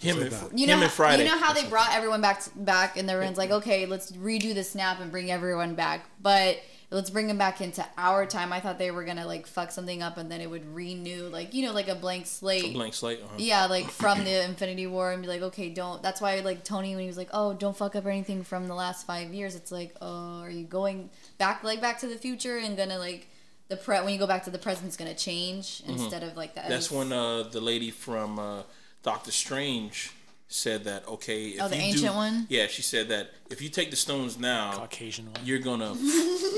Him and
that.
You
him
know,
and Friday.
you know how they brought everyone back back, and everyone's like, okay, let's redo the snap and bring everyone back, but let's bring them back into our time. I thought they were gonna like fuck something up, and then it would renew, like you know, like a blank slate.
blank slate. Uh-huh.
Yeah, like from the Infinity War, and be like, okay, don't. That's why, like Tony, when he was like, oh, don't fuck up anything from the last five years. It's like, oh, are you going back, like Back to the Future, and gonna like the pre when you go back to the present, it's gonna change instead of like that.
Mm-hmm. That's when uh, the lady from uh, Doctor Strange said that. Okay, if
Oh, the
you do,
ancient one?
Yeah, she said that if you take the stones now,
Caucasian one.
you're gonna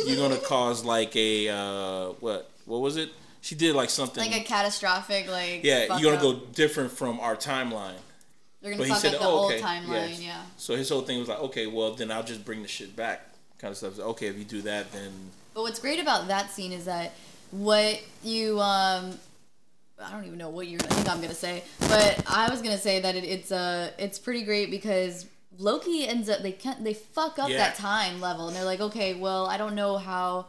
you're gonna cause like a uh, what what was it? She did like something.
like a catastrophic, like
yeah,
fuck
you're
up.
gonna go different from our timeline.
They're
But
gonna
he
fuck
said,
up the
"Oh,
old
okay,
timeline,
yes.
yeah.
So his whole thing was like, okay, well then I'll just bring the shit back, kind of stuff. Okay, if you do that, then
But what's great about that scene is that what you um I don't even know what you're I think I'm gonna say, but I was gonna say that it, it's uh it's pretty great because Loki ends up they can they fuck up
Yeah.
that time level and they're like okay well I don't know how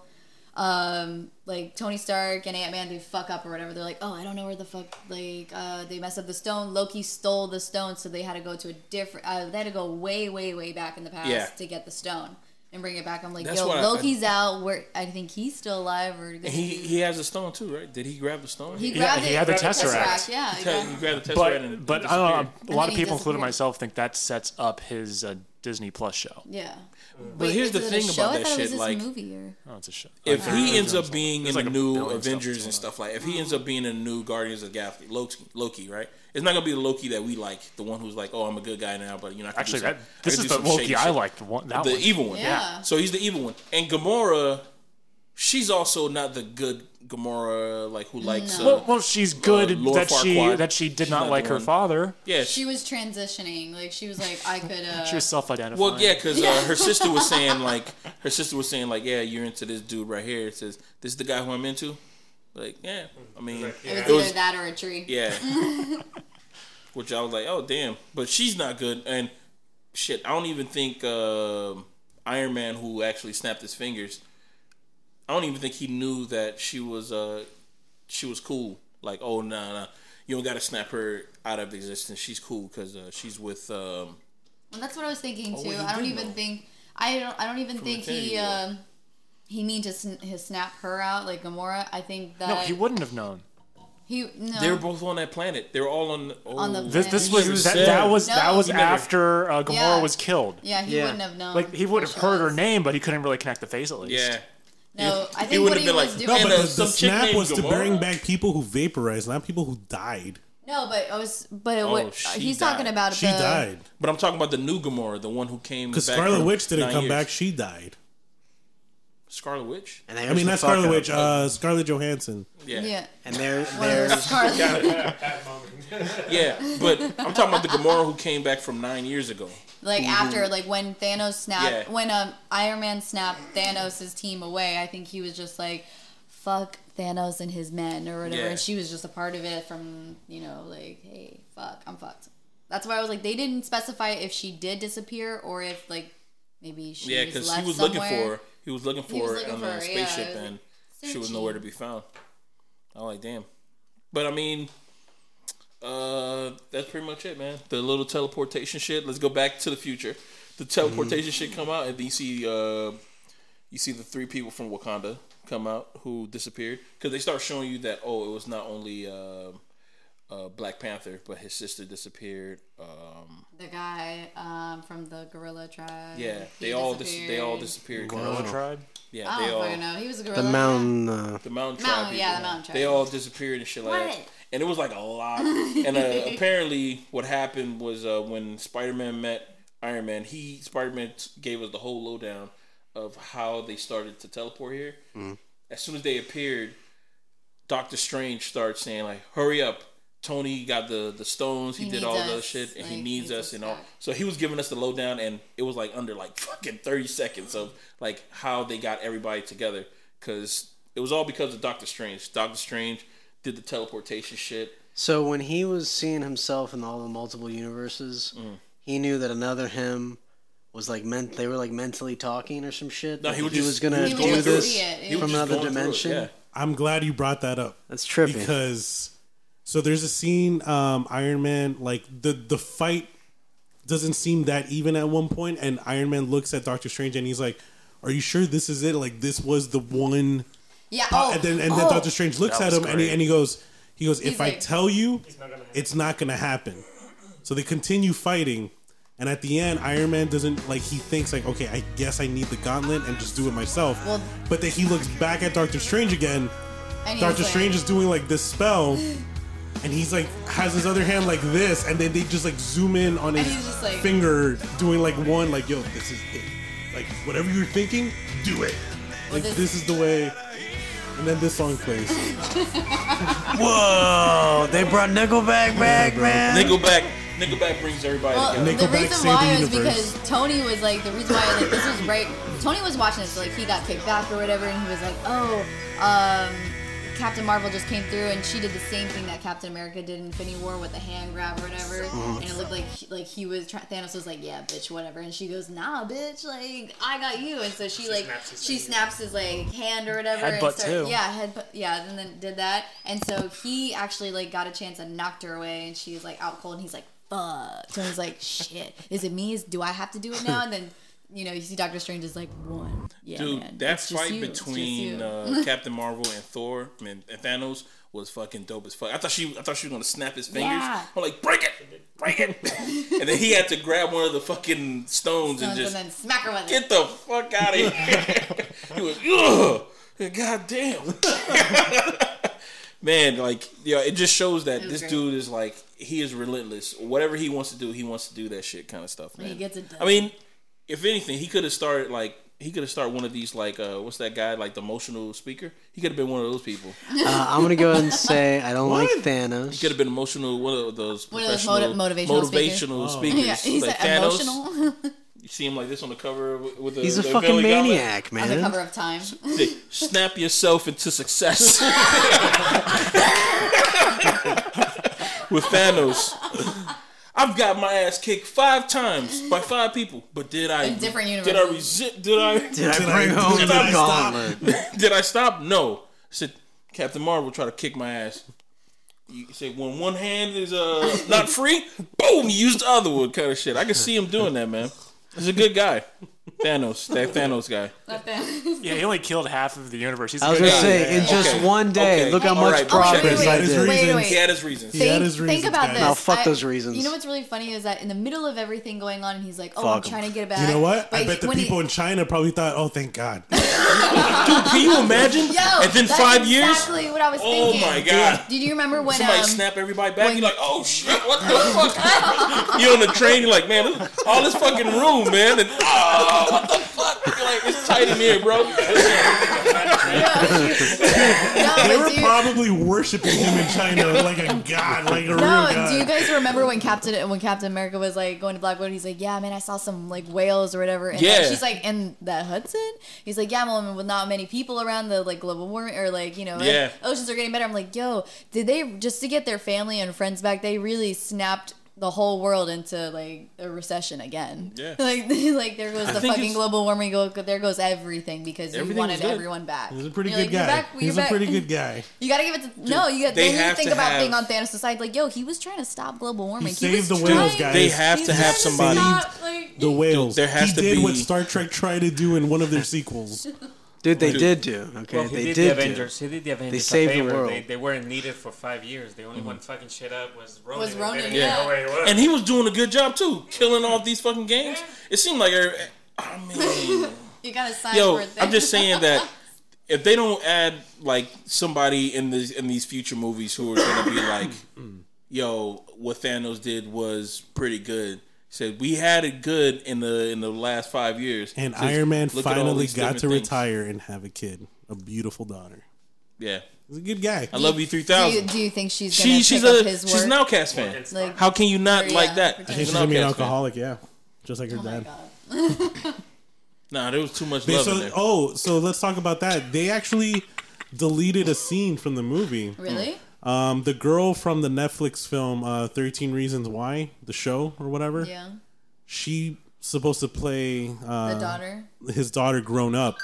um like Tony Stark and Ant Man they fuck up or whatever they're like oh I don't know where the fuck like uh they messed up the stone Loki stole the stone so they had to go to a different uh, they had to go way way way back in the past
Yeah.
to get the stone and bring it back I'm like
That's
Yo,
what I-
Loki's out. Where I think he's still alive. Or
and he he has a stone too, right? Did he grab the stone?
he
Yeah,
grabbed
he
it-
had the
grabbed
Tesseract.
Yeah,
He
he
grabbed-
grabbed-
he grabbed the tesseract and it
But but I don't
disappeared.
know. A lot
then
of
he
people, including
disappeared.
myself, think that sets up his uh, Disney Plus show.
yeah.
But here's the
is it a
thing
show?
about
I
that
thought it
shit,
was just
like-
a movie or
Oh, it's a show.
if he ends up
There's
being in
like
the
a
new
billion stuff
Avengers
going
and
on.
stuff like, if he ends up being in the new Guardians of the Galaxy, Loki, Loki, right? It's not gonna be the Loki that we like, the one who's like, oh, I'm a good guy now, but you know, I can do
Actually,
some-
that,
I
this
can
is
do some
the Loki
shady
I
shit.
like. The one that
the
one.
evil one.
Yeah.
So he's the evil one, and Gamora, she's also not the good Gamora, like who likes. uh,
Well, well, she's good
Lord
that she
Farquaad.
that she did
She's
not
not
like
the
her
one.
father.
yeah,
she was transitioning. Like she was like I could. Uh,
She was self-identifying.
Well, yeah, because uh, her sister was saying like her sister was saying like, yeah, you're into this dude right here. It says this is the guy who I'm into. Like, yeah, I mean,
it was
it
either
was
that or a tree.
yeah. Which I was like, oh damn, but she's not good. And shit, I don't even think um Iron Man, who actually snapped his fingers, I don't even think he knew that she was uh she was cool. Like, oh nah, nah. You don't gotta snap her out of existence. She's cool because uh, she's with um,
Well, that's what I was thinking too.
wait, he
I don't
did
even
know.
think. I don't. I don't even think
Infinity
he.
War.
Um, he mean to sn- his snap her out like Gamora. I think that
no, he wouldn't have known.
He no.
They were both on that planet. They were all on. Oh,
On the
This, this was that,
said.
that was
No.
that was
He
never-
after uh, Gamora
Yeah.
was killed.
yeah, he
Yeah.
wouldn't have known.
Like he would have
where she
heard her
was.
name, but he couldn't really connect the face at least.
yeah.
No, I
He
think
would
what
have
he
been like,
was doing.
no,
No,
And,
but
uh,
the, the
some chick
snap
named
was to
Gamora?
bring back people who vaporized, not people who died.
No, but I was. But
Oh,
what
she
he's talking
died.
about
She
the
died
But I'm talking about the new Gamora, the one who came.
because
back
Scarlet
from
Witch didn't
nine
come
years.
back. She died.
Scarlet Witch.
And
I mean, not
that's
Scarlet Witch. Uh, Scarlett Johansson.
Yeah. yeah,
Yeah.
and there,
One of the
there's
Scarlet
But I'm talking about the Gamora who came back from nine years ago.
Like after, like when Thanos snapped,
mm-hmm. Yeah.
when um Iron Man snapped Thanos' team away, I think he was just like, "Fuck Thanos and his men" or whatever,
Yeah.
and she was just a part of it from you know like, "Hey, fuck, I'm fucked." That's why I was like, they didn't specify if she did disappear or if like maybe she
Yeah,
because
because he was looking for her. He was looking for
was
her
looking
on
for
a
her, yeah.
spaceship,
It was
and
like,
she was
searching.
nowhere to be found. I'm like, damn. But I mean, uh, that's pretty much it, man. The little teleportation shit. Let's go back to the future. The teleportation shit come out, and then you see, uh, you see the three people from Wakanda come out who disappeared because they start showing you that oh, it was not only. Uh, uh, Black Panther, but his sister disappeared. Um,
the guy um, from the gorilla tribe.
yeah, Um,
He
they all dis-
disappeared.
they all disappeared.
Gorilla tribe.
Yeah,
I
they
don't
all.
fucking know. He was a gorilla.
the mountain. Uh,
The mountain tribe.
Mountain-
people.
yeah, the mountain tribe.
They all disappeared and shit like
What?
that. And it was like a lot. and uh, apparently, what happened was uh, when Spider Man met Iron Man, he Spider Man gave us the whole lowdown of how they started to teleport here. As soon as they appeared, Doctor Strange starts saying like, "Hurry up." Tony got the the stones. He,
He
did
needs
all the
us.
shit, and he
Like,
needs
needs
us
us
and all.
back.
So he was giving us the lowdown, and it was like under like fucking thirty seconds of like how they got everybody together because it was all because of Doctor Strange. Doctor Strange did the teleportation shit.
so when he was seeing himself in all the multiple universes,
Mm.
he knew that another him was like meant. They were like mentally talking or some shit.
No,
that
he was just-
gonna
he was
do
going through
this
it, yeah.
was
from
just
another
going through it,
dimension.
yeah.
I'm glad you brought that up
That's trippy.
because So there's a scene, um, Iron Man, like the the fight doesn't seem that even at one point, and Iron Man looks at Doctor Strange and he's like, "Are you sure this is it? Like this was the one?"
Yeah.
Uh,
Oh,
and then and
oh.
then Doctor Strange looks
That
at
was
him and he,
great.
and he goes, he goes,
He's
if I
like-
tell you,
not gonna happen."
it's not gonna happen. So they continue fighting, and at the end, Iron Man doesn't like he thinks like, okay, I guess I need the gauntlet and just do it myself.
Well-
but then he looks back at Doctor Strange again.
And he's
Doctor
like-
Strange is doing like this spell. And he's like has his other hand like this, and then they just like zoom in on
And
his
he's just like-
finger, doing like one, like yo, this is it. Like whatever you're thinking, do it. Like
this-
this is the way. And then this song plays.
Whoa! They brought Nickelback back, man.
Nickelback, Nickelback brings everybody
Well,
together.
the
Nickelback
reason
saved
why
the
is
universe.
because Tony was like the reason why like this was right. Tony was watching this, like he got kicked back or whatever, and he was like, "Oh, um, Captain Marvel just came through, and she did the same thing that Captain America did in Infinity War with the hand grab or whatever."
Uh-huh.
And it looked like he- like he was try- Thanos was like, "Yeah, bitch, whatever," and she goes, "Nah, bitch, like I got you." And so she, like
snaps his
she
finger.
snaps his like hand or whatever. and
Headbutt,
started-
too.
Yeah, headbutt. Yeah, and then did that, and so he actually like got a chance and knocked her away, and she's like out cold, and he's like, "Fuck." So he's like, "Shit, is it me? Is do I have to do it now?" And then you know you see Doctor Strange is like one. Yeah,
Dude,
man.
that
It's just
fight
you. It's just
between
you.
uh, Captain Marvel and Thor I mean, and Thanos was fucking dope as fuck. I thought she, I thought she was gonna snap his fingers.
Yeah.
I'm like, break it, break it, and then he had to grab one of the fucking stones and
and,
just
then smack her with it.
get the fuck out of here. he was, ugh, god damn. Man, like, yeah, it just shows that
was
this
great.
dude is like, he is relentless. Whatever he wants to do, he wants to do that shit kind of stuff, man.
he gets it done.
I mean, if anything, he could have started like, he could have started one of these like, uh, what's that guy like the emotional speaker? He could have been one of those people.
Uh, I'm gonna go ahead and say I don't like Thanos.
Could have been emotional, one of those
One of those
professional-
motiv- motivational speakers.
motivational
Oh.
yeah,
speakers.
he's
like
like,
Thanos,
emotional
you see him like this on the cover with with the
He's a
the
fucking
villain gauntlet.
maniac,
on the
man.
cover of Time.
Say, snap yourself into success. With Thanos. I've got my ass kicked five times by five people, but did I
In different
did I
universes.
resist did I
Did I bring home the
did I
stop?
gauntlet?
did I stop? No. I said Captain Marvel try to kick my ass. You said when one hand is uh not free, boom, you use the other one kind of shit. I can see him doing that, man. He's a good guy. Thanos, that Thanos guy.
Not that-
Yeah, he only killed half of the universe. He's a
I was
good
gonna
guy.
say in
Okay.
just one day,
Okay.
look
All
how much
right,
oh,
progress
wait,
That
I
wait,
is
did.
wait, wait,
reasons.
wait.
He had his reasons.
He had
Think,
his
think
reasons,
about
guys.
this.
No, fuck those reasons.
You know what's really funny is that in the middle of everything going on, and he's like, "Oh,
Fuck
I'm
'em.
trying to get it back."
You know what?
But
I bet the
when he-
people in China probably thought, "Oh, thank God."
Can you imagine?
Yo,
and then
that's
five years.
Exactly what I was
Oh
thinking.
my god.
Did you remember when
Somebody
um,
snap everybody back.
when-
You're like, oh shit, what the fuck? You're on the train. You're like, man, this- all this fucking room, man, and oh, what the fuck? You're like, it's tight in here, bro.
No,
They
but
were
do you,
probably worshiping him in China like a god, like a real
no,
god.
do you guys remember when Captain when Captain America was like going to Blackwood? He's like, yeah, man, I saw some like whales or whatever. And then
Yeah.
she's like, in the Hudson. He's like, yeah, well, with not many people around, the like global warming or like you know, like,
Yeah.
oceans are getting better. I'm like, yo, did they just to get their family and friends back? They really snapped the whole world into like a recession again.
Yeah.
like like there goes the
think
fucking
it's-
global warming. Go there goes everything because you
Everything was
wanted
good.
everyone back.
He's a pretty good
You're like,
guy.
You're back, you're
He's a
back.
pretty good guy.
You gotta give it to no. You got
they
then you
have
think
to
about
have-
being on Thanos' side. Like, yo, he was trying to stop global warming. He
saved
was
the whales,
trying-
guys.
They have
he
to
was
have
trying
somebody.
stop, like,
The whales.
there has
he
to
did
be-
what Star Trek tried to do in one of their sequels.
Dude, they did do. Okay,
Well, he
they
did,
did.
the
do.
Avengers. He did the Avengers. a
saved the
favor.
world. Mm-hmm.
They, they weren't needed for five years. The only one fucking shit up was Ronan.
Was
and
Ronan,
they didn't
yeah.
know where he was.
And he was doing a good job too, killing all these fucking games. It seemed like, every- I mean.
You gotta sign for
Yo,
it.
I'm just saying that if they don't add like somebody in these in these future movies who are gonna be like, yo, what Thanos did was pretty good. Said we had it good in the in the last five years,
And
Says,
Iron Man
"Look at all
finally
these
got
different
to
things."
retire and have a kid, a beautiful daughter.
Yeah,
He's a good guy.
I love you three
do you,
thousand.
do you think she's gonna
She she's
pick up
a
his work?
she's an outcast fan.
Like,
How can you not
Yeah,
like that?
I
I think she's
an
gonna be an
Outkast fan.
alcoholic, yeah, just like her
oh my
dad.
God.
Nah, there was too much
They-
love in
so,
there.
oh, so let's talk about that. They actually deleted a scene from the movie.
Really?
Um, the girl from the Netflix film uh, Thirteen Reasons Why, the show or
Mm-hmm.
whatever,
Yeah.
she supposed to play
The
uh,
daughter.
his daughter grown up,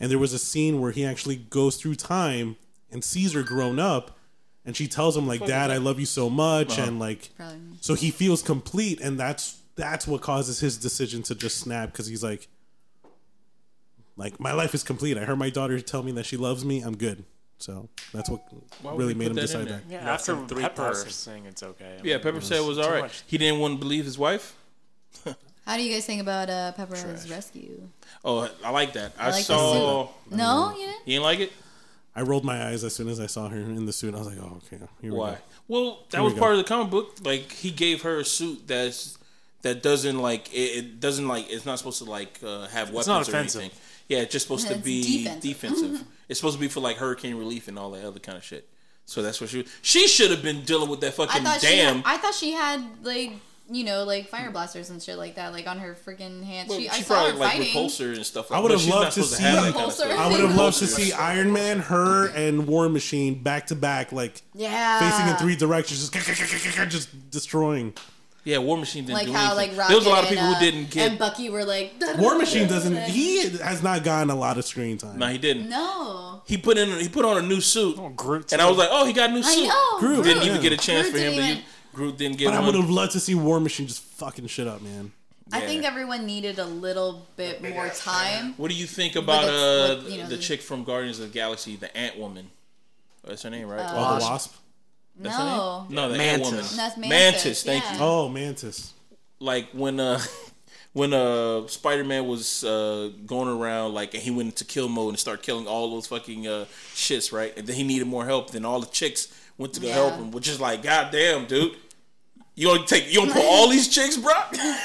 and there was a scene where he actually goes through time and sees her grown up, and and she tells him like, "Dad, I love you so much," and like,
Probably.
so he feels complete, and that's that's what causes his decision to just snap because he's like, like my life is complete. I heard my daughter tell me that she loves me. I'm good. So that's what
Why would
really
you
made
put
him
that in
decide
there?
that.
Yeah, after
three
Pepper
passes.
saying it's okay. I
Yeah,
mean,
Pepper said it was all right.
much.
He didn't want to believe his wife.
How do you guys think about uh, Pepper's rescue?
Oh, I like that. I,
like the
saw.
No, you didn't.
You didn't like it?
I rolled my eyes as soon as I saw her in the suit. I was like, oh, okay, here we
Why?
go.
Well, that
Here
was
we go.
part of the comic book. Like he gave her a suit that's that doesn't like it, it doesn't like it's not supposed to like uh, have weapons
not
or
offensive.
anything. Yeah, it's just supposed to
It's
be defensive.
defensive.
it's supposed to be for like hurricane relief and all that other kind of shit. So that's what she she should have been dealing with that
I
fucking
thought she.
damn.
Had, I thought she had like you know like fire blasters and shit like that like on her freaking hands.
Well,
she,
she
I saw her
probably like
fighting.
repulsor and stuff. Like,
I would
but
have
she's not
loved to
supposed
see-
have that kind of
Repulsor.
stuff.
I would have loved to see Iron Man, her, and War Machine back to back, like
Yeah.
facing in three directions, just just destroying.
Yeah, War Machine didn't
Like
do
how like
anything.
Rocket
there was a lot of people
and, uh,
who didn't
and
get.
Bucky were like
War Machine doesn't. He has not gotten a lot of screen time.
No, he didn't.
No.
He put in he put on a new suit,
Groot.
and I was like, oh, he got a new
I
suit.
know, Groot.
didn't even
Yeah.
get a chance
Groot
for him
didn't
to.
even-
Use. Groot didn't get
but I
one.
would have loved to see War Machine just fucking shit up, man.
I
Yeah.
think everyone needed a little bit more time.
What do you think about
it's
uh
what, you know,
the
the-
chick from Guardians of the Galaxy, the Ant Woman? That's her name, right?
Uh,
Oh, the Wasp.
That's her name?
No.
no, the Ant
Mantis.
Woman.
That's Mantis,
Thank
yeah.
you.
Oh, Mantis.
Like when uh when uh Spider Man was uh going around like and he went into kill mode and started killing all those fucking uh shits, right? And then he needed more help. Then all the chicks went to go
Yeah.
help him, which is like, God damn, dude. You don't take you don't put all these chicks, bro.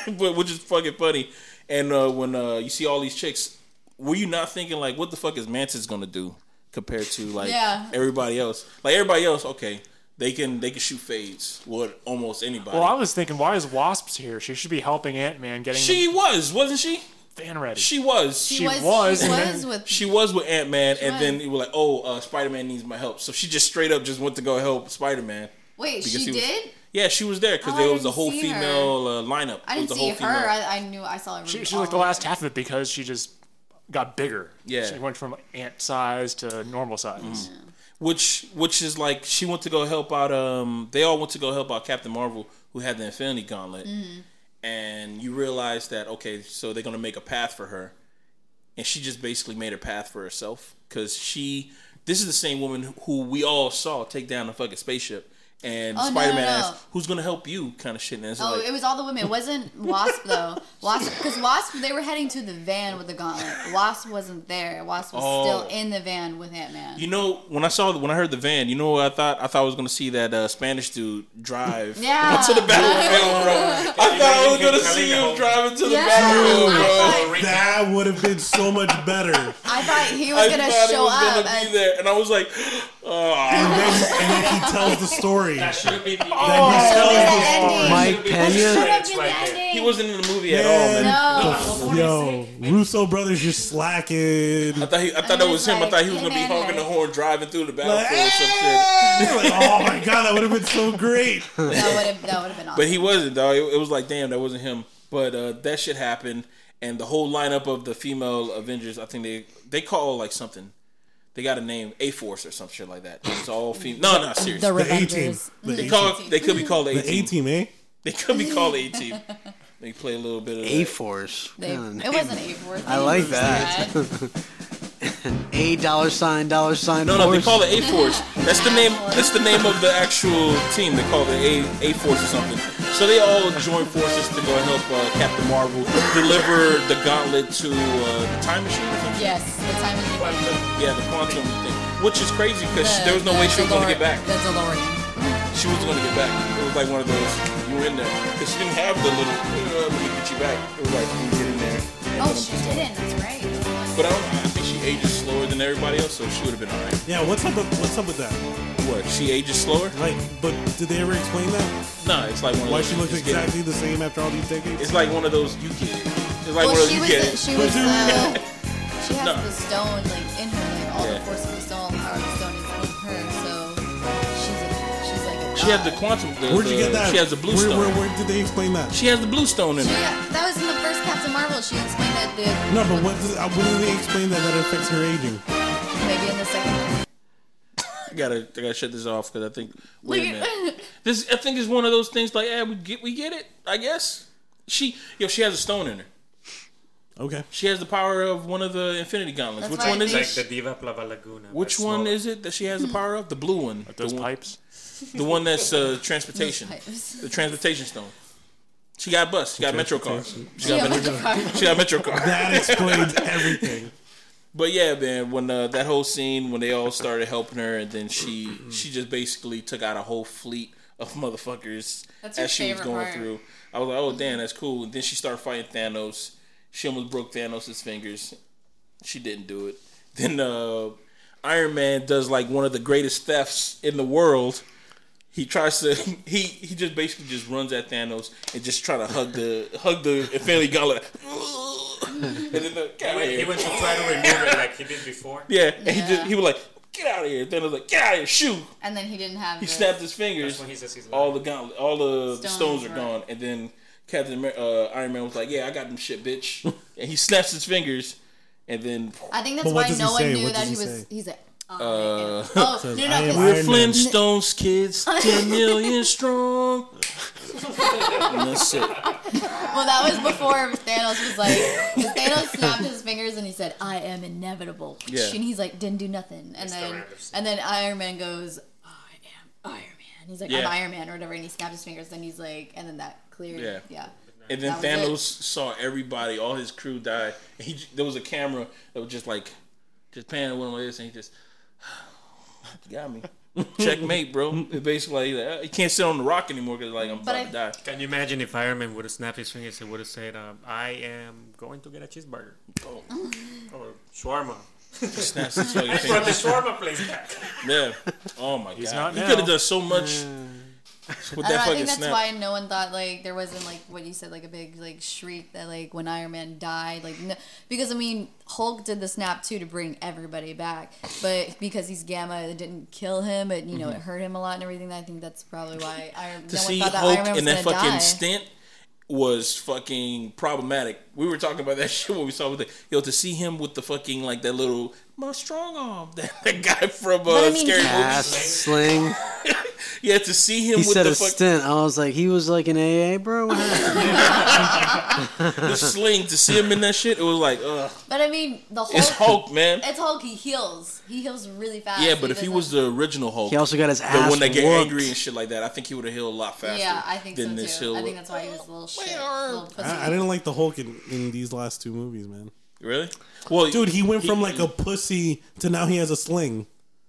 but which is fucking funny. And uh, when uh, you see all these chicks, were you not thinking like, what the fuck is Mantis gonna do compared to like
Yeah.
everybody else? Like everybody else, okay, they can they can shoot fades with almost anybody.
well, I was thinking, why is Wasps here? She should be helping Ant Man getting
she was, wasn't she?
the fan ready.
She was.
She,
She,
She
was,
was,
she
and then-
was with
she was with Ant Man, and
was.
then it was like, oh, uh, Spider Man needs my help. So she just straight up just went to go help Spider Man.
Wait,
because
she
he was-
did?
Yeah, she was there because
Oh, I
there was a
didn't
whole
see her.
female uh, lineup.
I
It was
didn't
a
see
whole
her.
female-
I, I knew I saw her.
She, she was like the last half of it because she just got bigger.
Yeah. Mm.
She went from ant size to normal size.
which which is like she went to go help out um they all went to go help out Captain Marvel who had the Infinity Gauntlet
Mm-hmm.
and you realize that okay so they're going to make a path for her and she just basically made a path for herself cuz she this is the same woman who we all saw take down a fucking spaceship and
Oh, no,
Spider-Man
no, no.
asked who's going to help you kind of shit and it's
Oh,
like
it was all the women. It wasn't Wasp though. Wasp because Wasp they were heading to the van with the gauntlet. Wasp wasn't there. Wasp was
Oh.
still in the van with Ant Man.
you know when I saw when I heard the van you know what I thought I thought I was going to see that uh, Spanish dude drive
Yeah.
to the battlefield bro I thought I was going to see
Yeah.
him driving to the
Yeah.
battlefield bro
I thought,
That would have been so much better.
I thought he was gonna
thought he
show
was
up.
Gonna be
and-
there, and I was like, oh.
And then, and then he tells the story.
That should be the
That he
That
tells
was
the
Oh,
the ending.
Mike
Should be
Pena?
the
That
credits
was the
right there.
ending. Oh,
he wasn't in the movie at all, man.
Man,
No.
the- Yo, Russo brothers, you're slacking.
I thought, he, I thought
And
that
he's
was him. I
like,
thought he was
"Hey,
gonna be
man,
honking
hey."
the horn, driving through the
Like,
battlefield or some shit.
"Hey!" Like, oh my god, that would have been so great.
That would have that would have been awesome.
But he wasn't, though. It, it was like, damn, that wasn't him. But uh, that shit happened, and the whole lineup of the female Avengers, I think they they call like something. They got a name, A Force or some shit like that. It's all female. No, no, seriously.
The A team. The
They,
A
call,
team.
it- they could be called A
The A
Team.
team, eh?
They could be called A Team. They play a little bit of
A
that.
Force.
They, it wasn't eight worth.
I like that. A dollar sign, dollar sign.
No, no, they
Force.
call it A Force. That's the name. That's the name of the actual team. They call it A A Force or something. So they all join forces to go help uh, Captain Marvel deliver the gauntlet to uh, the time machine. Or something.
Yes, the time is
Yeah, the quantum thing, which is crazy because
the-
there was no
the
way she was going to get back.
DeLorean- The DeLorean.
She was going to get back. It was like one of those you were in there because she didn't have the little uh, let me get you back. It was like you get in there. and
Oh,
then-
she didn't. That's right.
But I, don't, I think she ages slower than everybody else, so she would have been alright.
Yeah, what's up? With, what's up with that?
What? She ages slower?
Like, but did they ever explain that?
Nah, it's like one of
Why
those-
she looks
it's getting-
exactly the same after all these decades?
It's like one of those you get. it. It's like one
Well,
of those
she
you
was.
get.
The,
it.
she was. uh, The, she has
No.
the stone like in her, like all
Yeah.
the force of the stone, the power of the stone is in her. So she's a, she's like a.
She had the
god.
quantum. The,
Where'd you
the-
get that?
She has the blue
where,
stone.
Where, where did they explain that?
She has the blue stone in
She,
her.
that was in the first Captain Marvel. She explained that the
No, but what? Did, uh, when did they explain that that affects her aging?
maybe in the second.
I gotta, I gotta shut this off because I think. Wait a
Look at-
minute. This, I think, is one of those things. Like, eh, we get, we get it. I guess she, yo, she has a stone in her.
Okay.
She has the power of one of the Infinity Gauntlets.
That's
Which
why I
one is
think- Hmm.
it?
Like the Diva Plava Laguna. but
Which one
smaller.
is it that she has the power of? The blue one.
Those
the, one-
pipes.
the one that's uh, transportation.
Pipes.
The transportation stone. She got a bus. She got metro cars. She got
Yeah,
metro.
what the fuck?
She got metro cars.
That explains everything.
But yeah, man, when uh, that whole scene when they all started helping her, and then she
Mm-hmm.
she just basically took out a whole fleet of motherfuckers
That's her
as she was
favorite
going
part. Mm-hmm.
through. I was like, oh damn, that's cool. And then she started fighting Thanos. She almost broke Thanos' fingers. She didn't do it. Then uh, Iron Man does like one of the greatest thefts in the world. He tries to he he just basically just runs at Thanos and just try to hug the hug the Infinity Gauntlet. and then the,
He went- He went to try to remove it like he did before.
yeah, and he just
Yeah.
he was like, "Get out of here!" Then I was like, "Get out of here!" Shoo!
And then he didn't have.
He
the-
snapped his
That's
fingers.
when he says he's
All
lying.
the gauntlet, all the the stones,
Stones,
are
right.
gone. And then Captain Amer- uh, Iron Man was like, "Yeah, I got them shit, bitch." and he snaps his fingers, and then
I think that's
But what
why
does he
no
say?
one knew
What
that
does
he
he
was.
say?
He's like. Oh,
Uh,
man. oh no, no,
I am
'cause-
Iron
we're
Man.
Flintstones kids, ten million strong. and that's it.
Well, that was before Thanos was like, Thanos snapped his fingers and he said, "I am inevitable."
Yeah.
And he's like, "Didn't do nothing." And
the
then,
random scene.
and then Iron Man goes, "Oh, "I am Iron Man." He's like, "I'm
Yeah.
Iron Man" or whatever, and he snaps his fingers. Then he's like, and then that cleared.
Yeah.
Yeah.
And then
That
Thanos
was
saw everybody, all his crew die. And he j- there was a camera that was just like just panning one of this, and he just "You got me. Checkmate, bro. It basically, he's like, uh, he can't sit on the rock anymore because like I'm about
But
to die.
Can you imagine if Iron Man would have snapped his fingers and would have said, um, "I am going to get a cheeseburger
Oh,
or shawarma."
snaps his fucking
From the
fingers.
shawarma place back.
Yeah. Oh my
not
god. He
now.
could have done so much with
I, don't know,
that
I think
fucking
that's
snap.
why no one thought like there wasn't like what you said like a big like shriek that like when Iron Man died like no, because I mean Hulk did the snap too to bring everybody back but because he's gamma it didn't kill him it you know it hurt him a lot and everything I think that's probably why Iron
Mm-hmm. to
no
see
one thought that Iron Man
Hulk
was
in that
gonna
fucking
die.
stint was fucking problematic. We were talking about that shit when we saw with the yo to see him with the fucking like that little my strong arm that, that guy from uh,
I mean,
scary
Ass
movies.
sling.
Yeah, to see him with
He said
the
a
fuck,
stint. I was like, he was like an AA, bro. What happened?
the sling to see him in that shit. It was like, ugh,
but I mean the Hulk
it's Hulk, man.
it's Hulk he heals he heals really fast
Yeah, but if he
doesn't-
was the original Hulk,
He also got his
the
ass
one that get
whooped.
angry and shit like that, I think he would have healed a lot faster.
yeah I think so
than
too
this heal-
I think that's why he was a little shit little pussy.
I, I didn't like the Hulk in, in these last two movies, man.
really. Well,
Dude, he went from like a pussy to now he has a sling.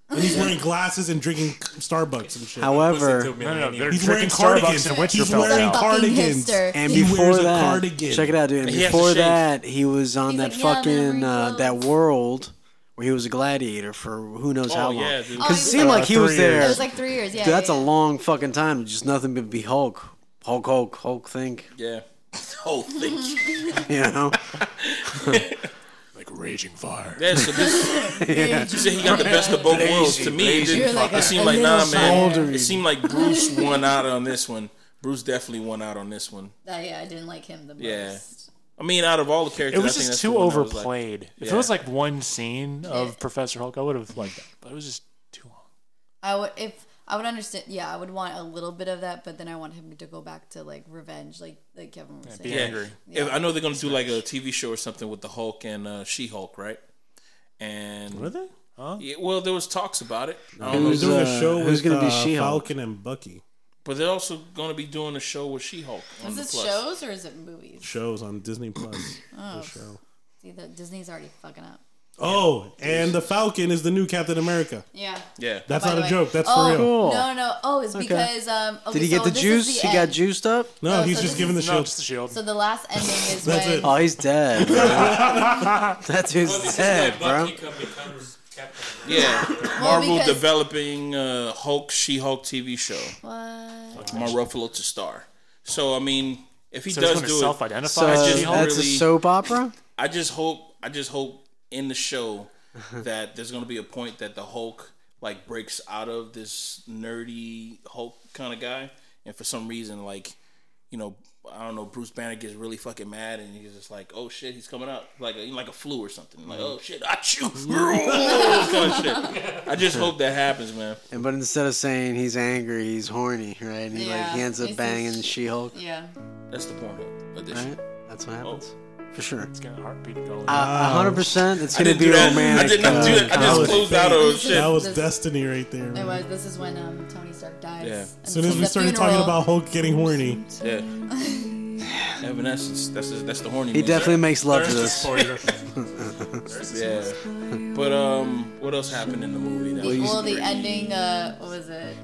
And he's wearing glasses and drinking Starbucks and shit.
However,
No,
No, no, no. They're
He's
drinking
wearing
Starbucks
cardigans.
and Witcher
He's
fell
wearing
out.
Fucking
cardigans.
hipster.
and
He
before
wears a
that,
cardigan.
check it out, dude. And
He has to
before
shave.
that, he was on
He's
that
like, yeah, I'm gonna
fucking uh,
rebuild.
that world where he was a gladiator for who knows how
Oh,
long.
yeah,
Because
dude.
Oh,
it
he was
seemed
like-
like he was
three years.
there.
it was like three years yeah
Dude, that's a
yeah, yeah.
long fucking time. Just nothing but be Hulk, Hulk, Hulk, Hulk. Think,
yeah, Oh, whole thing.
you know?
Like raging fire.
Yeah, so this, you said he got the best of both worlds. To me, it,
You're
didn't,
like
it
a-
seemed
a
like
little
nah, man.
soldier.
It seemed like Bruce won out on this one. Bruce definitely won out on this one.
Uh, yeah, I didn't like him the most.
Yeah. I mean, out of all the characters,
It was
I think that's
just
the
too
one I was like-
overplayed. If
Yeah.
it was like one scene of Professor Hulk, I would have liked that. But it was just too long.
I would if I would understand. Yeah, I would want a little bit of that, but then I want him to go back to like revenge, like like Kevin was saying.
be
yeah.
angry.
If- I know they're gonna do like a TV show or something with the Hulk and uh, She Hulk, right? And
Were they? Huh?
Yeah, well, there was talks about it,
They
I don't
were
know,
Who's,
doing
uh,
a show
who's
with
gonna be
uh,
She-Hulk?
Falcon and Bucky.
but they're also gonna be doing a show with She Hulk.
Is
the
this
plus.
shows or is it movies?
Shows on Disney Plus.
Oh.
The show.
See, the Disney's already fucking up.
Oh, and the Falcon is the new Captain America.
Yeah.
Yeah,
That's
By
not
the
a
way-
joke. That's
oh,
for real.
Cool.
No, no. Oh, it's because um. Okay,
Did he get
so
the
this is
juice?
the
he got
end.
juice up.
No,
Oh,
he's
so
just
this
giving the
No,
shield.
just the shield.
So the last ending is
That's
when
it.
Oh, he's dead. Bro. that dude's dead, bro.
yeah.
well,
Marvel
because- Oh,
developing uh, Hulk She Hulk TV show.
What?
Mark Ruffalo to star. So I mean, if he
So he's
does
going to
do it,
So
self-identify.
I
as
just
She-Hulk?
that's
really-
a soap opera.
I just hope I just hope in the show that there's gonna be a point that the Hulk like breaks out of this nerdy Hulk kind of guy, and for some reason like you know, I don't know, Bruce Banner gets really fucking mad and he's just like, oh shit, he's coming up like a, like a flu or something.
Mm-hmm.
Like, oh shit, I shoot. kind of shit. I just hope that happens, man.
And but instead of saying he's angry, he's horny, right? And he like
Yeah,
he ends up
it's
banging
just-
She-Hulk,
Yeah.
That's the point of this.
right? That's what happens for sure.
It's gonna heartbeat go.
A hundred percent. It's
I
gonna
didn't Uh,
be
do that.
romantic.
I did not do that. I
uh,
just
was
closed out of
This is-
shit.
That was
This-
destiny right there.
It
man.
was. This is when um, Tony Stark dies.
Yeah.
And
As soon
this
as
is
we
the
started talking
funeral.
about Hulk getting horny,
Yeah. Evanescence. That's his, that's the horny.
He
man.
definitely makes love to
There's the
this.
spoiler.
Yeah. But um, what else happened in the movie? That
The,
was
well, the
great?
ending. Uh, what was it?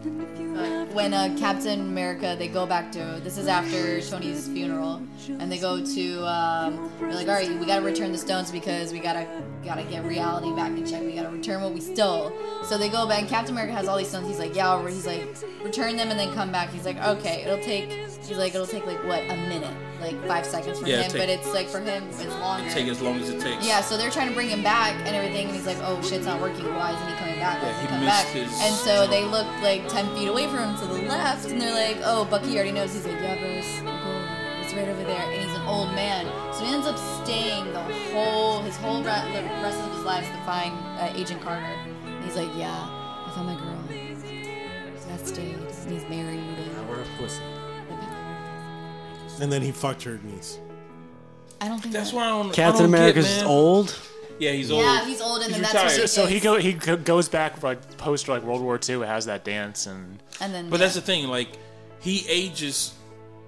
Uh, when uh, Captain America, they go back to. This is after Tony's funeral, and they go to. Um, they're like, all right, we gotta return the stones because we gotta gotta get reality back in check. We gotta return what we stole. So they go back. Captain America has all these stones. He's like, yeah, I'll re-" he's like, return them and then come back. He's like, okay, it'll take. He's like, it'll take like what a minute, like five seconds for
Yeah,
him,
take-
but it's like for him, it's longer.
Take as long as it takes.
Yeah, so they're trying to bring him back and everything, and he's like, "Oh shit's not working. Why isn't he coming back?
Yeah,
Why isn't he
he
coming
missed
back?"
his-
And so they look like ten feet away from him to the left, and they're like, "Oh, Bucky already knows." He's like, "Yeah, Bruce, go. it's right over there," and he's an old man, so he ends up staying the whole his whole re- the rest of his life to find uh, Agent Carter. And he's like, "Yeah, I found my girl. So I stayed. And he's married."
I
And
wear a pussy.
and then he fucked her niece.
I don't think
That's
that-
why I don't. I
Captain
don't
America's
get, man.
old.
Yeah, he's old.
Yeah, he's old, and
He's
then that's what
retired.
she
so he
is.
go he go- goes back like post like World War II. Has that dance and
and then
But
yeah.
that's the thing. Like he ages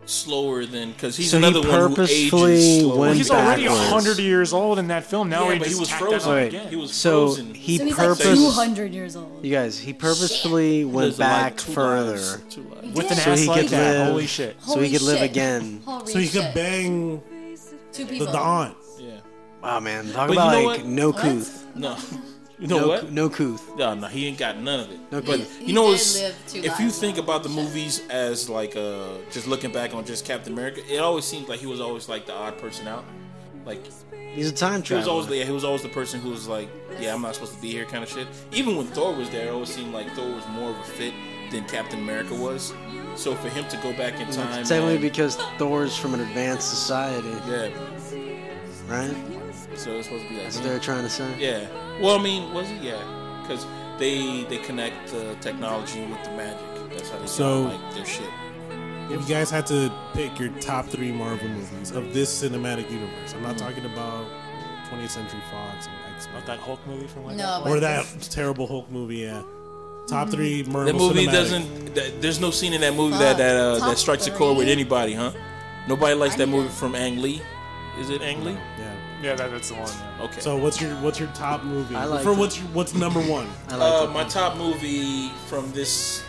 slower than because he's
So he
another one who ages
purposefully
slower.
went
he's already
backwards.
hundred years old in that film. Now
Yeah,
he,
but he
just
was
tacked that
frozen.
on
Wait.
again.
He was
So
frozen.
he
so he's like
purposed.
two hundred years old.
you guys, he purposefully went
Lives a life-
back
two
further,
lives, two lives.
with an
Yeah. So
ass
he
like
could
that.
live-
Holy shit!
so he could live again.
Holy
So he could
shit.
bang
two
the,
people.
the aunt.
Yeah.
Wow, man, talk
But you
about
know
like
what?
no
What?
couth,
No. You know
no,
what?
coo- no couth.
No, no, he ain't got none of it. but
He-
you
he
know,
did
it's,
live two
if you
lives.
think about the movies as like uh, just looking back on just Captain America, it always seems like he was always like the odd person out. Like
He's a time
he was always
traveler.
the yeah, he was always the person who was like, yeah, I'm not supposed to be here, kind of shit. Even when Thor was there, it always seemed like Thor was more of a fit than Captain America was. So for him to go back in time,
It's only
and-
because Thor's from an advanced society,
yeah,
right?
so it's supposed to be like
That's what
him.
they're trying to say.
Yeah. Well, I mean, was it? Yeah, because they they connect the technology with the magic. That's how they
So-
so, like their shit.
If you guys had to pick your top three Marvel movies of this cinematic universe, I'm
Mm-hmm.
not talking about 20th Century Fox and X
That
Men
Hulk movie from like
No, but uh,
or that terrible Hulk movie. Yeah, top three Marvel.
Mm-hmm. That movie
cinematic.
doesn't. That, there's no scene in that movie
Fuck.
that that uh,
Top
that strikes a chord with
three.
anybody, huh? Nobody likes
I
that
need
movie
to-
from Ang Lee. Is it Ang Lee?
Yeah.
Yeah, that, that's the one. yeah.
Okay.
So what's your what's your top movie?
I like
For
it.
what's your, what's number one?
I like
uh,
it.
my top movie from this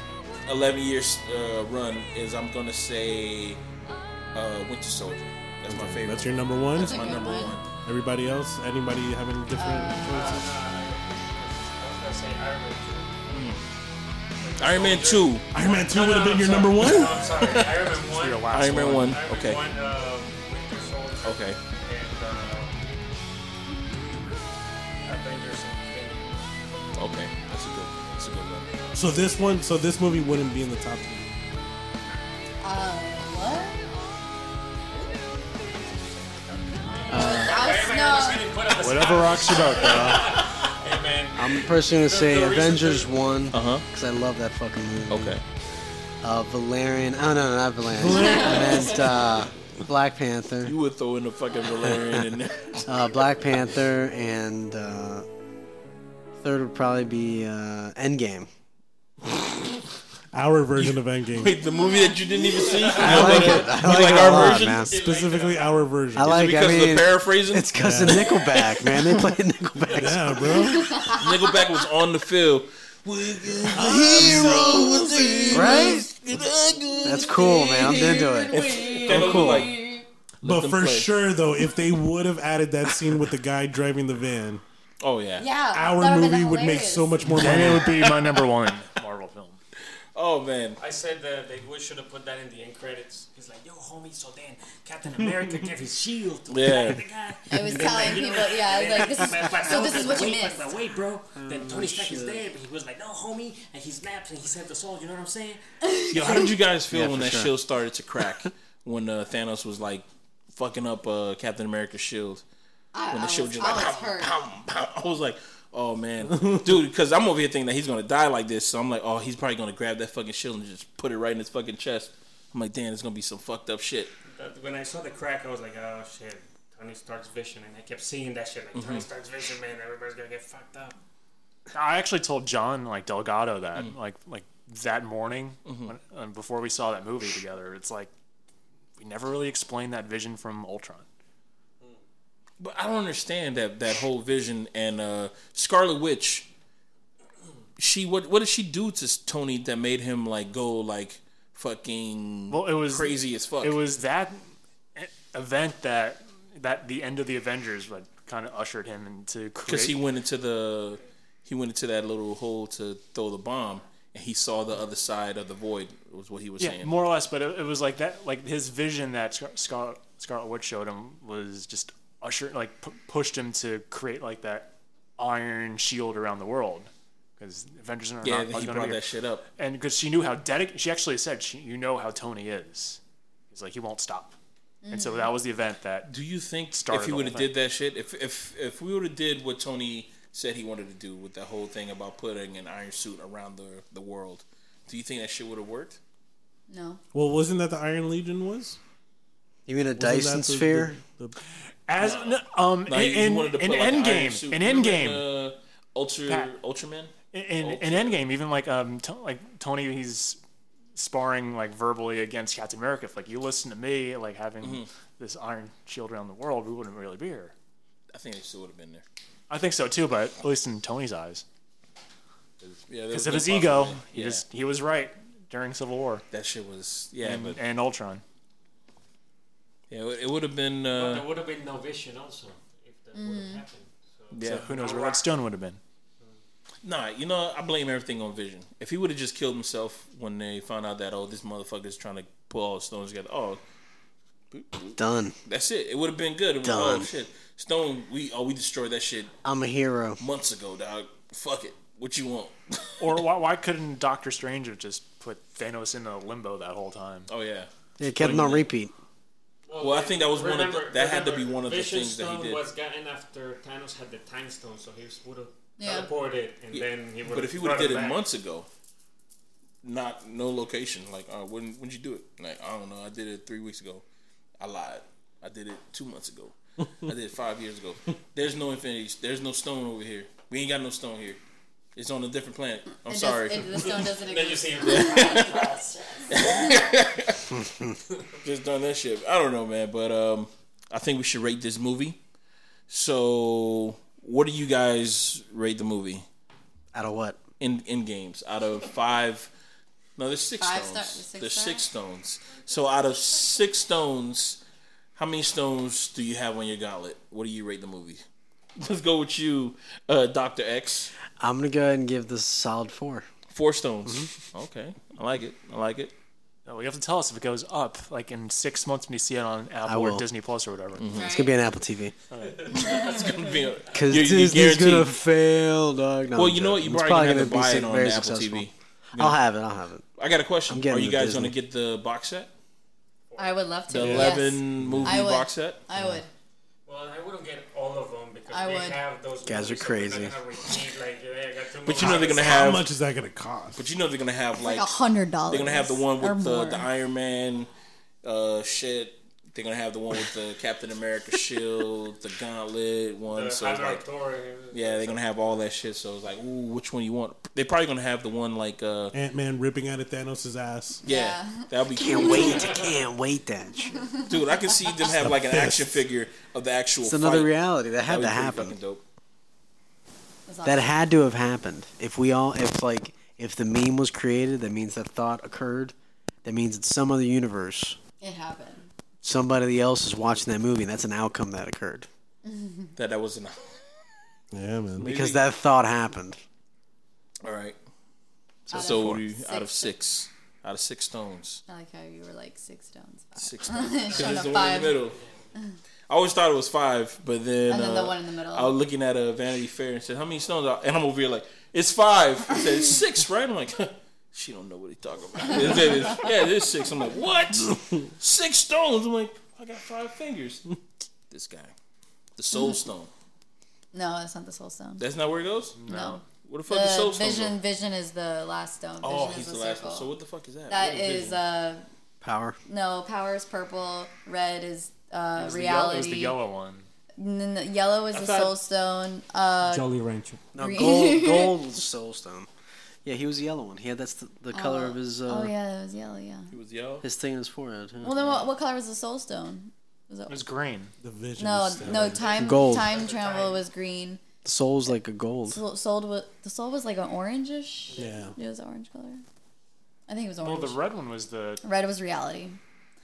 11 year uh, run is I'm gonna say uh, Winter Soldier. That's my favorite.
That's your number one.
That's
my
Okay,
number
what?
one.
Everybody else? Anybody having different
Uh,
choices?
Let's say Iron Man
Iron Man Two.
Iron Man Two
No, no,
would have been
I'm
your
sorry.
number
No,
one.
I'm sorry. Iron Man 1.
Your
Iron
last
Iron Man One.
Man
Okay.
1, uh, Winter Soldier.
Okay.
And, uh, Avengers Infinity.
Okay. That's a good. That's a good one.
So this one, so this movie wouldn't be in the top three.
Uh, what?
Uh,
I was-
Just
no,
really put on the
Whatever rocks your boat, bro.
spot. Hey, man.
I'm personally gonna say
the reason
Avengers
that-
One
Uh-huh.
because I love that fucking movie.
Okay.
Uh, Valerian. Oh no, no, not Valerian. I meant uh, Black Panther.
You would throw in the fucking Valerian in there.
Uh, Black Panther and uh, third would probably be uh, Endgame.
Our version of Endgame,
Wait, the movie that you didn't even see?
I like it. I like,
uh, like
it
our
a lot,
version?
man.
specifically our version.
I like.
because
I
of the
mean,
paraphrasing,
it's because of Nickelback, man. They played Nickelback.
yeah, bro.
Nickelback was on the field.
Right? That's cool, man. I'm into it.
Kind of cool. Like,
But
them
for
play.
sure, though, if they would have added that scene with the guy driving the van,
oh yeah.
yeah, that
our
would've
movie
been
would make
hilarious.
so much more
Then it
money.
would be my number one Marvel film.
Oh man.
I said that they we should have put that in the end credits. He's like, yo, homie, so then Captain America gave his shield to
Yeah.
the guy.
I was telling people, yeah, I was like, this is, so this is what you
wait,
missed.
But, but wait, bro. then Tony Stark is dead, but he was like, no, homie, and he snaps and he saved us all. You know what I'm saying?
Yo, how did you guys feel
Yeah,
when
for
that
sure.
shield started to crack? when uh, Thanos was like fucking up uh, Captain America's shield.
I,
When
I
the shield
was,
just
I
like
was
pow,
hurt.
pow, pow. I was like, oh man, dude, because I'm over here thinking that he's gonna die like this. So I'm like, oh, he's probably gonna grab that fucking shield and just put it right in his fucking chest. I'm like, damn, it's gonna be some fucked up shit.
Uh,
That- When I saw the crack, I was like, oh shit, Tony Stark's vision, and I kept seeing that shit,
Mm-hmm.
like Tony Stark's vision, man, everybody's gonna get fucked up.
I actually told John like Delgado that like like that morning when, uh, before we saw that movie together. It's like we never really explained that vision from Ultron.
But I don't understand that that whole vision and uh Scarlet Witch. She what what did she do to Tony that made him like go like fucking
Well, it was
crazy as fuck?
It was that e- event that that the end of the Avengers like kind of ushered him into
because
create.
he went into the he went into that little hole to throw the bomb and he saw the other side of the void was what he was
yeah,
saying.
more or less. But it, it was like that like his vision that Scar- Scar- Scarlet Witch showed him was just ushered like pu- pushed him to create like that iron shield around the world because Avengers are
yeah,
not
he
going
brought
to be
that shit up.
and because she knew how dedicated she actually said she, you know how tony is he's like he won't stop and so
Mm.
that was the event that
Do you think
Started
if he
the
would have
whole thing.
did that shit, if if if we would have did what Tony said he wanted to do with that whole thing about putting an iron suit around the the world, do you think that shit would have worked?
No.
Well, wasn't that the Iron Legion was?
You mean a
Wasn't
Dyson
that the-
sphere?
the- the-
as no, um
Like, he
in,
wanted to
in, in
put, like, an iron
endgame
suit.
in
Remember
endgame
in, uh, Ultra
Pat.
Ultraman.
in,
Ultra.
in Endgame, even like um, to, like Tony, he's sparring like verbally against Captain America. If, like you listen to me, like having
Mm-hmm.
this Iron Shield around the world, we wouldn't really be here.
I think they still would have been there.
I think so too, but at least in Tony's eyes,
Yeah, there was
because of
no
his ego,
possibility.
he
Yeah,
just Mm-hmm. he was right during Civil War
that shit was yeah, but
and, and Ultron.
yeah, it- it would have been
But there
uh,
would have been no vision also if that would have happened. So
yeah.
So who knows where that stone would have been?
Nah, you know I blame everything on Vision. If he would have just killed himself when they found out that oh this motherfucker's trying to pull all the stones together, oh
Done.
that's it. It would have been good. It was, oh
Done.
shit, Stone, we oh we destroyed that shit
I'm a hero.
months ago, dog. Fuck it. What you want?
Or why, why couldn't Doctor Strange have just put Thanos in a limbo that whole time?
oh yeah.
It kept him on repeat.
Well, I think that was one of the- that had to be one of the
Vision
things that he
Stone
did.
was gotten after Thanos had the Time Stone, so he would have
Yeah.
teleported, and
Yeah,
then he would.
But if he would have did it months ago, not no location, like uh, when when you do it, like I don't know, I did it three weeks ago. I lied. I did it two months ago. I did it five years ago. There's no infinity. There's no stone over here. We ain't got no stone here. It's on a different planet. I'm
It
sorry.
Does, it, the stone doesn't exist.
Just done that shit. I don't know, man. But um, I think we should rate this movie. So, what do you guys rate the movie
Out of what?
in in games out of five? No, there's six
Five
stones.
star- six
there's
star?
six stones. So, out of six stones, how many stones do you have on your gauntlet? What do you rate the movie? Let's go with you, uh, Doctor X.
I'm gonna go ahead and give this a solid four.
Four stones.
Mm-hmm.
Okay, I like it. I like it.
No, you have to tell us if it goes up, like in six months when you see it on Apple
will.
or Disney Plus or whatever.
Mm-hmm.
It's gonna be an Apple TV.
It's gonna be a-
Because
You- you
Disney's
guarantee-
gonna fail, dog. No,
Well,
I'm
you know what?
joking.
You
It's
probably, gonna have to buy
be
it on
very
Apple
successful.
TV.
I'll have it. I'll have it.
I got a question.
I'm getting
Are you
the
guys
Disney.
going to get the box set?
I would love to.
The
yes.
11 movie
I would.
box set?
I would.
Well, I wouldn't get all of them because
I
they
would.
have those.
Guys are
movies that they're
crazy.
gonna repeat, like, yeah, I got two
But you know they're going to
How
have
much is that going to cost?
But you know they're going to have like
Like a hundred dollars.
they're going to have the one
or
with the,
more.
the Iron Man uh shit. They're going to have the one with the Captain America shield, the gauntlet one. So it's like yeah, they're going to have all that shit. So it's like, ooh, which one you want? They're probably going to have the one like uh
Ant Man ripping out of Thanos' ass.
yeah,
Yeah.
that'll be
Can't
cool.
wait. I can't wait that shit.
Dude, I can see them have like an action figure of the actual
It's another
fight.
reality that had
That'd
to
be pretty
happen.
fucking Dope.
That's awesome.
That had to have happened. If we all, if like, if the meme was created, that means that thought occurred. That means in some other universe,
it happened.
somebody else is watching that movie. and That's an outcome that occurred
That that wasn't
Yeah, man.
because that thought happened.
All right. So,
Out of
so
four.
you- out of
Six.
six, out of six stones,
I like how you were like six stones. Five.
six stones. 'Cause
Showing
there's
a
the one in
five.
the middle. I always thought it was five, but then,
And then
uh,
the one in the middle.
I was looking uh, at a Vanity Fair and said, "How many stones?" Are? And I'm over here like, "It's five. I said, six, right?" I'm like, she don't know what he talking about. yeah, there's, yeah, there's six. I'm like, what? Six stones? I'm like, I got five fingers. This guy, the soul stone.
No, it's not the soul stone.
That's not where it goes.
No.
What the fuck is
The
soul stone?
vision,
go?
vision is the last stone. Vision
Oh,
is
he's
the,
the last
circle.
one. So what the fuck is that?
That
What is
is
vision?
uh
Power.
no power is purple, red is uh
It was the yel-
reality.
It was the yellow one.
And then the yellow is the
thought-
soul stone. Uh
Jolly Rancher.
No,
Green.
gold, gold soul stone. Yeah, he was the yellow one. He had that's the, the color of his uh,
oh yeah, it was yellow. Yeah.
He was yellow.
his thing in his forehead. yeah.
Well, then what, what color was the soul stone? Was it,
It was green.
The vision.
no,
stuff.
no time
Gold.
time travel was green.
The soul's like a gold.
Soul, soul was the soul was like an orangish.
Yeah.
It was orange color. I think it was
Well,
orange.
the red one was the
red was reality.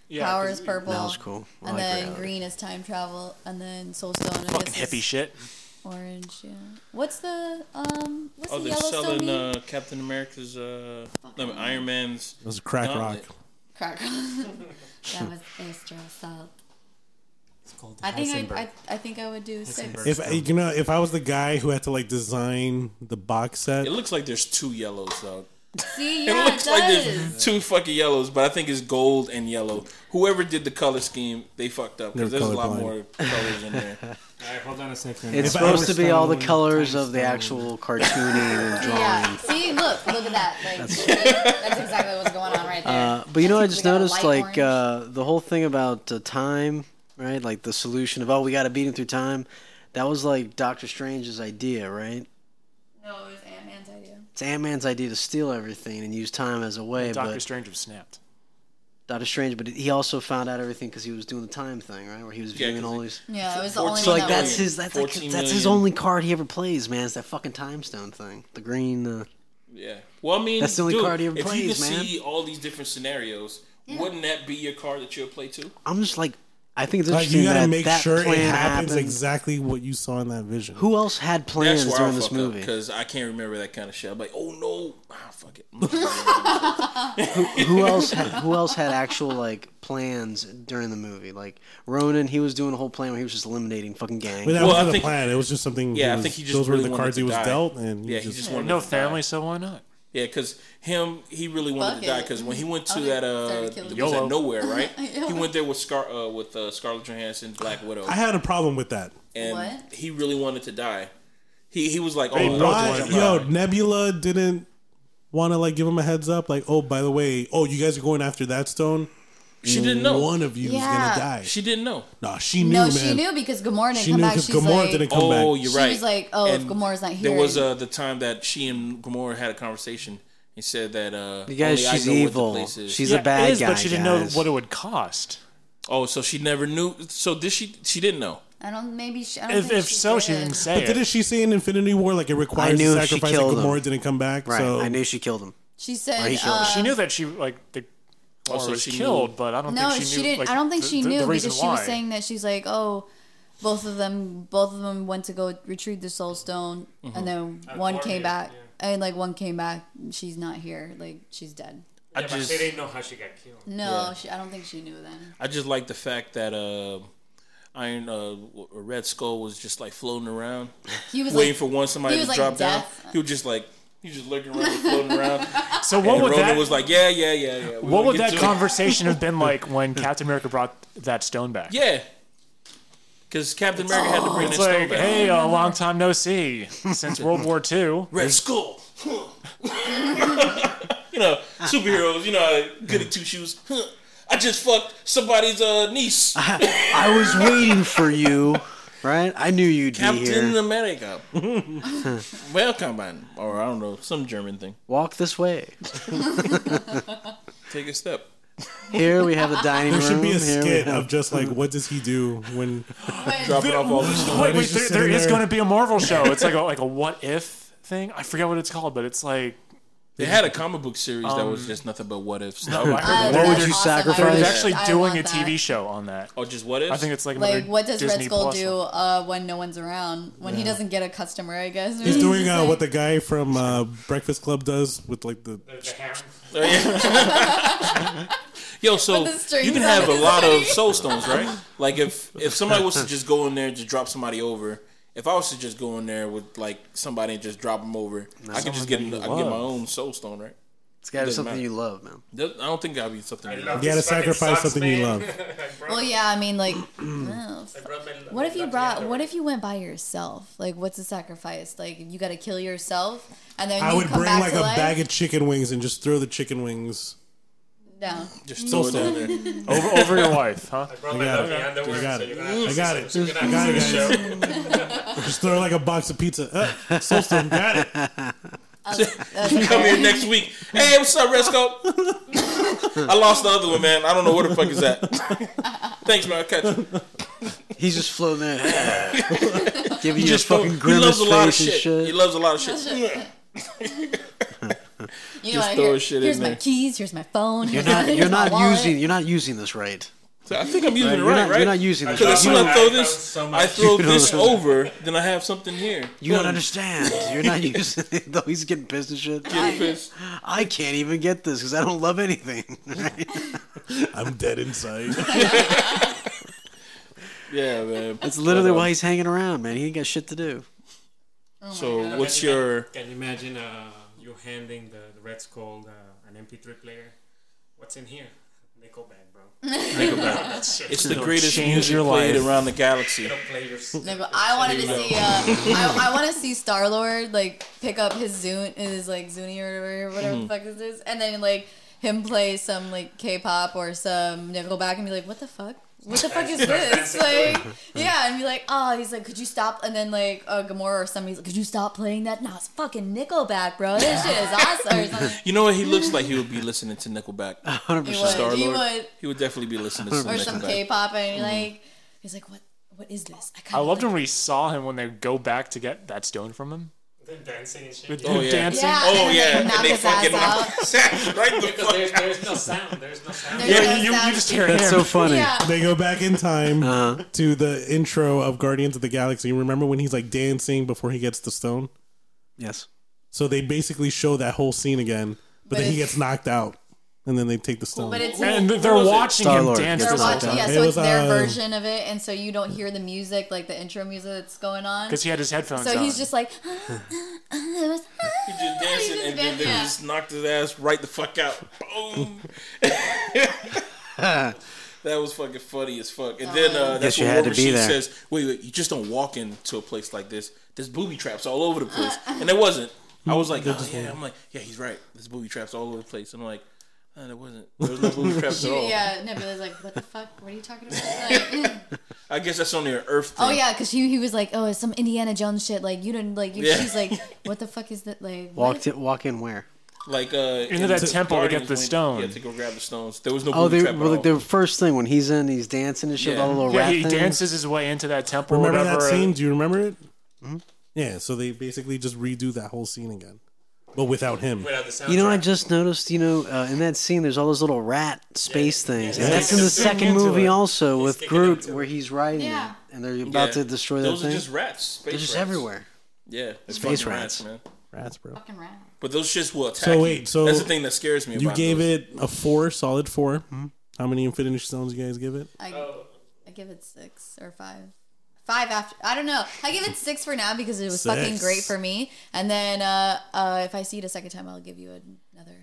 yeah,
Power
'cause
is purple.
That was cool. I like
and then
reality.
green is time travel, and then soul stone. I
Fucking
guess is
hippie shit.
Orange, yeah. What's the um? What's
Oh,
the
they're
Yellowstone
selling
mean?
uh, Captain America's. Uh, no, Iron Man's.
It was a crack rock.
Gauntlet.
Crack. that was extra salt.
It's called the
I think
Heisenberg.
I, I I think I would do six.
Heisenberg.
If I- you know, if I was the guy who had to like design the box set,
It looks like there's two yellows though.
See,
It
yeah, it,
looks like
does.
there's two fucking yellows, but I think it's gold and yellow. Whoever did the color scheme, they fucked up because
They're
there's a lot
colorblind.
more colors in there.
All right, hold on a second.
If
It's
I
supposed
was
to be all the
Stone,
colors
Time
of the
Stone.
actual cartooning and drawing.
yeah. See, look, look at that. Like, that's, that's exactly what's going on right there.
Uh, but you know, I
That's-
just
we got a
noticed
light
like
orange.
uh, the whole thing about uh, time, right? Like the solution of oh, we got to beat him through time. That was like Doctor Strange's idea, right?
no, it was Ant Man's idea.
It's Ant Man's idea to steal everything and use time as a way,
Doctor
but
Strange was snapped.
Doctor Strange. But he also found out everything because he was doing the time thing, right? Where he was
Yeah,
viewing
'cause
all
he-
these.
Yeah, it was the
Fourteen-
only
So
one
like
that
that's
was-
his that's like
14
that's his
million.
only card he ever plays, man. It's that fucking time stone thing, the green. Uh,
Yeah. Well, I mean,
That's the only
dude,
card he ever
if you
plays,
can
man.
see all these different scenarios, wouldn't that be your card that you'll play to?
I'm just like, I think it's
like
interesting
you gotta
that
make
that
sure it
plan
happens
happened.
exactly what you saw in that vision.
Who else had plans
That's where I
during this
fuck up
movie?
because I can't remember that kind of shit. I'm like, oh no, ah, fuck it. I'm not gonna remember.
who else had, who else had actual like plans during the movie? Like Ronan, he was doing a whole plan where he was just eliminating fucking gangs.
But that
Well, I
wasn't the
think-
plan. It was just something.
Yeah, I
was-
think he just
those were
really
the
wanted
cards he
to
was
die.
dealt, and he
yeah,
just,
he just wanted
No
to die.
family, so why not?
Yeah, because him, he really wanted
Fuck
to die.
it.
Because when he went to
Okay,
that, uh,
started killing
was
people.
that nowhere, right?
Yeah.
he went there with Scar, uh, with uh, Scarlett Johansson, Black Widow,
I had a problem with that.
and
What?
he really wanted to die. He he was like, oh,
They
I
both
wanna
Why,
wanted
jump
to
yo,
out.
Nebula didn't want to like give him a heads up, like, oh, by the way, oh, you guys are going after that stone.
she didn't know.
One of you
Yeah.
is gonna die.
She didn't know.
nah, she knew,
no,
man.
she knew because Gamora didn't
She
come
knew
back.
because
She's
Gamora
like,
didn't come
Oh,
back.
you're
she
right.
was like, oh, if
And
Gamora's not here,
There was uh, the time that she and Gamora had a conversation. He said that uh,
You guys,
only I
she's
know what the
evil.
place is.
She's
yeah,
a bad
it is,
guy.
but she didn't
guys.
know what it would cost.
oh, so she never knew. So did she? She didn't know.
I don't. Maybe she. I don't
If,
think
if so, she
did.
didn't say
But
it.
didn't she say in Infinity War like it requires
knew
a
if she
sacrifice? Like
killed him.
Gamora didn't come back,
Right,
so
I knew she killed him.
She said.
he killed her.
uh,
she knew that she like the
Oh, so
or was
she
killed,
knew.
but I don't
No,
think
she,
she, knew.
didn't.
like,
I don't think
the-
she
the-
knew
the reason
because she was
why.
saying that she's like, oh, both of them, both of them went to go retrieve the soul stone,
Mm-hmm.
and then one came
Gloria,
back, and like one came back. She's not here. Like she's dead.
I
Yeah, but
just
they didn't know how she got killed.
No, she, I don't think she knew then.
I just like the fact that uh, Iron uh, Red Skull was just like floating around,
He was
waiting
like,
for one somebody
he was
to
like
drop down.
death.
He was just like he was just lurking around, floating around.
So what
and
would
Ronan
that?
was like, yeah, yeah, yeah, yeah. We're
what
gonna
would
get
that
to it."
conversation have been like when Captain America brought that stone back?
Yeah, because Captain America had to bring that
It's
stone
like,
back.
hey,
Oh,
a long time no see since World War II.
Red Skull. you know, superheroes. You know, goody two shoes. Huh. I just fucked somebody's uh, niece.
I was waiting for you, right? I knew you'd be
Captain
here.
America. Welcome, man. Or I don't know, some German thing.
Walk this way.
Take a step.
Here we have the dining
there
room.
should be a
here
skit
we have
of just like what does he do when
Drop it off all the stuff.
Wait, wait,
Nobody's
there,
just
there
sitting
is
there.
going to be a Marvel show. It's like a, like a what if thing. I forget what it's called, but it's like
They had a comic book series that was just nothing but what ifs.
no, I heard
Oh,
that.
What would
that's
you
awesome.
They're
sacrifice?
I-
actually
I
doing
want
a TV
that.
show on that.
or Oh, just what ifs.
I think it's like another
Like, what does
Disney
Red Skull
Plus
do
one.
uh, when no one's around? When he doesn't get a customer, I guess.
he's doing
just
uh,
like-
what the guy from uh, Breakfast Club does with like the
The, the ham.
Yo, so
With the strings
you can
on
have a
his
lot of
hoodie.
soul stones, right? Like if if somebody was to just go in there and just drop somebody over, if I was to just go in there with like somebody and just drop them over, I could just get I could get my
love.
own soul stone, right?
It's gotta be
Doesn't
something
matter.
you love, man.
That- I don't think that'd be something. you
You gotta sacrifice something you love.
Well, yeah, I mean, like, oh, f- what if you brought? What if you went by yourself? Like, what's the sacrifice? Like, you got to kill yourself, and then
I
you
would
come
bring
back
like
to
a
life?
bag of chicken wings and just throw the chicken wings.
No,
Just throw it down there.
over over your wife, huh?
Bro,
I got it.
underwear,
I got
so
it. I got it.
you're gonna have to- you're gonna
I
have
got
to
it,
see the
guys.
show.
Just throw like a box of pizza. Uh, Solston, got it.
that's okay.
Come here next week. Hey, what's up, Resco? I lost the other one, man. I don't know where the fuck is that. Thanks, man. I'll catch you.
He's just floating there, giving you
Just
a
throw-
fucking
He loves
grimace
a lot of
face and
shit.
shit.
He loves a lot of shit.
you know, what I
throw
hear,
shit in
here's my
there.
keys. Here's my phone.
you're
Here's my,
not. You're
here's my
not
wallet.
using. You're not using this right.
So I think I'm using it
You're
right,
not.
right?
You're not using this.
Because as soon
Right.
as I
I
throw
found
this,
so much.
I throw
You
this
don't-
over, then I have something here.
You don't
Boom.
understand. You're not using it. Though he's getting pissed and shit.
Get pissed.
I can't even get this because I don't love anything. Right?
I'm dead inside.
Yeah, man.
That's literally
But, uh,
why he's hanging around, man. He ain't got shit to do.
So what's your?
Can you imagine uh, you handing the, the Red Skull uh, an MP3 player? What's in here? Nickelback, bro.
It's the greatest
change
music
your
played
life.
around the galaxy.
Don't play your s-
No, but I wanted to see. Uh, I, I want to see Star Lord like pick up his Zune, his like Zuni or whatever, whatever
Mm-hmm.
the fuck this is, and then like him play some like K-pop or some Nickelback and be like, "What the fuck? What the fuck is this?" Like, yeah, and be like, "Oh, he's like, could you stop?" And then like uh, Gamora or somebody's like, "Could you stop playing that?" No, it's fucking Nickelback, bro. This shit is awesome. Or something.
You know what? He looks like he would be listening to Nickelback.
He
100%.
would,
Star
he
Lord.
would,
He would definitely be listening to some
or some
Nickelback.
K-pop, and you're like, he's like, "What? What is this?" kinda
I loved
like-
when we saw him when they go back to get that stone from him.
the dancing and shit.
With
Oh
him
yeah.
dancing.
Yeah,
Oh
and
yeah.
then, like, knock
and they
his ass
fucking
out.
right the
Because
fuck.
there's, there's no sound. There's no sound.
There's
Yeah,
no
you, you
sound.
just hear
That's
him.
so funny.
Yeah.
they go back in time to the intro of Guardians of the Galaxy. Remember when he's like dancing before he gets the stone?
Yes.
So they basically show that whole scene again, but, then he
it's-
gets knocked out, and then they take the stone.
But it's
and they're watching
Star-Lord
him dance
gets
this
They're
whole
watching,
time.
yeah,
It
so
was,
it's their
uh,
version of it, and so you don't hear the music, like the intro music that's going on.
Because he had his headphones
So
on.
he's just like, it was,
He just dancing
just
and then they
dancing, yeah.
just knocked his ass right the fuck out. Boom. that was fucking funny as fuck. And then uh, that's
Guess you
what
had
War
to be
Machine
there.
says. Wait, wait, you just don't walk into a place like this. There's booby traps all over the place, and there wasn't. I was like, oh, yeah. I'm like, yeah, he's right. There's booby traps all over the place. And I'm like, no, there wasn't. There was no booby traps at all.
yeah, Nebula's like, what the fuck? What are you talking about? Like,
I guess that's only an Earth thing.
oh yeah, because he, he was like, oh, it's some Indiana Jones shit. Like you didn't like. You,
Yeah.
She's like, what the fuck is that? Like what?
Walked in, walk in where?
Like uh, into
that temple to get the stone.
Yeah, to go grab the stones. There was no
Oh,
booby
they
trap
well, like
at all.
the first thing when he's in, he's dancing and shit,
Yeah.
all the little
yeah,
rat
he
things.
dances his way into that temple. or
remember
whatever. Hmm?
that scene? Do you remember it? Yeah. So they basically just redo that whole scene again, but without him.
Without the sound.
You know, I just noticed. You know, uh, in that scene, there's all those little rat space things, and that's in the
He's kicking
second
into
movie
it.
also with
kicking
Groot,
into it.
where he's riding,
Yeah.
it, and they're about
Yeah.
to destroy
Those
that
are
thing.
just rats. Space
They're just
rats.
everywhere.
Yeah, it's
Space
fucking
rats.
man.
Rats, bro.
Fucking rat.
But those shits will attack.
So
you.
wait, so
that's the thing that scares me.
You
about
gave
those.
it a four, solid 4
Hmm?
How many Infinity Stones you guys give it?
I, I give it six or five. Five after I don't know. I give it six for now because it was fucking
Six.
great for me. And then uh, uh, if I see it a second time, I'll give you another.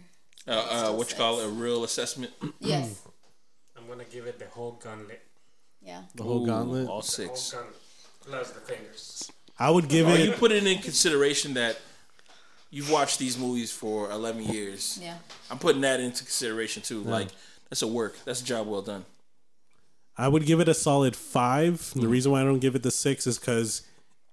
uh, uh, what you call it a real assessment.
Yes.
I'm gonna give it the whole gauntlet.
Yeah.
The whole
Ooh,
gauntlet.
all
Whole
six.
gauntlet. Plus the fingers.
I would give
Are you
it.
putting in consideration that you've watched these movies for eleven years?
Yeah.
I'm putting that into consideration too. Like that's a work. That's a job well done.
I would give it a solid five. The reason why I don't give it the six is because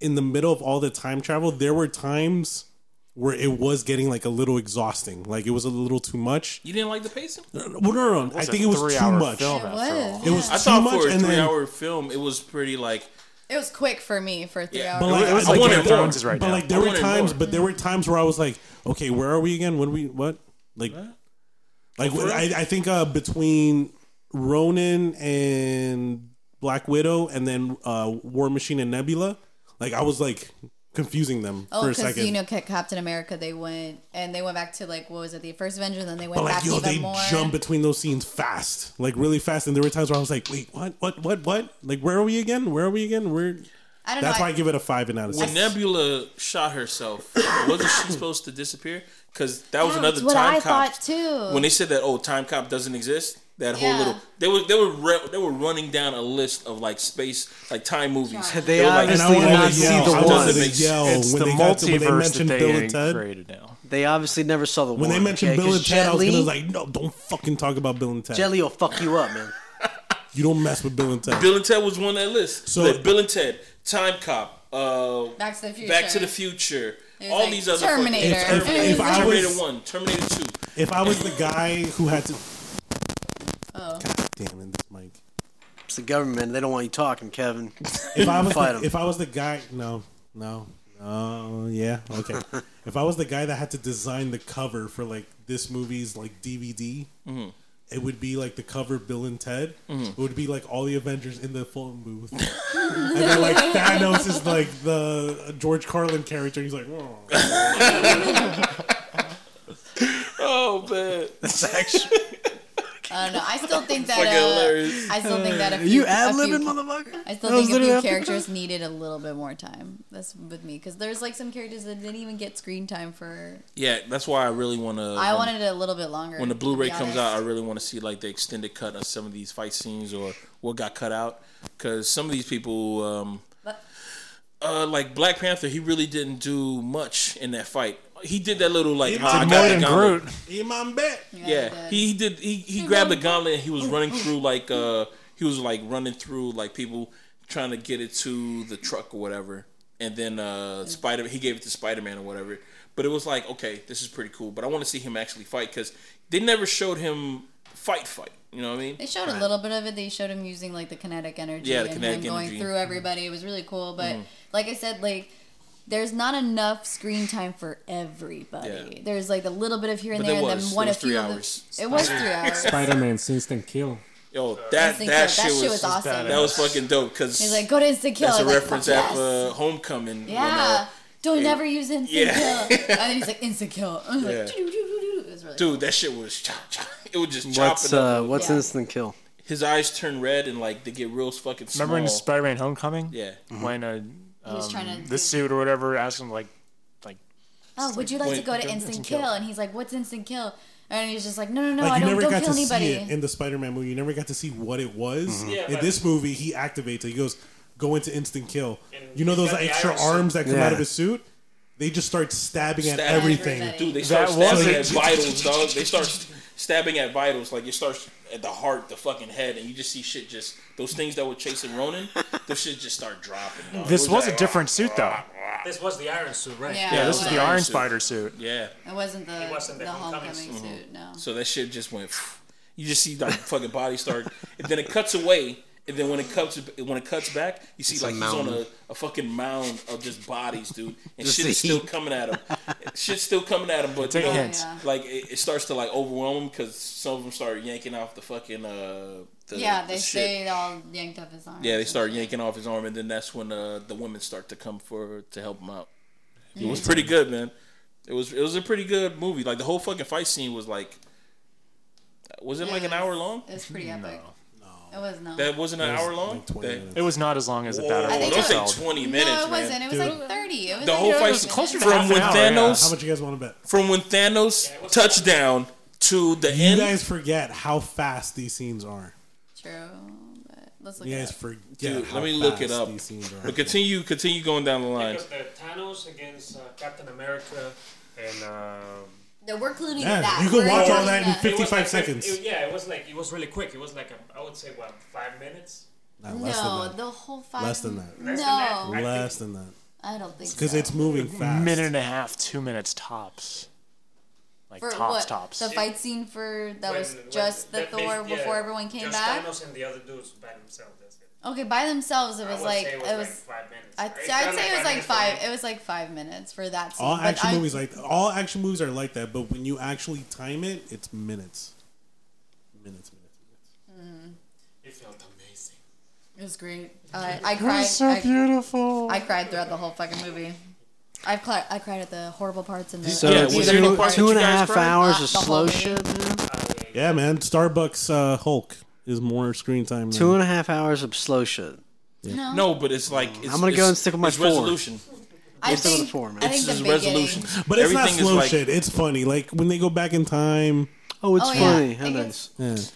in the middle of all the time travel, there were times where it was getting like a little exhausting. Like it was a little too much.
You didn't like the pacing?
Well, no, no, no. I
It's a
think it was too
three-hour
much.
film
It
after all.
was.
It was
I
too
thought
much,
for a
and then
three-hour film, it was pretty like
It was quick for me for three
Yeah.
hours.
But like,
It was
I
like
wanted
Game of
more.
Thrones is right
But
now.
like there
I
were
wanted
times,
more.
but there were times where I was like, okay, where are we again? When we what? Like, like I, I think uh, between Ronan and Black Widow, and then uh, War Machine and Nebula, like I was like confusing them
Oh,
for a
because
second.
you know, Ca- Captain America, they went and they went back to like what was it, the first Avenger, and then they went
but like
back
yo,
even
they
more.
jump between those scenes fast, like really fast. And there were times where I was like, wait, what, what, what, what? Like where are we again? Where are we again? Where?
I don't
That's
know.
why I give it a five and out of
when
six.
Nebula shot herself, wasn't she supposed to disappear? because that was
Yeah,
another
that's what
time
I
cop.
thought too.
When they said that, oh, time cop doesn't exist. That whole
Yeah.
little they were they were re- they were running down a list of like space like time movies.
Right.
They
were like-
And I
obviously
wanted
did
to
not see
yell.
the
I wanted
doesn't
one.
to
make sense.
yell
It's
when
the
they got to, when they
multiverse
mentioned
that
Bill
they
and Ted.
created now.
They obviously never saw the one.
When they mentioned
okay?
Bill
'Cause
and Ted, I was
Jet
gonna
Li-
like, no, don't fucking talk about Bill and Ted.
Jelly will fuck you up, man.
You don't mess with Bill and Ted.
Bill and Ted was one of that list.
So-
So Bill and Ted, Time Cop, uh,
Back to the Future.
Back to the Future,
It was
all
like
these other
Terminator.
fucking-
If-
Terminator,
if I
Terminator
was-
One, Terminator Two.
If I was the guy who had to,
Oh.
damn it, this mic.
It's the government. They don't want you talking, Kevin.
If I was,
Fight
the,
'em.
if I was the guy, no, no, no, yeah, okay. if I was the guy that had to design the cover for like this movie's like DVD, it would be like the cover of Bill and Ted. It would be like all the Avengers in the phone booth, and then like Thanos is like the George Carlin character. He's like, "Oh."
Oh man,
It's actually
I don't know. I still think that.
fucking
Uh,
hilarious.
I still think that a
Are
few,
you
a
ad
few-
libbing, motherfucker.
I still
That was
think a
literally
few
half the
characters
time.
needed a little bit more time. That's with me because there's like some characters that didn't even get screen time for.
Yeah, that's why I really want to.
I wanted it a little bit longer.
when the
to
Blu-ray
be
comes
honest.
out, I really want to see like the extended cut of some of these fight scenes or what got cut out because some of these people, um,
But-
uh, like Black Panther, he really didn't do much in that fight. He did that little like
He
"Ah, I
did
got
More
the
than
gauntlet."
Groot.
Imam Bet.
Yeah,
he
he, he did. He, he grabbed the gauntlet. and He
Oh,
was running through like uh, he was like running through like people trying to get it to the truck or whatever. And then uh, Spider, he gave it to Spider Man or whatever. But it was like, okay, this is pretty cool. But I want to see him actually fight because they never showed him fight fight. You know what I mean?
They showed a little bit of it. They showed him using like the kinetic energy
Yeah, the
and
kinetic
him going
energy. Mm-hmm.
through everybody. It was really cool, but like I said, like there's not enough screen time for everybody.
Yeah.
There's like a little bit of here and
But
there,
there
and
was.
then one
There was
of few
three
of the-
hours.
It was three hours.
Spider Man Instant Kill.
Yo, that that,
Instant kill.
shit, was,
awesome.
that was fucking dope because
He's like, go to instant kill.
that's
I
a
was like,
reference
fuck
at
yes.
uh, Homecoming. when,
Yeah.
uh,
Don't
it-
never use instant
Yeah.
kill. And then he's like, instant kill. I was like,
Yeah.
"Doo-doo-doo-doo-doo." It was really
dude, that shit was chop chop. It was just chopping.
What's
up.
uh, what's
Yeah.
instant kill?
his eyes turn red and like they get real fucking small.
Remember in Spider-Man: Homecoming?
yeah,
When uh,
was
um,
trying to do-
the suit or whatever asked him like, like
oh, would you like to
Wait,
go to
don't
instant
instant
kill?
kill.
And he's like, what's instant kill? And he's just like, no, no, no, I
Like you
don't,
never
don't
got
kill
to
anybody.
see it in the Spider-Man movie. You never got to see what it was.
Yeah,
Mm-hmm.
in
but-
this movie, he activates it. He goes, "Go into instant kill."
And
You know those
he's got the
extra
iron suit.
arms that come
Yeah.
out of his suit? They just start stabbing, at
Stabbing
everything.
everybody.
dude, they
That
start stabbing at
was-
vitals, dog. They start st- stabbing at vitals, like it starts at the heart, the fucking head, and you just see shit. Just those things that were chasing Ronan, those shit just start dropping. Dog.
this
It
was a
like,
different suit though.
This was the Iron Suit, right?
Yeah,
Yeah,
it
this is the
was.
Iron Spider suit.
Yeah,
It wasn't the,
It wasn't
the,
the
homecoming,
homecoming
suit, no.
Mm-hmm. so that shit just went. You just see like fucking body start, and then it cuts away. And then when it cuts when it cuts back, you see like
a
he's on a,
mountain.
a fucking mound of just bodies, dude, and
Just
shit
the
is still
heat.
coming at him. Shit's still coming at him, but
Take
you know,
hints.
Yeah.
like it, it starts to like overwhelm him because some of them start yanking off the fucking uh the,
Yeah,
the
they
shit.
stayed all yanked up his arm.
yeah they start yanking off his arm and then that's when uh the women start to come for to help him out it was pretty good man it was it was a pretty good movie like the whole fucking fight scene was like was it like an hour long
It was pretty epic. No. It was not.
that wasn't an hour long
like 20
That-
minutes.
It was not as long as it
Whoa,
battle.
think
don't
it
say
itself.
20
no,
minutes man
it wasn't. It was like 30. It was
the
like
whole
thirty
fight
minutes.
was
closer to
from
half an
when
hour, yeah.
How
Thanos
much you guys want to bet?
from when Thanos
it was-
touched down to the
You
end
guys forget how fast these scenes are.
True. But let's look
You
at
guys
it.
forget.
Dude,
how
let me look it
fast
up.
These scenes are.
But continue, continue going down the line.
Because the Thanos against uh, Captain America and. um
No, we're including
Yeah,
that.
you can
We're
watch all
including
that in
it was
55
like-
seconds.
it- yeah, it was like it was really quick. It was like a, I would say what five minutes.
Nah, less
No,
than
the whole five.
Less than that.
No,
Less than
that.
I
Less than that.
I don't think
Because
so.
it's moving fast.
minute and a half, two minutes tops. Like
for
tops,
what
tops.
the fight scene for that
When-
was
when
just
that
the
bas-
Thor
yeah,
before everyone came
just
back.
Thanos and the other dudes by themselves. That's it.
Okay, by themselves, it
I
was
would
like
say
it
like
was.
five minutes.
I'd,
It's
I'd
not
say it was like
minutes, but
five. It was like five minutes for that scene.
all
but
action
I-
movies like all action movies are like that, but when you actually time it, it's minutes. Minutes, minutes, minutes.
It felt amazing.
It was great. Uh, I cried.
so
I,
beautiful.
I cried throughout the whole fucking movie. I've cried. I cried at the horrible parts and the.
So
Yeah,
two,
was there any part that
two
you
and a
guys
half
cried?
hours
Uh,
of
the
slow
whole
shit. man.
Yeah, man. Starbucks uh, Hulk is more screen time. Than
Two and a half hours of slow shit.
No, but it's like it's,
I'm gonna go
it's-
and stick with my
it's
four.
resolution.
I
It's still in
think,
form,
I
right?
This
think the
is
beginning.
resolution.
But it's
Everything
not
is
slow
like,
shit. It's funny. Like when they go back in time.
Oh, it's
Oh, yeah.
funny. How
It gets-
nice.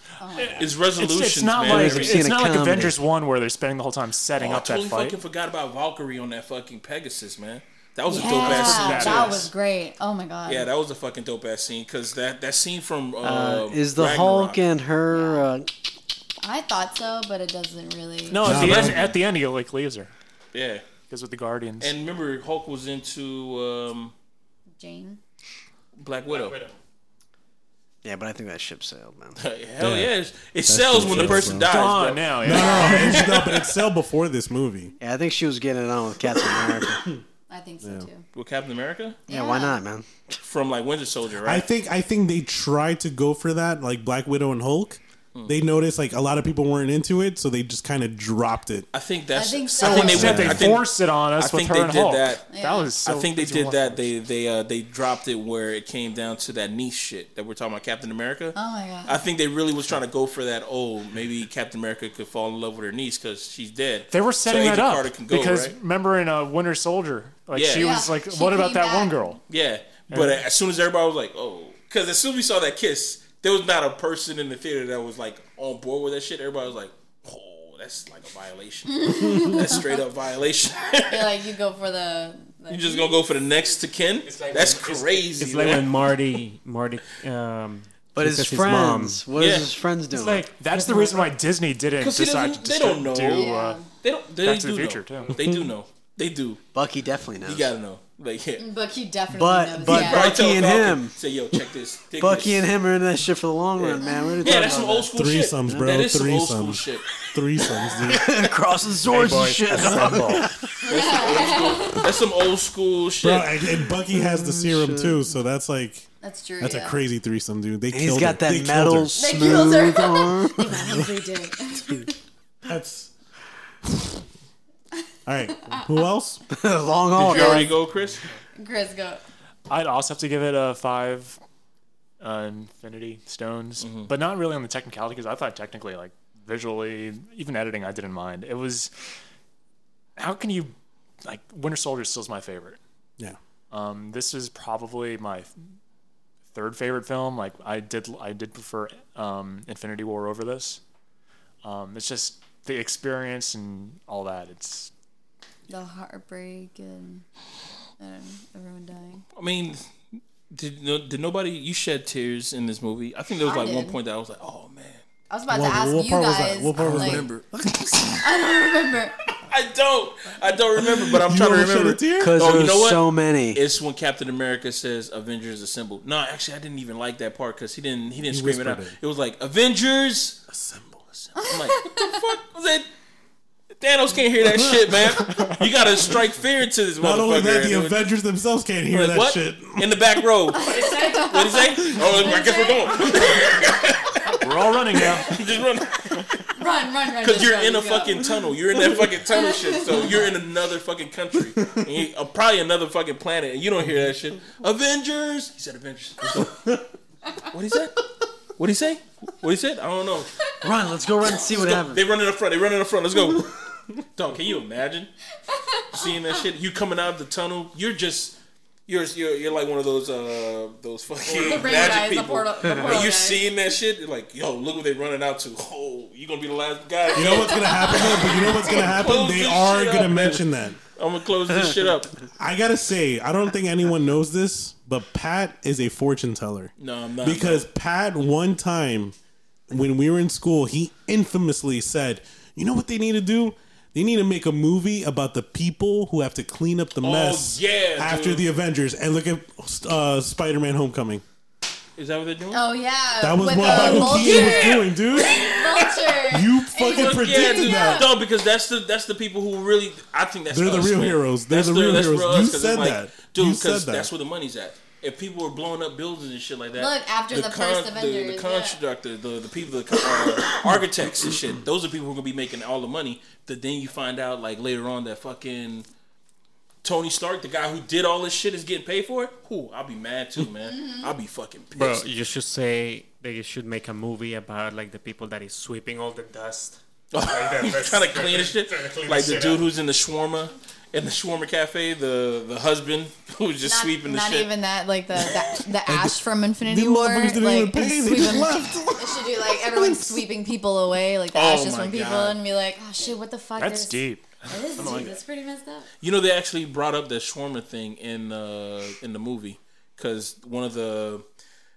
It's resolutions,
It's, it's not
man.
like
Every-
seen
it's
a
not like
comedy.
Avengers One where they're spending the whole time setting
Oh, I
up
totally
that fight.
fucking forgot about Valkyrie on that fucking Pegasus, man. That was a
Yeah,
dope ass scene.
badass.
that was great. Oh my god.
Yeah, that was a fucking dope ass scene because that, that scene from uh,
Uh, is the
Ragnarok.
Hulk and her? Uh,
I thought so, but it doesn't really.
No, at
Nah,
the end,
bro.
at the end, he like leaves her
yeah.
because with the Guardians.
And remember, Hulk was into um,
Jane.
Black Widow.
Widow.
yeah, but I think that ship sailed, man.
Hell yeah, it, it sells when the
shit,
person
bro.
dies.
It's gone
bro.
now, yeah.
No, it's not, but it sailed before this movie.
Yeah, I think she was getting on with Captain America.
I think so too.
With Captain America
Yeah, why not, man?
from like Winter Soldier,
I
right?
think I think they tried to go for that, like Black Widow and Hulk.
Hmm.
They noticed like a lot of people weren't into it, so they just kind of dropped it.
I, think that's
I think
I
so.
think
they,
they,
said
went-
they
I think-
forced it on us
I
with
think
her
they
and
did
Hulk.
that.
That was so.
I think they
it was
did that.
awesome.
They they uh, they dropped it where it came down to that niche shit that we're talking about Captain America.
Oh my god.
I think they really was trying to go for that. Oh, maybe Captain America could fall in love with her niece because she's dead.
They were setting
so
that
Agent
up
Carter can go,
because
right?
remember in uh, Winter Soldier, like
Yeah.
she
Yeah,
was like,
she
"What about
came
that
back.
one girl?"
yeah. But as soon as everybody was like, oh, because as soon as we saw that kiss, there was not a person in the theater that was like on board with that shit. Everybody was like, oh, that's like a violation. that's straight up violation.
You're like you go for the. the
you just gonna go for the next to kin?
like
that's
when- it's-
crazy.
It's like
man.
when Marty, Marty, um,
But his
kisses mom.
friends, what is
Yeah.
his friends doing?
Like that's the reason why Disney didn't
'Cause he
decide to
doesn't- they don't
just
know.
do.
Yeah.
Uh,
they don't. They,
Back to
do
the
know.
Future, too.
They do know. They do.
Bucky definitely knows.
You gotta know. Like yeah.
But he definitely
But-
knows.
but-
yeah.
Probably
Bucky
tell
and
Falcon,
him.
Say yo, check this. Take
Bucky
this.
and him are in that shit for the long run, man. We're
Yeah, that's some old school
Threesomes,
shit.
bro,
That is some old school
threesomes.
shit.
Threesomes, dude.
crossing swords and shit. Oh,
That's some old school shit.
Bro, Oh, and, and Bucky has
Oh,
the serum too, so that's like
That's true.
that's
yeah.
a crazy threesome, dude. They
He's
killed
got
her. They
that
killed
metal
her.
They killed her.
smooth arm.
They did.
That's all right. Who else?
Long haul.
you already
dog.
go, Chris.
Chris go.
I'd also have to give it a five uh, Infinity Stones,
Mm-hmm.
but not really on the technicality because I thought technically, like visually, even editing, I didn't mind. It was how can you like Winter Soldier is still's my favorite.
Yeah.
Um, this is probably my third favorite film. Like I did, I did prefer um, Infinity War over this. Um, it's just the experience and all that. It's
The heartbreak and I don't know, everyone dying.
I mean, did no, did nobody? You shed tears in this movie. I think there was
I
like one
did.
point that I was like, oh man,
I was about
What-
to ask
what
you
part was
guys.
that? What part was
like,
that?
remember?
I don't remember.
I don't. I don't remember, but I'm
You
trying to
almost shed a
remember.
tear?
Because
Oh, you
there's
know what?
so many.
It's when Captain America says "Avengers Assemble." No, actually, I didn't even like that part because he didn't. He didn't scream it out.
whispered
It.
it.
was like "Avengers Assemble." Assemble. I'm like, what the fuck was that? Thanos can't hear that shit, man. You gotta strike fear into this
Not
motherfucker.
only that,
And
the
it was
Avengers themselves can't hear
like,
that
what?
shit.
In the back row. What did he say? Oh, I guess we're going.
we're all running now.
Just run.
Run, run, run.
Because
just
you're
run,
in a
go.
fucking tunnel. You're in that fucking tunnel shit. So you're in another fucking country. And you, uh, probably another fucking planet. And you don't hear that shit. Avengers. He said Avengers. what he said? What he say? What he said? I don't know.
Run, let's go run and see what happens.
They run in the front. They run in the front. Let's go. Dog, can you imagine seeing that shit? You coming out of the tunnel. You're just. You're, you're, you're like one of those uh those fucking
The rain
magic
guys,
people.
The portal, the portal
When you
guys.
seeing that shit, you're like, yo, look what they running out to. Oh, you gonna be the last guy.
You know what's gonna happen though, but you know what's gonna happen?
Close
They
this
are
shit up,
gonna
man.
mention that.
I'm gonna close this shit up.
I gotta say, I don't think anyone knows this, but Pat is a fortune teller.
No, I'm not.
Because Pat, one time when we were in school, he infamously said, You know what they need to do? They need to make a movie about the people who have to clean up the mess
Oh, yeah,
after
dude.
the Avengers. And look at uh, Spider Man Homecoming.
is that what they're doing?
Oh yeah.
That was
with
what
the
Michael Keaton
vulture.
was doing, dude.
Vulture.
You fucking
Look, yeah,
predicted
dude.
that.
No, because that's the that's the people who really. I think that's
They're the
us,
real
man.
heroes. They're
That's
the real
that's
heroes.
real us,
You
'cause it's
said
like,
that. You
dude.
said
Because
that.
that's where the money's at. If people were blowing up buildings and shit like that,
Look, after the first
the,
Avengers,
the
yeah.
constructor, the, the people, the uh, architects and shit. Those are people who are gonna be making all the money. But then you find out like later on that fucking Tony Stark, the guy who did all this shit, is getting paid for it. Who? I'll be mad too,
Mm-hmm.
man. I'll be fucking pissed.
bro, you should say that you should make a movie about like the people that is sweeping all the dust
trying to clean his shit.
Trying to clean
Like
his
the
shit
dude
up.
who's in the shawarma in the shawarma cafe, the the husband who's just
Not,
sweeping the
not
shit.
even that, like the the, the ash from Infinity
These
War,
motherfuckers didn't even
like
pay, they
sweeping-
just left.
It should do like everyone sweeping people away, like the
Oh
ashes
my
from people,
God.
and be like, oh shit, what the fuck?
That's
There's-
deep.
It is deep. That's pretty messed up.
You know, they actually brought up that shawarma thing in uh, in the movie because one of the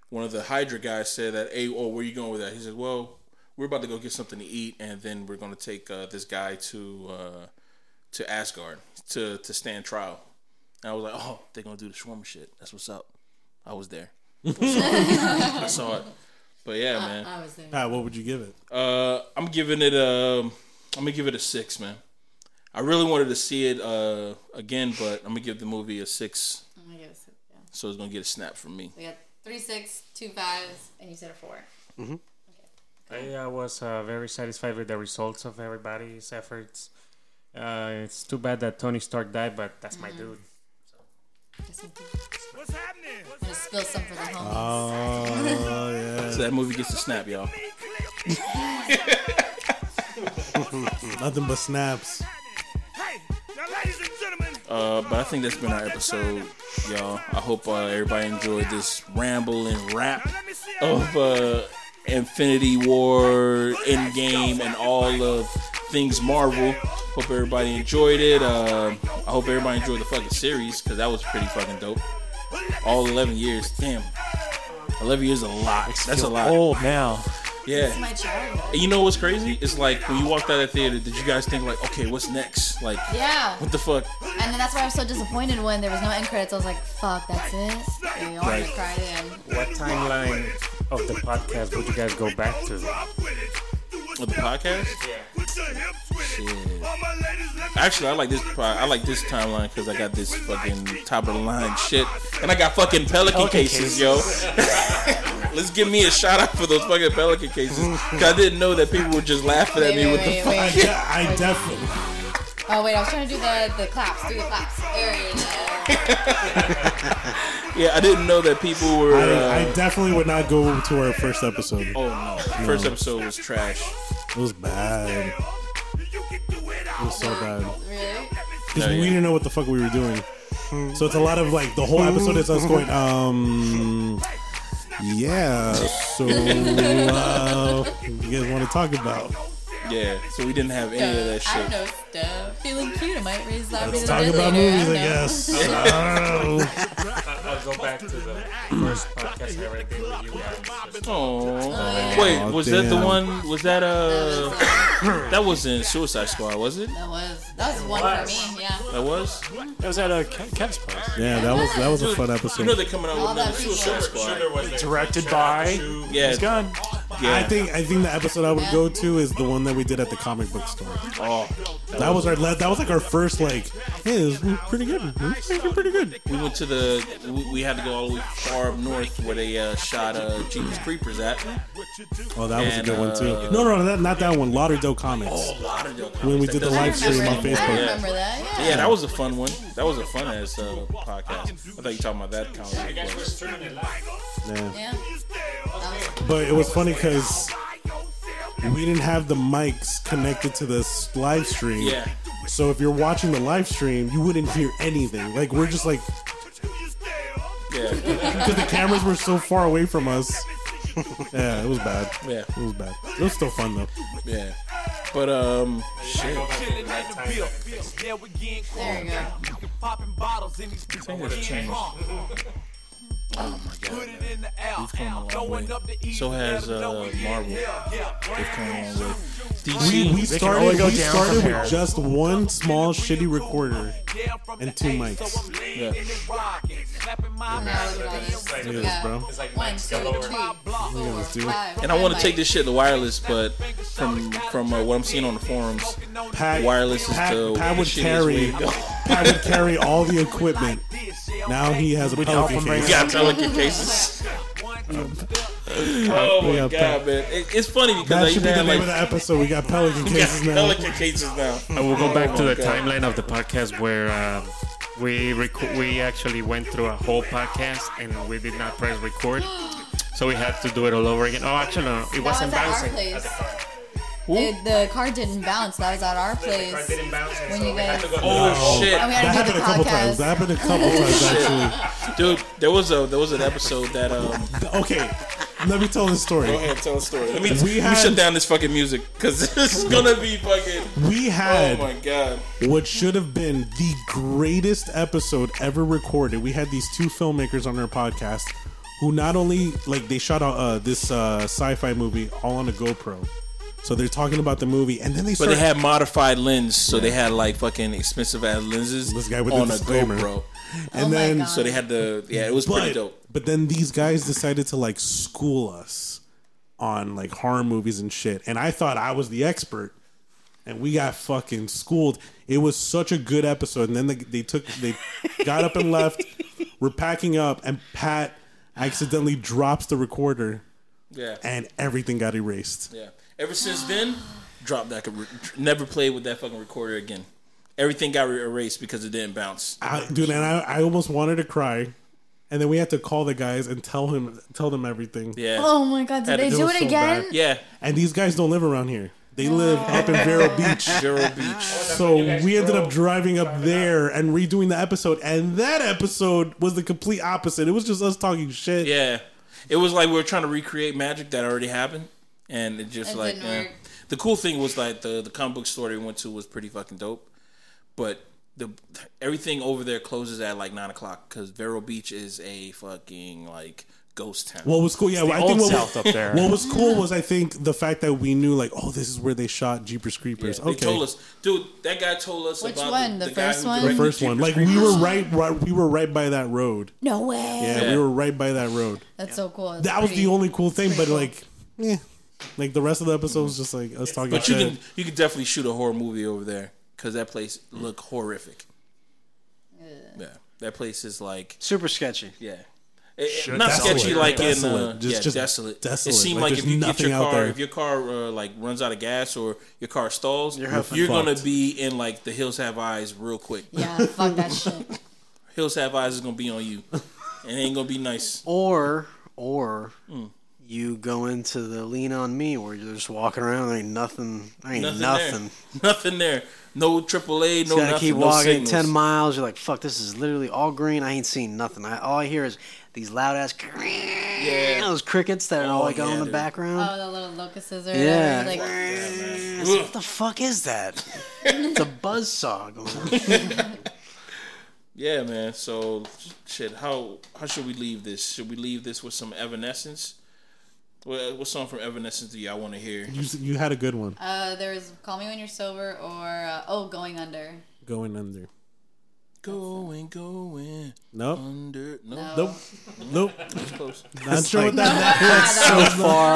one of the Hydra guys said that, "Hey, oh, where you going with that?" He said, "Well, we're about to go get something to eat, and then we're going to take uh, this guy to uh, to Asgard to to stand trial." And I was like, "Oh, they're going to do the shawarma shit. That's what's up." I was there. I saw it. But yeah, man.
I was there.
Pat, what would you give it?
Uh, I'm giving it a. I'm gonna give it a six, man. I really wanted to see it uh, again, but I'm gonna give the movie a six,
I'm gonna give it six, yeah.
so it's gonna get a snap from me.
We got three six, two fives, and you said a four.
I uh, was uh, very satisfied with the results of everybody's efforts. Uh, it's too bad that Tony Stark died, but that's
Mm-hmm.
my dude.
Just in case. I'm gonna spill some for the homies.
So that movie gets a snap, y'all.
Nothing but snaps.
Uh, but I think that's been our episode, y'all. I hope uh, everybody enjoyed this ramble and rap of uh, Infinity War, Endgame, and all of things Marvel. Hope everybody enjoyed it. Uh, I hope everybody enjoyed the fucking series because that was pretty fucking dope. All 11 years, damn. 11 years is a lot. That's a lot.
Old now.
Yeah.
Um,
My childhood.
And you know what's crazy? It's like when you walked out of the theater, did you guys think like, okay, what's next? Like,
Yeah,
what the fuck?
and then that's why I was so disappointed when there was no end credits. I was like, "Fuck, that's it." I mean, I
Right.
wanted to cry then.
What timeline of the podcast would you guys go back to?
With the podcast? Yeah. Actually, I like this. pro- I like this timeline because I got this fucking top of the line shit, and I got fucking pelican, cases, yo. Let's give me a shout out for those fucking pelican cases. 'Cause I didn't know that people were just laughing at
Wait,
me
wait,
with
wait,
the fuck.
wait.
I, I definitely.
Oh wait, I was trying to do the the claps. Do the claps. There you go.
Yeah, I didn't know that people were.
I, I
Uh,
definitely would not go to our first episode.
oh no! First episode was trash.
It was bad. It was so bad.
Really?
Because
Yeah,
we
yeah.
didn't know what the fuck we were doing. So it's a lot of like the whole episode is us going, um, yeah. So uh, what do you guys want to talk about?
Yeah, so we didn't have any of that
I
shit.
don't know stuff. Feeling cute. I might raise that.
Let's talk about movies, I guess. I don't know.
I'll go back to the first podcast I ever did with you guys.
Oh, wait, was that the
damn.
one? Was that
That
uh?
was, uh,
That wasn't Suicide Squad, was it?
that was that was one for me. Yeah.
That was.
It was at a Kev's place.
Yeah, that was that was a
Dude,
fun
You know
episode.
they're coming out with
All
another
that people-
Suicide Squad.
Directed by.
Yeah,
He's gone.
yeah.
I think I think the episode I would go to is the one that we did at the comic book store.
oh,
That was our la- that was like our first like, hey, this is pretty good. This is pretty good.
we went to the. We, we had to go all the way far up north where they uh, shot uh, Jeepers Creepers at.
Oh, that was a
And,
good one too.
uh,
No, no, no, that, not that one. Lauderdale Comics.
Oh, Lauderdale.
When we did the
I
live
remember,
stream on
it. I
Facebook.
remember that. Yeah.
Yeah, that was a fun one. That was a fun ass uh, podcast. I thought you were talking about that comic book.
Yeah.
Yeah. Oh, That was-
But it was funny because we didn't have the mics connected to this live stream.
Yeah.
So if you're watching the live stream, you wouldn't hear anything. Like we're just like
Yeah,
because the cameras were so far away from us. yeah, it was bad.
Yeah.
it was bad. It was still fun though.
yeah. But um, shit.
there you go.
Oh We've come a long way. So has uh, Marvel. They've come a long way.
We,
DC.
we
They can
started,
only go
we
down
started
from here.
with just one small shitty recorder and two mics.
yeah.
Look at
Yeah.
this, bro.
It's like
One,
Mike's
two,
Galore.
three, four, five.
And I want to
Like,
take this shit to wireless, but from from uh, what I'm seeing on the forums,
Pat,
wireless is
Pat,
the
Pat would
shittiest
carry.
way to go.
Pat would carry all the equipment. Now he has a
help
pelican
him bring
case.
it
Got Pelican cases. oh my
Yeah,
god, man! It, it's funny because I
That
used
should be the
to
name
have like
of the episode. We got pelican
we got
cases now.
Pelican cases now.
I will
Oh,
go back to the
Okay.
timeline of the podcast where uh, we rec- we actually went through a whole podcast and we did not press record, so we had to do it all over again. Oh, actually, no, it
That
was
was at our
embarrassing.
place. The, the card didn't bounce. That was at our place.
card didn't bounce, and
When
so
you
we had
guys-
to go to
Oh, shit.
And we
That
had to
happened
do the
a couple
podcast.
times. That happened a couple times actually.
Dude, there was a there was an episode that um.
Okay, let me tell this story.
Go ahead, tell a story. Let me
We
we,
had-
shut down this fucking music because this is gonna be fucking.
We
Oh
had
my god.
what should have been the greatest episode ever recorded. We had these two filmmakers on our podcast who not only like they shot uh, this uh, sci-fi movie all on a GoPro, so they're talking about the movie, and then they
But
started,
they had modified lens, so they had like fucking expensive ass lenses
This guy with the
on a
disclaimer.
GoPro.
and
Oh my
then
God.
So they had the yeah, it was pretty
but
dope.
but then these guys decided to like school us on like horror movies and shit, and I thought I was the expert. And we got fucking schooled. It was such a good episode. And then the, they took, they got up and left. We're packing up, and Pat accidentally drops the recorder,
Yeah,
and everything got erased.
yeah. Ever since then, dropped that. Re- never played with that fucking recorder again. Everything got re- erased because it didn't bounce.
I, dude, and I, I almost wanted to cry. And then we had to call the guys and tell him, tell them everything.
Yeah,
Oh my god! Did
Had to
they
do
do
it
it
so
again?
bad.
yeah.
And these guys don't live around here. They live up in Vero Beach.
Vero Beach.
So we ended up driving up there and redoing the episode, and that episode was the complete opposite. It was just us talking shit.
Yeah, it was like we were trying to recreate magic that already happened, and it just
It
like
didn't
eh.
work.
the cool thing was like the the comic book store they went to was pretty fucking dope, but the everything over there closes at like nine o'clock because Vero Beach is a fucking like ghost town.
What was cool? Yeah, I
Old
think what,
South up there.
what was cool was I think the fact that we knew like, oh, this is where they shot Jeepers Creepers.
They
okay,
told us, dude. That guy told us
Which
about
one? The
guy
first
who
one?
the
directed
first one.
Jeepers
Like we were right, right, we were right by that road.
No way.
Yeah,
Yeah.
we were right by that road.
That's so cool. That's
That was
pretty-
the only cool thing,
pretty
but
cool.
like, yeah, like the rest of the episode was just like us talking.
But you
shit.
can you can definitely shoot a horror movie over there because that place look horrific. Yeah, that place is like
Super sketchy.
Yeah. It- it- not
Desolate.
sketchy like in uh,
Desolate. Just-
yeah,
just
desolate.
desolate.
It seemed
Like,
like,
there's
if you get
nothing
your
out
car,
there.
if your car uh, like runs out of gas or your car stalls, you're,
having
gonna
fucked.
be in like the hills have eyes real quick.
Yeah, fuck that shit.
Hills have eyes is gonna be on you, and it ain't gonna be nice.
Or or you go into the lean on me where you're just walking around. There ain't nothing. There ain't
Nothing,
nothing.
there. Nothing there. No AAA. No
You gotta
nothing.
keep
no
walking
signals.
ten miles. You're like, fuck, this is literally all green. I ain't seen nothing. I, all I hear is these loud ass those crickets that are all
Oh,
like
yeah,
on in the
dude.
background.
Uh.
Oh, the little locust scissor.
Yeah.
Like,
I said, what the fuck is that? it's a buzz saw. Going on.
Yeah, man. So, shit. How how should we leave this? Should we leave this with some Evanescence? What, what song from Evanescence do y'all want to hear?
you, s- you had a good one
uh, there was "Call Me When You're Sober" or uh, "Oh, Going Under."
going under.
Going, going
Nope,
under. No,
nope, nope.
close.
Not sure what that.
so far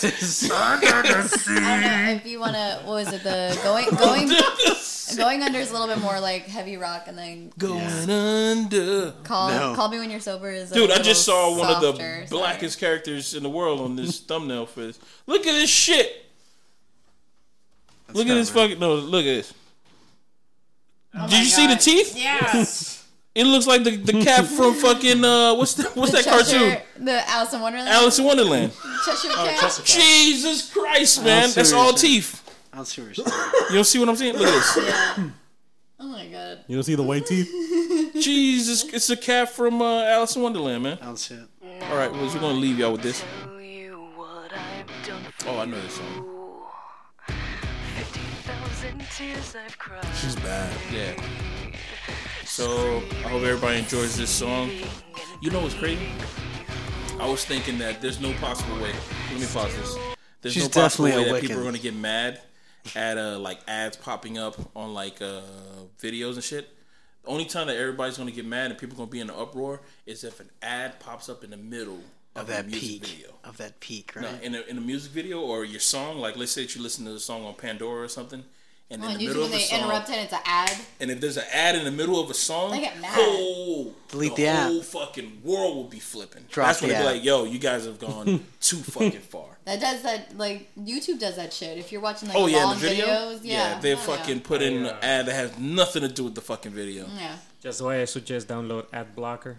off.
I don't know if you wanna. What was it? The going going going under is a little bit more like heavy rock, and then
Going under.
call
No.
call me when you're sober is. a
Dude, I
little
just saw one of the
softer, so-
blackest characters in the world on this thumbnail for this. Look at this shit. look at this fucking. No, look at this. Did you see the
Oh God.
teeth?
Yes.
It looks like the, the cat from fucking uh what's the, what's that cartoon?
Cheshire- The Alice in Wonderland.
Alice in Oh, Wonderland.
Cheshire Cat.
Jesus Christ, man, that's all teeth.
I'm serious.
You don't see what I'm saying? Look at this.
Oh my god.
You don't see the white teeth.
Jesus, it's a cat from uh, Alice in Wonderland, man.
I'll see it.
All right, well, we're gonna leave y'all with this.
Tell you what I've done for
Oh, I know this song.
you. 15,000 tears I've cried.
She's bad.
Yeah. So I hope everybody enjoys this song. You know what's crazy? I was thinking that there's no possible way. Let me pause this. There's
She's
no possible way
definitely a
that people
Wiccan.
are gonna get mad at uh like ads popping up on like uh videos and shit. The only time that everybody's gonna get mad and people gonna be in an uproar is if an ad pops up in the middle of,
Of that
a music
peak.
video.
Of that peak,
No,
right?
in a, in a music video or your song, like let's say that you listen to the song on Pandora or something, and in
Oh, And
the
usually
middle of
when
the
they
song,
interrupt it, it's an ad.
and if there's an ad in the middle of a song,
They get mad.
oh,
Delete
the,
the app.
whole fucking world will be flipping.
Drop
That's when
the
they be
app.
like, "Yo, you guys have gone too fucking far."
That does that like YouTube does that shit. If you're watching like
Oh yeah, in
long
the video,
videos, yeah,
they
hell yeah.
fucking put in an ad that has nothing
Mm.
to do with the fucking video.
yeah.
That's why I suggest download ad blocker.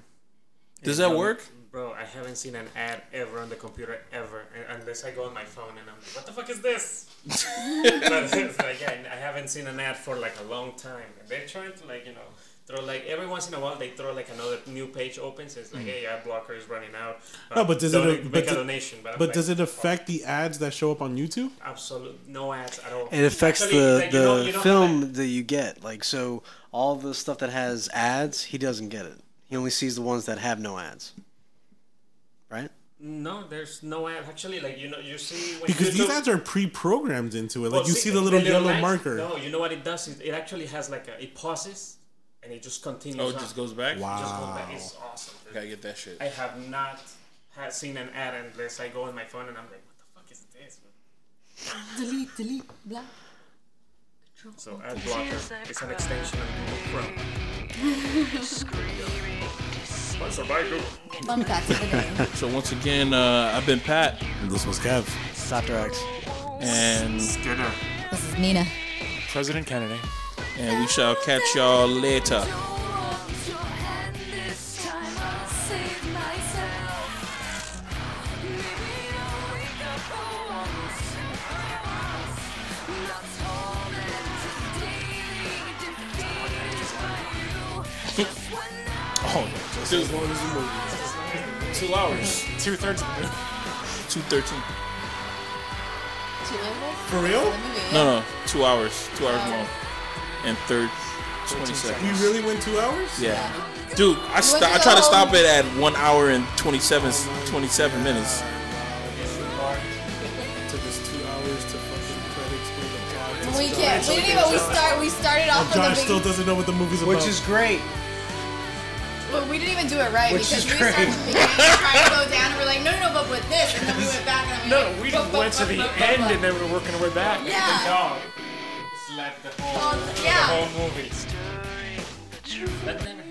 Does that work?
bro, I haven't seen an ad ever on the computer ever, un- unless I go on my phone and I'm like, what the fuck is this? but it's like, yeah, I haven't seen an ad for like a long time. They're trying to like, you know, throw like every once in a while they throw like another new page opens. It's like, hey, ad blocker is running out. Uh,
No, but does it-
donate-
but
make a
do-
donation? But, I'm
But
like,
does it
"Oh,
affect the ads that show up on YouTube?
absolute no ads at all?
It affects
Actually,
the,
like,
the
you don't- you don't
film that you get. Like so, all the stuff that has ads, he doesn't get it. He only sees the ones that have no ads. Right?
No, there's no ad. Actually, like you know, you see when
Because these
YouTube-
ads are pre-programmed into it. Like
Well,
you see the little yellow
lines-
marker.
No, you know what it does? It, it actually has like a, it pauses, and it just continues.
Oh, it
on.
just goes back.
Wow.
Just goes back. It's awesome. dude.
Gotta get that shit.
I have not had seen an ad unless I go on my phone and I'm like, what the fuck is this?
Delete, delete, blah. Control.
So ad blocker is an extension of Google Chrome. Sponsored by Google.
Fun fact of the day.
So once again, uh, I've been Pat,
This was Kev.
Dr. X.
and
This is Nina.
President Kennedy.
and we shall catch y'all later. Oh, Two, two hours,
Two thirds.
two thirteen.
For
real?
No, no, two hours, two
Oh.
hours long, and third twenty
We
seconds.
really went two hours?
Yeah, dude, I st- I try to stop it at one hour and 27, 27 minutes.
Took us two hours to fucking try to explain the plot.
We can't. We didn't even. We start. We started off with
Josh
the
still
big.
doesn't know what the movie's about.
Which is great.
Well, we didn't even do it right
Which
because
is
we started
great.
at the beginning trying to go down and we're like, no, no, no, but with this, and then we went back and we
No, we just went to the end and then we're working our way back.
yeah.
Dog slapped the whole,
Oh, yeah.
the whole movie.
Stirring the truth.
That never